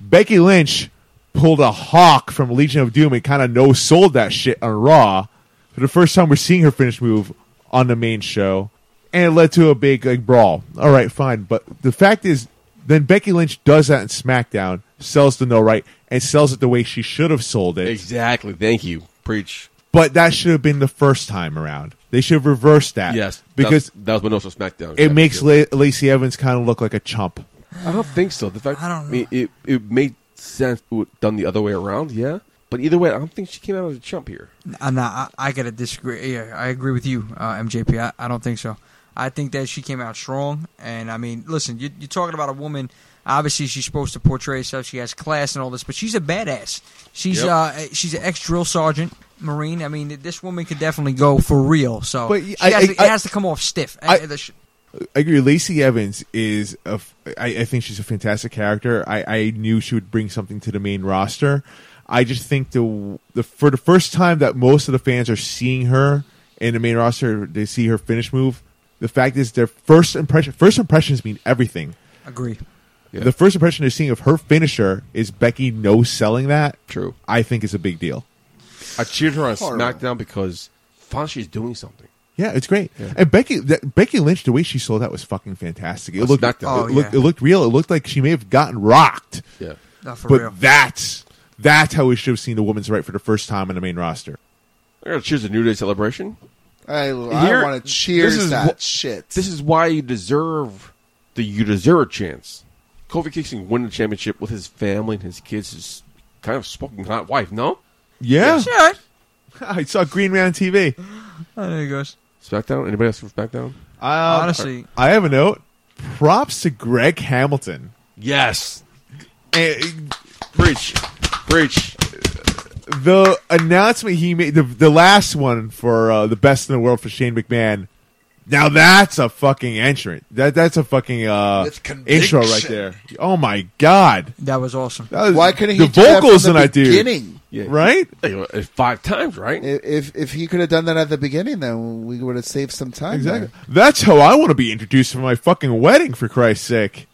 Speaker 3: Becky Lynch pulled a hawk from Legion of Doom and kind of no sold that shit on Raw for the first time we're seeing her finish move on the main show, and it led to a big like brawl. All right, fine, but the fact is, then Becky Lynch does that in SmackDown, sells the no right, and sells it the way she should have sold it.
Speaker 2: Exactly. Thank you. Preach.
Speaker 3: But that should have been the first time around. They should have reversed that.
Speaker 2: Yes.
Speaker 3: because
Speaker 2: that was, that was Minoso SmackDown.
Speaker 3: it makes La- Lacey Evans kind of look like a chump.
Speaker 2: I don't think so. The fact
Speaker 4: I don't
Speaker 2: mean, it it made sense it would- done the other way around. Yeah, but either way, I don't think she came out as a chump here.
Speaker 4: I'm not. I, I gotta disagree. Yeah, I agree with you, uh, MJP. I, I don't think so. I think that she came out strong, and I mean, listen, you, you're talking about a woman. Obviously, she's supposed to portray herself. She has class and all this, but she's a badass. She's
Speaker 2: Yep.
Speaker 4: uh, she's an ex drill sergeant, marine. I mean, this woman could definitely go for real. So,
Speaker 3: But
Speaker 4: she
Speaker 3: I-
Speaker 4: has
Speaker 3: I-
Speaker 4: to, it
Speaker 3: I-
Speaker 4: has to come off stiff.
Speaker 3: I-
Speaker 4: Uh, the sh-
Speaker 3: I agree. Lacey Evans is a. f- I, I think she's a fantastic character. I, I knew she would bring something to the main roster. I just think the the for the first time that most of the fans are seeing her in the main roster, they see her finish move. The fact is, their first impression first impressions mean everything.
Speaker 4: agree.
Speaker 2: Yeah.
Speaker 3: The first impression they're seeing of her finisher is Becky no selling that.
Speaker 2: True.
Speaker 3: I think is a big deal.
Speaker 2: I cheered her on
Speaker 5: Horrible.
Speaker 2: SmackDown because finally she's doing something.
Speaker 3: Yeah, it's great. And Becky that, Becky Llinch, the way she sold that was fucking fantastic. It
Speaker 2: On
Speaker 3: looked it,
Speaker 2: SmackDown.
Speaker 4: Oh,
Speaker 3: looked
Speaker 4: yeah.
Speaker 3: it looked real. It looked like she may have gotten rocked.
Speaker 2: Yeah,
Speaker 4: No, for
Speaker 3: but
Speaker 4: real.
Speaker 3: that's that's how we should have seen the women's right for the first time in the main roster.
Speaker 2: I gotta cheers the New Day celebration.
Speaker 5: I, I
Speaker 2: Here-
Speaker 5: want to cheers
Speaker 2: this is
Speaker 5: that
Speaker 2: what-
Speaker 5: shit.
Speaker 2: This is why you deserve the you deserve a chance. Kofi Kingston won the championship with his family and his kids. His kind of smoking hot wife. No
Speaker 3: Yeah,
Speaker 4: Sure.
Speaker 3: [laughs] I saw Green Man on TV.
Speaker 4: Oh, there he goes.
Speaker 2: SmackDown. Anybody else from SmackDown?
Speaker 3: Um,
Speaker 4: Honestly.
Speaker 3: I have a note. Props to Greg Hamilton. Eh,
Speaker 2: Yes.
Speaker 3: And
Speaker 2: Preach. Preach.
Speaker 3: the announcement he made, the, the last one for uh, the best in the world for Shane McMahon. Now that's a fucking entrant. That that's a fucking uh,
Speaker 5: With
Speaker 3: intro right
Speaker 5: conviction.
Speaker 3: there. Oh my god!
Speaker 4: That was awesome.
Speaker 3: That was-
Speaker 5: Why couldn't he
Speaker 3: the
Speaker 5: do that
Speaker 3: vocals
Speaker 5: from the
Speaker 3: in that
Speaker 5: beginning?
Speaker 2: Yeah.
Speaker 3: dude? Right?
Speaker 2: Hey, uh, Five times, right?
Speaker 5: If, if if he could have done that at the beginning, then we would have saved some time.
Speaker 3: Exactly. That's how I want to be introduced for my fucking wedding. For Christ's sake.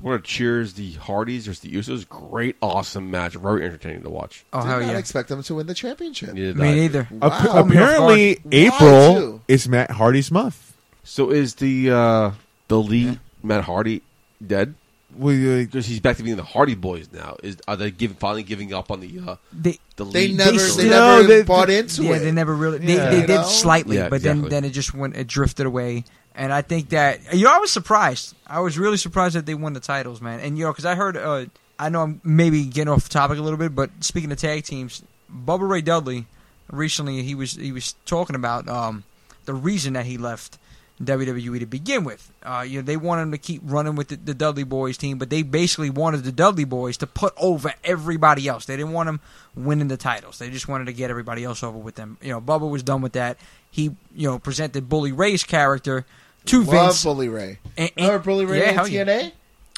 Speaker 2: want to cheers the Hardys versus the Usos. Great, awesome match. Very entertaining to watch.
Speaker 4: Oh
Speaker 5: There. Did
Speaker 4: hell
Speaker 5: not
Speaker 4: yeah.
Speaker 5: expect him to win the championship.
Speaker 2: Neither did
Speaker 4: Me
Speaker 2: I.
Speaker 4: neither.
Speaker 3: Ap-
Speaker 5: Wow.
Speaker 3: apparently,
Speaker 5: Why
Speaker 3: April
Speaker 5: too?
Speaker 3: is Matt Hardy's month.
Speaker 2: So is the uh, the lead Matt Hardy dead? Because he's back to being the Hardy Boys now. Is are they give, finally giving up on the uh,
Speaker 4: They
Speaker 2: the lead?
Speaker 5: They never
Speaker 4: still-
Speaker 5: they
Speaker 3: No,
Speaker 5: never
Speaker 3: they-
Speaker 5: bought into
Speaker 4: yeah,
Speaker 5: it.
Speaker 4: they never really. They,
Speaker 3: Yeah.
Speaker 4: they
Speaker 5: You
Speaker 4: did
Speaker 5: know?
Speaker 4: slightly,
Speaker 2: Yeah,
Speaker 4: but
Speaker 2: exactly.
Speaker 4: then then it just went. It drifted away, and I think that you know I was surprised. I was really surprised that they won the titles, man. And you know because I heard. Uh, I know I'm maybe getting off topic a little bit, but speaking of tag teams, Bubba Ray Dudley recently he was he was talking about um, the reason that he left WWE E to begin with. Uh, you know they wanted him to keep running with the, the Dudley Boys team, but they basically wanted the Dudley Boys to put over everybody else. They didn't want them winning the titles. They just wanted to get everybody else over with them. You know Bubba was done with that. He you know presented Bully Ray's character to
Speaker 5: Love
Speaker 4: Vince.
Speaker 5: Bully Ray.
Speaker 4: And- and-
Speaker 5: Remember Bully Ray
Speaker 4: yeah,
Speaker 5: in
Speaker 4: hell yeah. [laughs]
Speaker 5: TNA?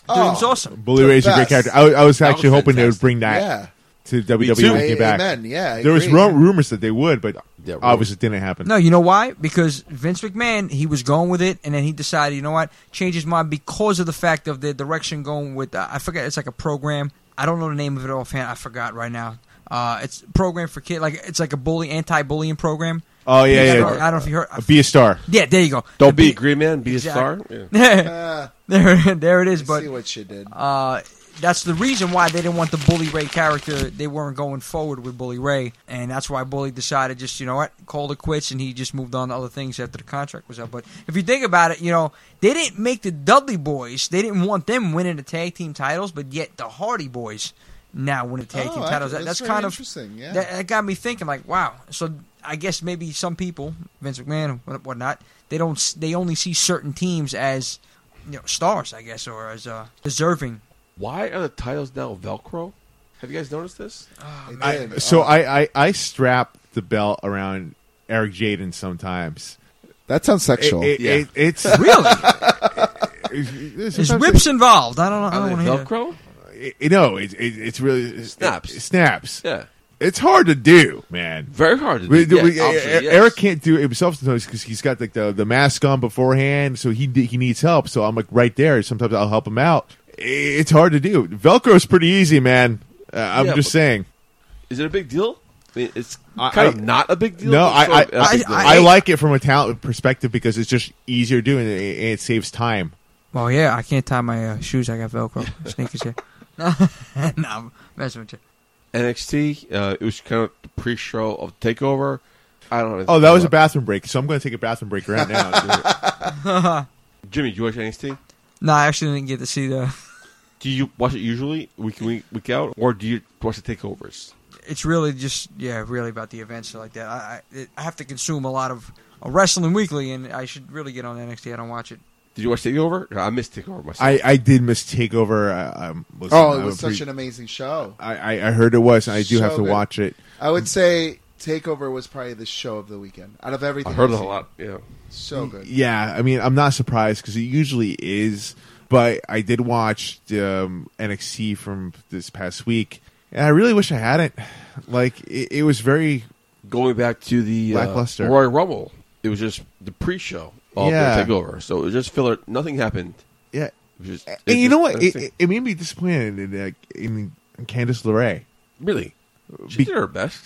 Speaker 4: Dude, it was
Speaker 5: Oh,
Speaker 4: awesome.
Speaker 3: Bully
Speaker 5: The
Speaker 3: Ray is a great
Speaker 5: best.
Speaker 3: character. I, I was
Speaker 2: That
Speaker 3: actually
Speaker 2: was
Speaker 3: hoping they would
Speaker 2: fantastic.
Speaker 3: bring that
Speaker 5: Yeah.
Speaker 3: to WWE
Speaker 2: too.
Speaker 3: when he came back.
Speaker 5: Amen. Yeah, I
Speaker 3: there was
Speaker 5: agree.
Speaker 3: ru- rumors that they would, but
Speaker 2: Yeah, rumors.
Speaker 3: obviously it didn't happen.
Speaker 4: No, you know why? Because Vince McMahon, he was going with it, and then he decided, you know what, change his mind because of the fact of the direction going with. Uh, I forget it's like a program. I don't know the name of it offhand. I forgot right now. Uh, it's a program for kid, like it's like a bully anti-bullying program.
Speaker 3: Oh yeah, yeah.
Speaker 4: I don't, I don't know if you heard. I-
Speaker 3: Be a star.
Speaker 4: yeah, there you go.
Speaker 2: Don't
Speaker 4: The
Speaker 2: be a
Speaker 4: B-
Speaker 2: green man. Be
Speaker 4: Exactly.
Speaker 2: a star. Yeah.
Speaker 4: there, [laughs] there it is. But
Speaker 5: Ah, see what she did.
Speaker 4: uh, that's the reason why they didn't want the Bully Ray character. They weren't going forward with Bully Ray, and that's why Bully decided just you know what, call it quits, and he just moved on to other things after the contract was up. But if you think about it, you know they didn't make the Dudley Boys. They didn't want them winning the tag team titles, but yet the Hardy Boys now win the tag
Speaker 5: Oh,
Speaker 4: team
Speaker 5: I-
Speaker 4: titles. That,
Speaker 5: that's
Speaker 4: that's
Speaker 5: very
Speaker 4: kind of
Speaker 5: interesting, yeah.
Speaker 4: That, that got me thinking, like, wow. So I guess maybe some people, Vince McMahon, what- whatnot, they don't. s- They only see certain teams as you know stars, I guess, or as uh,
Speaker 2: [laughs]
Speaker 4: deserving.
Speaker 2: Why are the titles now Velcro? Have you guys noticed this?
Speaker 5: And
Speaker 3: I,
Speaker 5: then,
Speaker 3: so
Speaker 5: uh,
Speaker 3: I, I I strap the belt around Eric Jaden sometimes.
Speaker 5: that sounds
Speaker 3: It-
Speaker 5: sexual.
Speaker 3: it-
Speaker 2: Yeah.
Speaker 3: it-
Speaker 5: [laughs]
Speaker 3: it's
Speaker 4: [laughs] Really? Is
Speaker 3: sometimes
Speaker 4: whips involved? I don't know. I
Speaker 2: Are
Speaker 4: don't
Speaker 2: they
Speaker 4: want to hear.
Speaker 2: Velcro?
Speaker 3: it- it- no, it, it, it's really it-
Speaker 2: Snaps.
Speaker 3: it snaps.
Speaker 2: Yeah.
Speaker 3: It's hard to do, man.
Speaker 2: Very hard to do.
Speaker 3: We-
Speaker 2: Yeah,
Speaker 3: we-
Speaker 2: obviously,
Speaker 3: E-
Speaker 2: yes.
Speaker 3: Eric can't do it himself sometimes because he's got like the, the mask on beforehand, so he he needs help. So I'm like right there. Sometimes I'll help him out. I- It's hard to do. Velcro's pretty easy, man. Uh, I'm
Speaker 2: Yeah,
Speaker 3: just
Speaker 2: but-
Speaker 3: saying.
Speaker 2: Is it a big deal? I mean, it's
Speaker 3: I-
Speaker 2: kind
Speaker 3: I-
Speaker 2: of not a big deal.
Speaker 3: No,
Speaker 2: but
Speaker 3: I I,
Speaker 2: sort of a big deal.
Speaker 3: I, I like it from a talent perspective because it's just easier doing it and it saves time.
Speaker 4: Well, yeah, I can't tie my uh, shoes. I
Speaker 2: [laughs]
Speaker 4: got Velcro sneakers here. [laughs] no, I'm messing with you.
Speaker 2: NXT. Uh, it was kind of the pre-show of Takeover. I don't know.
Speaker 3: Oh, that was a bathroom break, so I'm going to take a bathroom break right now.
Speaker 2: [laughs] Jimmy, do you watch NXT?
Speaker 4: No, I actually didn't get to see the. [laughs]
Speaker 2: Do you watch it usually week in week week out, or do you watch the takeovers?
Speaker 4: It's really just yeah, really about the events like that. I I, it, I have to consume a lot of uh, wrestling weekly, and I should really get on NXT. I don't watch it.
Speaker 2: Did you watch Takeover? I missed Takeover myself.
Speaker 3: I, I did miss Takeover. I, I'm, um, listen,
Speaker 5: Oh, it
Speaker 3: I'm
Speaker 5: was
Speaker 3: a pre-
Speaker 5: such an amazing show.
Speaker 3: I, I- I heard it was, and I do
Speaker 5: So
Speaker 3: have to
Speaker 5: good.
Speaker 3: watch it.
Speaker 5: I would say Takeover was probably the show of the weekend. Out of everything,
Speaker 2: I heard
Speaker 5: I've
Speaker 2: it a
Speaker 5: seen.
Speaker 2: lot. Yeah,
Speaker 5: So good.
Speaker 3: Yeah, I mean, I'm not surprised because it usually is, but I did watch the um, NXT from this past week, and I really wish I hadn't. Like, it, it was very
Speaker 2: going back to the
Speaker 3: Lackluster.
Speaker 2: uh, Royal Rumble, it was just the pre-show of
Speaker 3: Yeah.
Speaker 2: the Takeover, so it was just filler. Nothing happened.
Speaker 3: yeah.
Speaker 2: It was just,
Speaker 3: And
Speaker 2: it
Speaker 3: you know
Speaker 2: just-
Speaker 3: what? It, it, it made me disappointed in, uh, in Candice LeRae.
Speaker 2: really, she
Speaker 3: Be-
Speaker 2: did her best.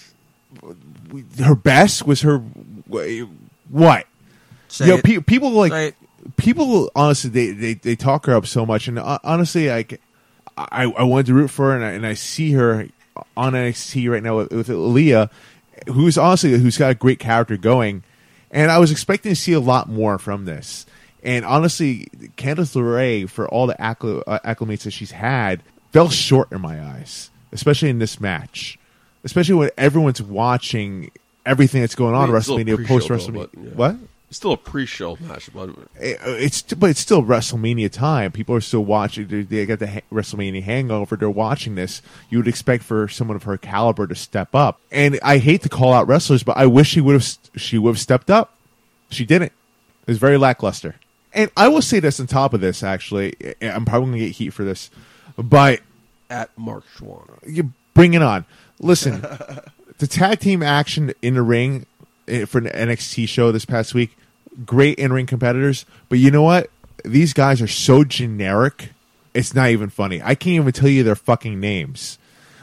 Speaker 3: We- Her best was her what?
Speaker 4: Say
Speaker 3: Yo,
Speaker 4: it.
Speaker 3: pe- people like
Speaker 4: Say it.
Speaker 3: people. Honestly, they, they they talk her up so much, and uh, honestly, like I I wanted to root for her, and I, and I see her on NXT right now with, with Aaliyah, who's honestly who's got a great character going, and I was expecting to see a lot more from this. And honestly, Candice LeRae, for all the accl- uh, acclimates that she's had, fell short in my eyes, especially in this match, especially when everyone's watching everything that's going on
Speaker 2: I mean, it's still a
Speaker 3: WrestleMania,
Speaker 2: pre-show,
Speaker 3: post
Speaker 2: though,
Speaker 3: WrestleMania.
Speaker 2: but, yeah.
Speaker 3: What?
Speaker 2: It's still a pre-show match, but
Speaker 3: it- Uh, it's but it's still WrestleMania time. People are still watching. They, they got the ha- WrestleMania hangover. They're watching this. You would expect for someone of her caliber to step up. And I hate to call out wrestlers, but I wish she would have she would have stepped up. She didn't. It was very lackluster. And I will say this on top of this. Actually, I- I'm probably going to get heat for this, but
Speaker 2: at Mark
Speaker 3: [laughs]
Speaker 2: Schwann.
Speaker 3: you bring it on. Listen, the tag team action in the ring eh, for an NXT show this past week, great in ring competitors, but you know what? These guys are so generic, it's not even funny. I can't even tell you their fucking names.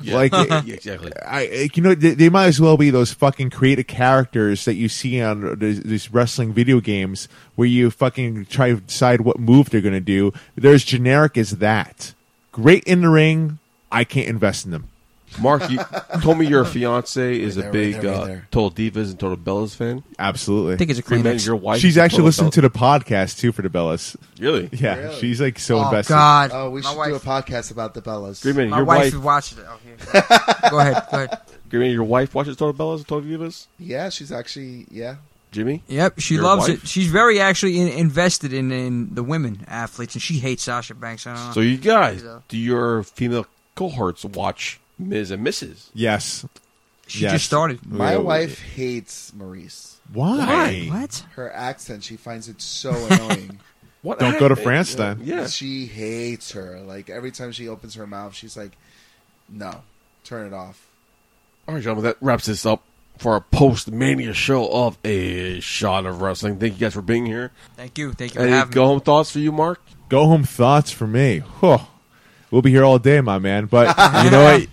Speaker 3: Like,
Speaker 2: yeah,
Speaker 3: eh,
Speaker 2: exactly.
Speaker 3: I, eh, you know, they, they might as well be those fucking creative characters that you see on these, these wrestling video games where you fucking try to decide what move they're going to do. They're as generic as that. Great in the ring. I can't invest in them.
Speaker 2: Mark, you told me your fiance is
Speaker 5: there,
Speaker 2: a
Speaker 5: right
Speaker 2: big
Speaker 5: there, right
Speaker 2: uh,
Speaker 5: there.
Speaker 2: Total Divas and Total Bellas fan.
Speaker 3: Absolutely.
Speaker 4: I think it's a
Speaker 2: Remember
Speaker 4: Kleenex.
Speaker 2: your wife.
Speaker 3: She's
Speaker 2: is a
Speaker 3: actually
Speaker 2: Total
Speaker 3: listening
Speaker 2: Bella-
Speaker 3: to the podcast too for the Bellas.
Speaker 2: Really?
Speaker 3: [laughs] Yeah,
Speaker 5: Really?
Speaker 3: she's like so
Speaker 4: Oh
Speaker 3: invested.
Speaker 4: God!
Speaker 5: Oh, we
Speaker 4: my
Speaker 5: should
Speaker 4: wife,
Speaker 5: do a podcast about the Bellas.
Speaker 2: Green Man,
Speaker 4: my
Speaker 2: your
Speaker 4: wife,
Speaker 2: wife.
Speaker 4: is watching it. Oh, here, [laughs] go- go ahead. Go ahead.
Speaker 2: Green Man, your wife watches Total Bellas and Total Divas.
Speaker 5: Yeah, she's actually yeah.
Speaker 2: Jimmy,
Speaker 4: Yep, she
Speaker 2: Your
Speaker 4: loves
Speaker 2: wife?
Speaker 4: it. She's very actually in, invested in, in the women athletes, and she hates Sasha Banks. I don't know.
Speaker 2: so you guys,
Speaker 4: Yeah.
Speaker 2: do your female cohorts watch Ms. and Mrs.?
Speaker 3: Yes.
Speaker 4: she
Speaker 3: yes.
Speaker 4: just started.
Speaker 5: My wife hates Maurice.
Speaker 3: Why?
Speaker 4: What?
Speaker 5: Her accent, she finds it so [laughs] annoying.
Speaker 2: What?
Speaker 3: Don't go to France
Speaker 2: Yeah.
Speaker 3: then.
Speaker 2: Yeah.
Speaker 5: She hates her. Like every time she opens her mouth, she's like, "No, turn it off."
Speaker 2: All right, gentlemen, that wraps this up for our post mania show of a shot of wrestling. Thank you guys for being here.
Speaker 4: Thank you. Thank you for
Speaker 2: Any
Speaker 4: having
Speaker 2: go home thoughts for you, Mark?
Speaker 3: Go home thoughts for me. Whew. We'll be here all day, my man. But
Speaker 2: [laughs]
Speaker 3: you know what?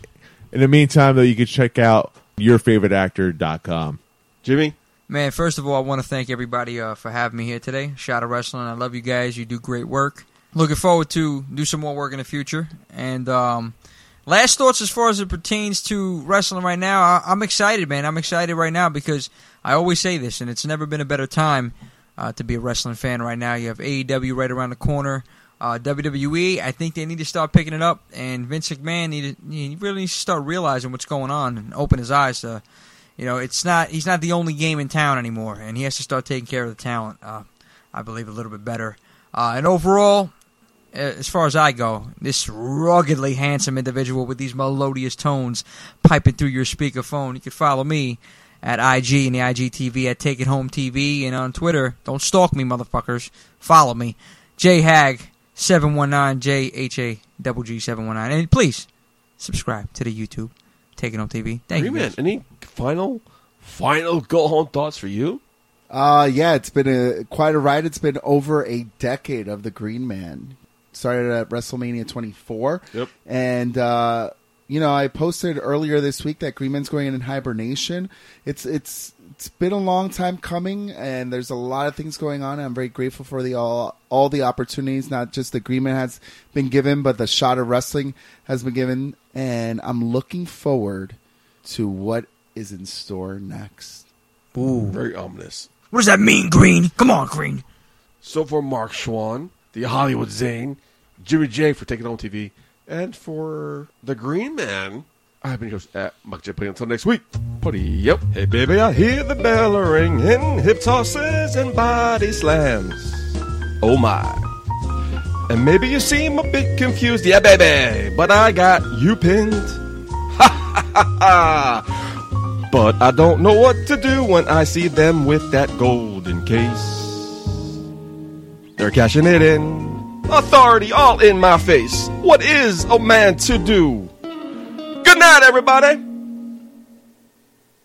Speaker 3: In the meantime, though, you can check out yourfavoriteactor.com.
Speaker 2: Jimmy,
Speaker 4: me. Man, first of all, I want to thank everybody uh, for having me here today. Shout out wrestling. I love you guys. You do great work. Looking forward to do some more work in the future. And um, last thoughts as far as it pertains to wrestling right now. I- I'm excited, man. I'm excited right now because I always say this, and it's never been a better time uh, to be a wrestling fan right now. You have AEW right around the corner. Uh, WWE, I think they need to start picking it up, and Vince McMahon need to, he really needs to start realizing what's going on and open his eyes to, you know, it's not he's not the only game in town anymore, and he has to start taking care of the talent. Uh, I believe a little bit better. Uh, and overall, as far as I go, this ruggedly handsome individual with these melodious tones piping through your speakerphone. You can follow me at IG and the IGTV at Take It Home TV and on Twitter. Don't stalk me, motherfuckers. Follow me. jhag 719 J H A double G 719. And please subscribe to the YouTube Take It Home TV. Thank
Speaker 2: Green
Speaker 4: you.
Speaker 2: Man,
Speaker 4: guys.
Speaker 2: any final, final go home thoughts for you?
Speaker 5: Uh yeah, it's been a quite a ride. It's been over a decade of the Green Man. Started at WrestleMania 24.
Speaker 2: Yep.
Speaker 5: And uh, you know, I posted earlier this week that Green Man's going in hibernation. It's it's it's been a long time coming, and there's a lot of things going on. I'm very grateful for the all all the opportunities, not just the Green Man has been given, but the shot of wrestling has been given, and I'm looking forward to what is in store next.
Speaker 2: Very ominous.
Speaker 4: What does that mean, Green? Come on, Green.
Speaker 2: So for Mark Schwann, the Hollywood Zane, Jimmy J for taking home TV, and for the Green Man, I've been your host at Mark J. Putty until next week. Putty, yep. Hey, baby, I hear the bell ringing, hip tosses and body slams. Oh my. And maybe you seem a bit confused, yeah, baby, but I got you pinned. Ha ha ha ha! But I don't know what to do when I see them with that golden case. They're cashing it in. Authority all in my face. What is a man to do? Good night, everybody.